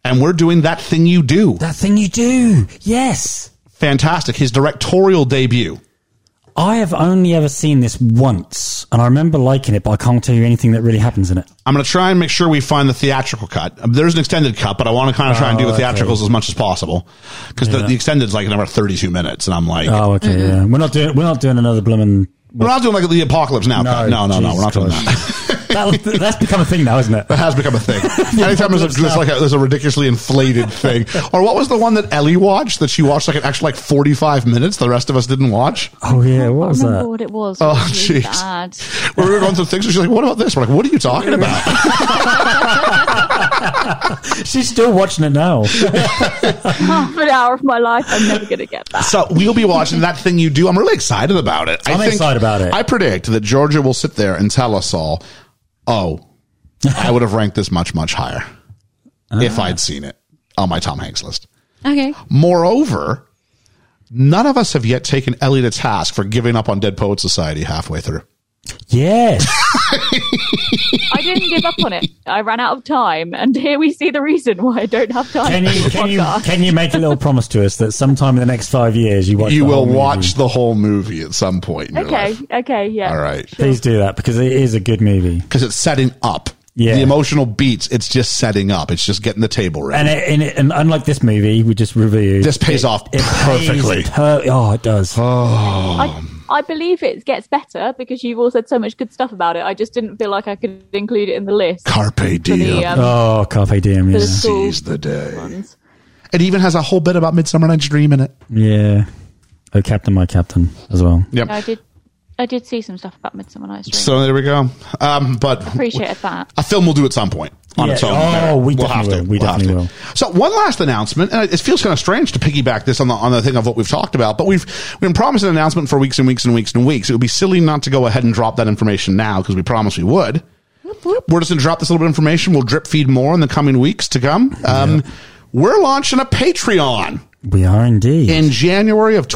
And we're doing that thing you do.
That thing you do. Yes.
Fantastic. His directorial debut.
I have only ever seen this once, and I remember liking it, but I can't tell you anything that really happens in it.
I'm going to try and make sure we find the theatrical cut. Um, There's an extended cut, but I want to kind of try and do
Oh,
the theatricals
okay.
as much as possible because the, the extended is like another 32 minutes. And I'm like,
Oh, okay, yeah. We're not doing. We're not doing another blooming.
we're not doing like the apocalypse now. cut. No, no, no, we're not doing that.
that. That's become a thing now, isn't it?
That has become a thing. Anytime there's a, there's like a, there's a ridiculously inflated thing. Or what was the one that Ellie watched that she watched like an actual like 45 minutes the rest of us didn't watch?
Oh yeah, what was
remember
that?
what it was.
Oh,
It was really
jeez.
bad.
Where we were going through things and she's like, what about this? We're like, what are you talking about?
She's still watching it now.
Half an hour of my life, I'm never going to get back.
So we'll be watching that thing you do. I'm really excited about it. I
I'm excited about it.
I predict that Georgia will sit there and tell us all, oh, I would have ranked this much, much higher
Ah.
if I'd seen it on my Tom Hanks list.
Okay.
Moreover, none of us have yet taken Ellie to task for giving up on Dead Poet Society halfway through.
Yes.
I didn't give up on it. I ran out of time, and here we see the reason why I don't have
Can
time. for
you
the
can you
podcast.
can you make a little promise to us that sometime in the next five years you watch?
you
the
will
whole movie?
watch the whole movie at some point. In your
Okay,
life.
okay, yeah.
All right.
Please do that because it is a good movie,
Because it's setting up.
Yeah.
The emotional beats, it's just setting up. It's just getting the table ready.
and it, and, it, and unlike this movie we just reviewed,
this pays off
it pays
perfectly.
per- oh, it does.
I,
Um,
I believe it gets better because you've all said so much good stuff about it. I just didn't feel like I could include it in the list.
Carpe
For
diem.
the, um,
oh, carpe diem.
for
Yeah.
the school
Seize the day.
ones.
It even has a whole bit about Midsummer Night's Dream in it.
yeah. Oh, Captain, my Captain, as well.
Yep.
I did, I did see some stuff about Midsummer Night's Dream.
So there we go. Um, but
Appreciated that.
a film will do it some point on
Yeah.
its own.
Oh, we
We'll
definitely
have to.
will. We
We'll have
definitely
to. So one last announcement, and it feels kind of strange to piggyback this on the on the thing of what we've talked about, but we've we've been promised an announcement for weeks and weeks and weeks and weeks. It would be silly not to go ahead and drop that information now because we promised we would. We're just going to drop this little bit of information. We'll drip feed more in the coming weeks to come. Um, We're launching a Patreon
We are indeed.
in January of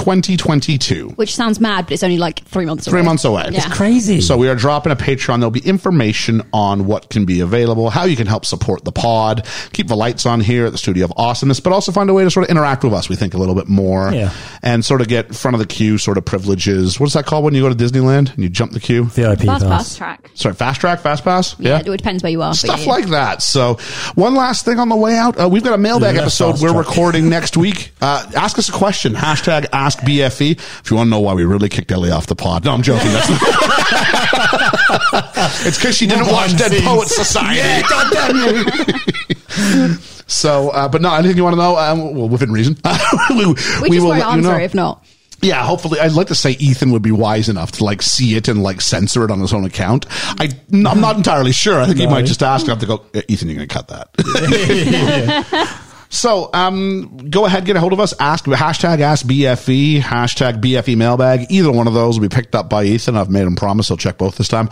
2022.
Which sounds mad, but it's only like three months away.
Three months away.
Yeah.
Crazy.
So we are dropping a Patreon. There'll be information on what can be available, how you can help support the pod, keep the lights on here at the Studio of Awesomeness, but also find a way to sort of interact with us. We think a little bit more
Yeah.
and sort of get front of the queue sort of privileges. What is that called when you go to Disneyland and you jump the queue?
VIP pass.
Fast pass.
Track.
Sorry, fast track, fast pass.
Yeah, it depends where you are. but
Stuff
yeah.
like that. So, one last thing on the way out. Uh, we've got a mailbag
Left
episode
fast
we're
track.
recording next week. Uh, ask us a question. Hashtag ask BFE. If you want to know why we really kicked Ellie off the pod. No, I'm joking. That's not- it's because she didn't
Behind
watch
the
Dead
scenes.
Poets Society. So, uh, but no, anything you want to know, um, well, within reason, we,
We, just won't answer if not.
yeah, hopefully, I'd like to say Ethan would be wise enough to like see it and like censor it on his own account. I, n- I'm not entirely sure. I think he
No.
might just ask. I have to go, "Eh, Ethan, you're going to cut that. so, um, go ahead, get a hold of us. Ask hashtag ask BFE hashtag BFE mailbag. Either one of those will be picked up by Ethan. I've made him promise he'll check both this time,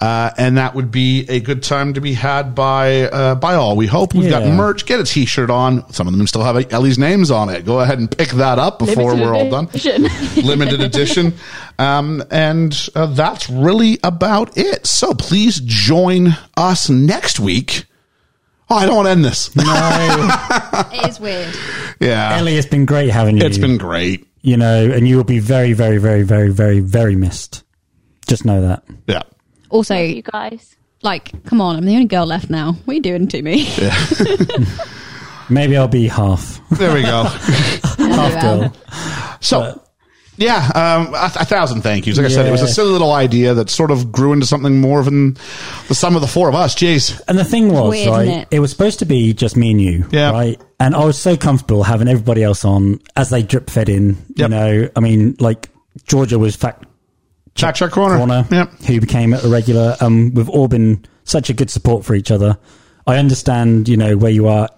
uh, and that would be a good time to be had by uh, by all. We hope we've got
Yeah.
merch. Get a T-shirt on. Some of them still have Ellie's names on it. Go ahead and pick that up before
Limited
we're all done
edition.
limited edition. Um, and uh, that's really about it. So please join us next week. Oh, I don't want to end this.
No,
It is weird.
yeah.
Ellie, it's been great having you.
It's been great.
you know, and you will be very, very, very, very, very, very missed. Just know that.
Yeah.
Also,
You guys.
like, come on, I'm the only girl left now. What are you doing to me?
Maybe I'll be half
There we go.
half girl.
So. Yeah, um, a, a thousand thank yous. Like I said, it was a
Yeah.
silly little idea that sort of grew into something more than the sum of the four of us. Jeez,
And the thing was,
Weird,
right,
isn't it?
it? was supposed to be just me and you,
Yeah.
right? And I was so comfortable having everybody else on as they drip fed in. You
Yep.
know, I mean, like Georgia was fact
chat chat corner.
corner,
Yep.
who became a regular. Um, we've all been such a good support for each other. I understand, you know, where you are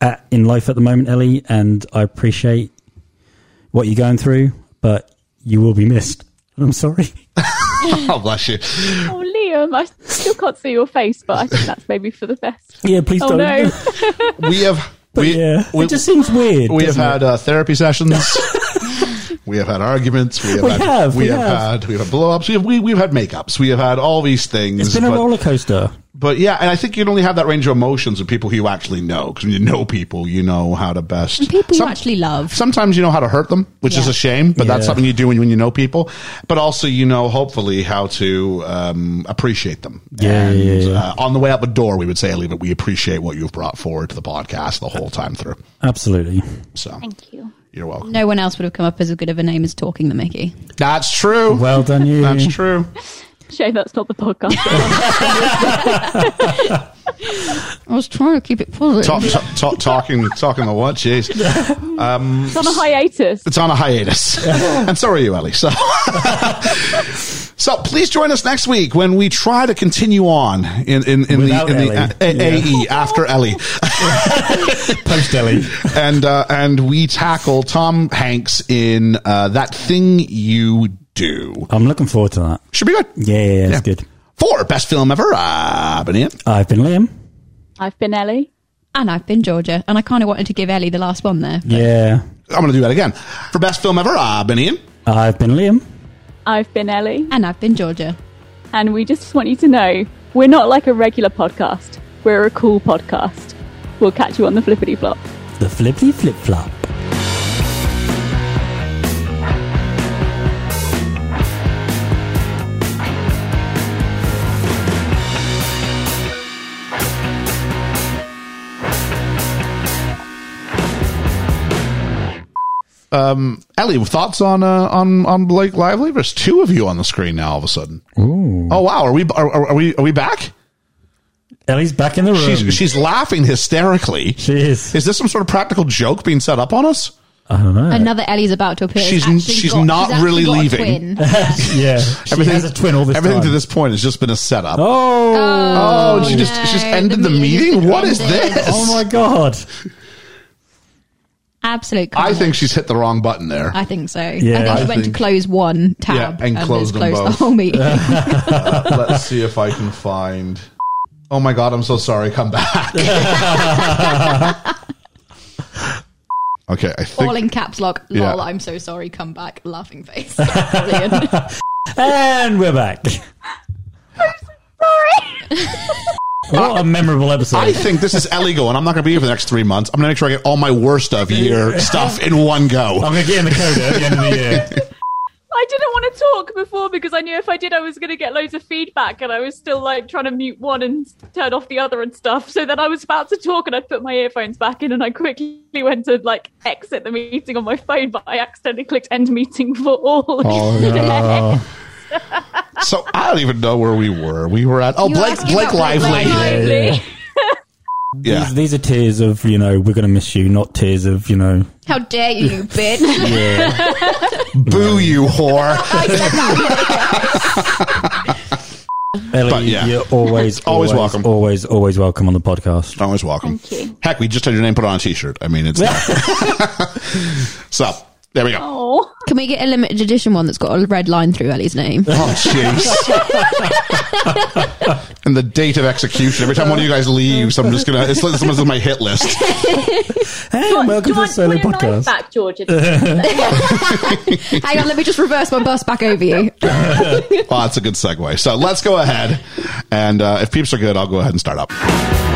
at in life at the moment, Ellie, and I appreciate what you're going through, but you will be missed. I'm sorry.
oh, bless you.
Oh, Liam, I still can't see your face, but I think that's maybe for the best.
Yeah, please
oh,
don't.
no.
We have.
But
we,
yeah,
we,
it just seems weird.
we have
doesn't
had
it?
uh, therapy sessions. we have had arguments. We have
We
had.
have,
we
we
have,
have.
had. We have had blow ups. We have, we, we've had makeups. We have had all these things.
it's been a
but-
roller coaster.
But yeah, and I think you'd only have that range of emotions with people who you actually know. Because when you know people, you know how to best.
And people you actually love.
Sometimes you know how to hurt them, which is
Yeah.
a shame, but that's
Yeah.
something you do when, when you know people. But also, you know, hopefully, how to um, appreciate them.
Yeah,
And,
yeah, yeah.
Uh, on the way out the door, we would say, Alina, we appreciate what you've brought forward to the podcast the whole time through.
Absolutely.
So
Thank you.
you're welcome.
No one else would have come up as good of a name as Talking the Mickey.
That's true.
Well done, you.
that's true.
Shame that's not the podcast.
I was trying to keep it positive.
Talk, talk, talk, talking, talking the what? Jeez.
it's on a hiatus.
It's on a hiatus. and so are you, Ellie. So, so please join us next week when we try to continue on in, in, in
Without
the, in the
Ellie.
A- A-
Yeah.
AE after Ellie.
Post Ellie.
and, uh, and we tackle Tom Hanks in uh, That Thing You Do.
I'm looking forward to that.
Should be good.
Yeah, yeah, yeah, it's good.
For Best Film Ever, I've been Ian.
I've been Liam.
I've been Ellie.
And I've been Georgia, and I kind of wanted to give Ellie the last one there.
Yeah.
I'm going to do that again. For Best Film Ever, I've been Ian.
I've been Liam.
I've been Ellie.
And I've been Georgia.
And we just want you to know we're not like a regular podcast, we're a cool podcast. We'll catch you on the flippity flop.
The flippity flip flop.
Ellie, thoughts on uh, on on Blake Lively? There's two of you on the screen now. All of a sudden, oh wow, are we are, are are we are we back?
Ellie's back in the room.
She's she's laughing hysterically.
she is.
Is this some sort of practical joke being set up on us?
I don't know.
Another Ellie's about to appear.
She's-
actually
she's
got-
not really
actually got a
leaving.
twin.
yeah. She has a twin all this
everything
time.
to this point has just been a setup. Oh,
Oh.
she just she just
no,
ended the,
the meeting
meeting.
just
What is
ended.
this?
Oh my god.
Absolute.
I
comedy.
think she's hit the wrong button there.
I think so.
Yeah.
I think she
I
went
think-
to close one tab
Yeah, and closed
just
them
closed
both.
the whole meeting.
Let's see if I can find. Oh my god, I'm so sorry. Come back. okay, I think
All in caps lock. Lol.
Yeah.
I'm so sorry. Come back. Laughing face. Brilliant.
And we're back. What a memorable episode.
I think this is Ellie going, I'm not going to be here for the next three months. I'm going to make sure I get all my worst of year stuff in one go.
I'm going to get in the code at the end of the year.
I didn't want to talk before because I knew if I did, I was going to get loads of feedback, and I was still like trying to mute one and turn off the other and stuff. So then I was about to talk, and I put my earphones back in, and I quickly went to like exit the meeting on my phone, but I accidentally clicked end meeting for all.
So I don't even know where we were. We were at, oh,
You
Blake,
asked me
Blake
about Blake
Lively.
Lively.
Lively.
yeah.
Yeah.
These, these are tears of, you know, we're going to miss you, not tears of, you know.
How dare you, you bitch?
Yeah.
Boo, you whore.
Ellie,
But, yeah.
you're always,
Always welcome.
Always, always welcome on the podcast.
Always welcome.
Thank you.
Heck, we just had your name put on a t shirt. I mean, it's. so there we go.
Oh,
Can we get a limited edition one that's got a red line through Ellie's name?
Oh, jeez. and the date of execution. Every time one of you guys leaves, I'm just going to, it's like someone's on my hit list.
Hey, welcome to the Solo Podcast.
back, Georgia?
Hang on, let me just reverse my bus back over you.
Well, that's a good segue. So let's go ahead. And uh, if peeps are good, I'll go ahead and start up.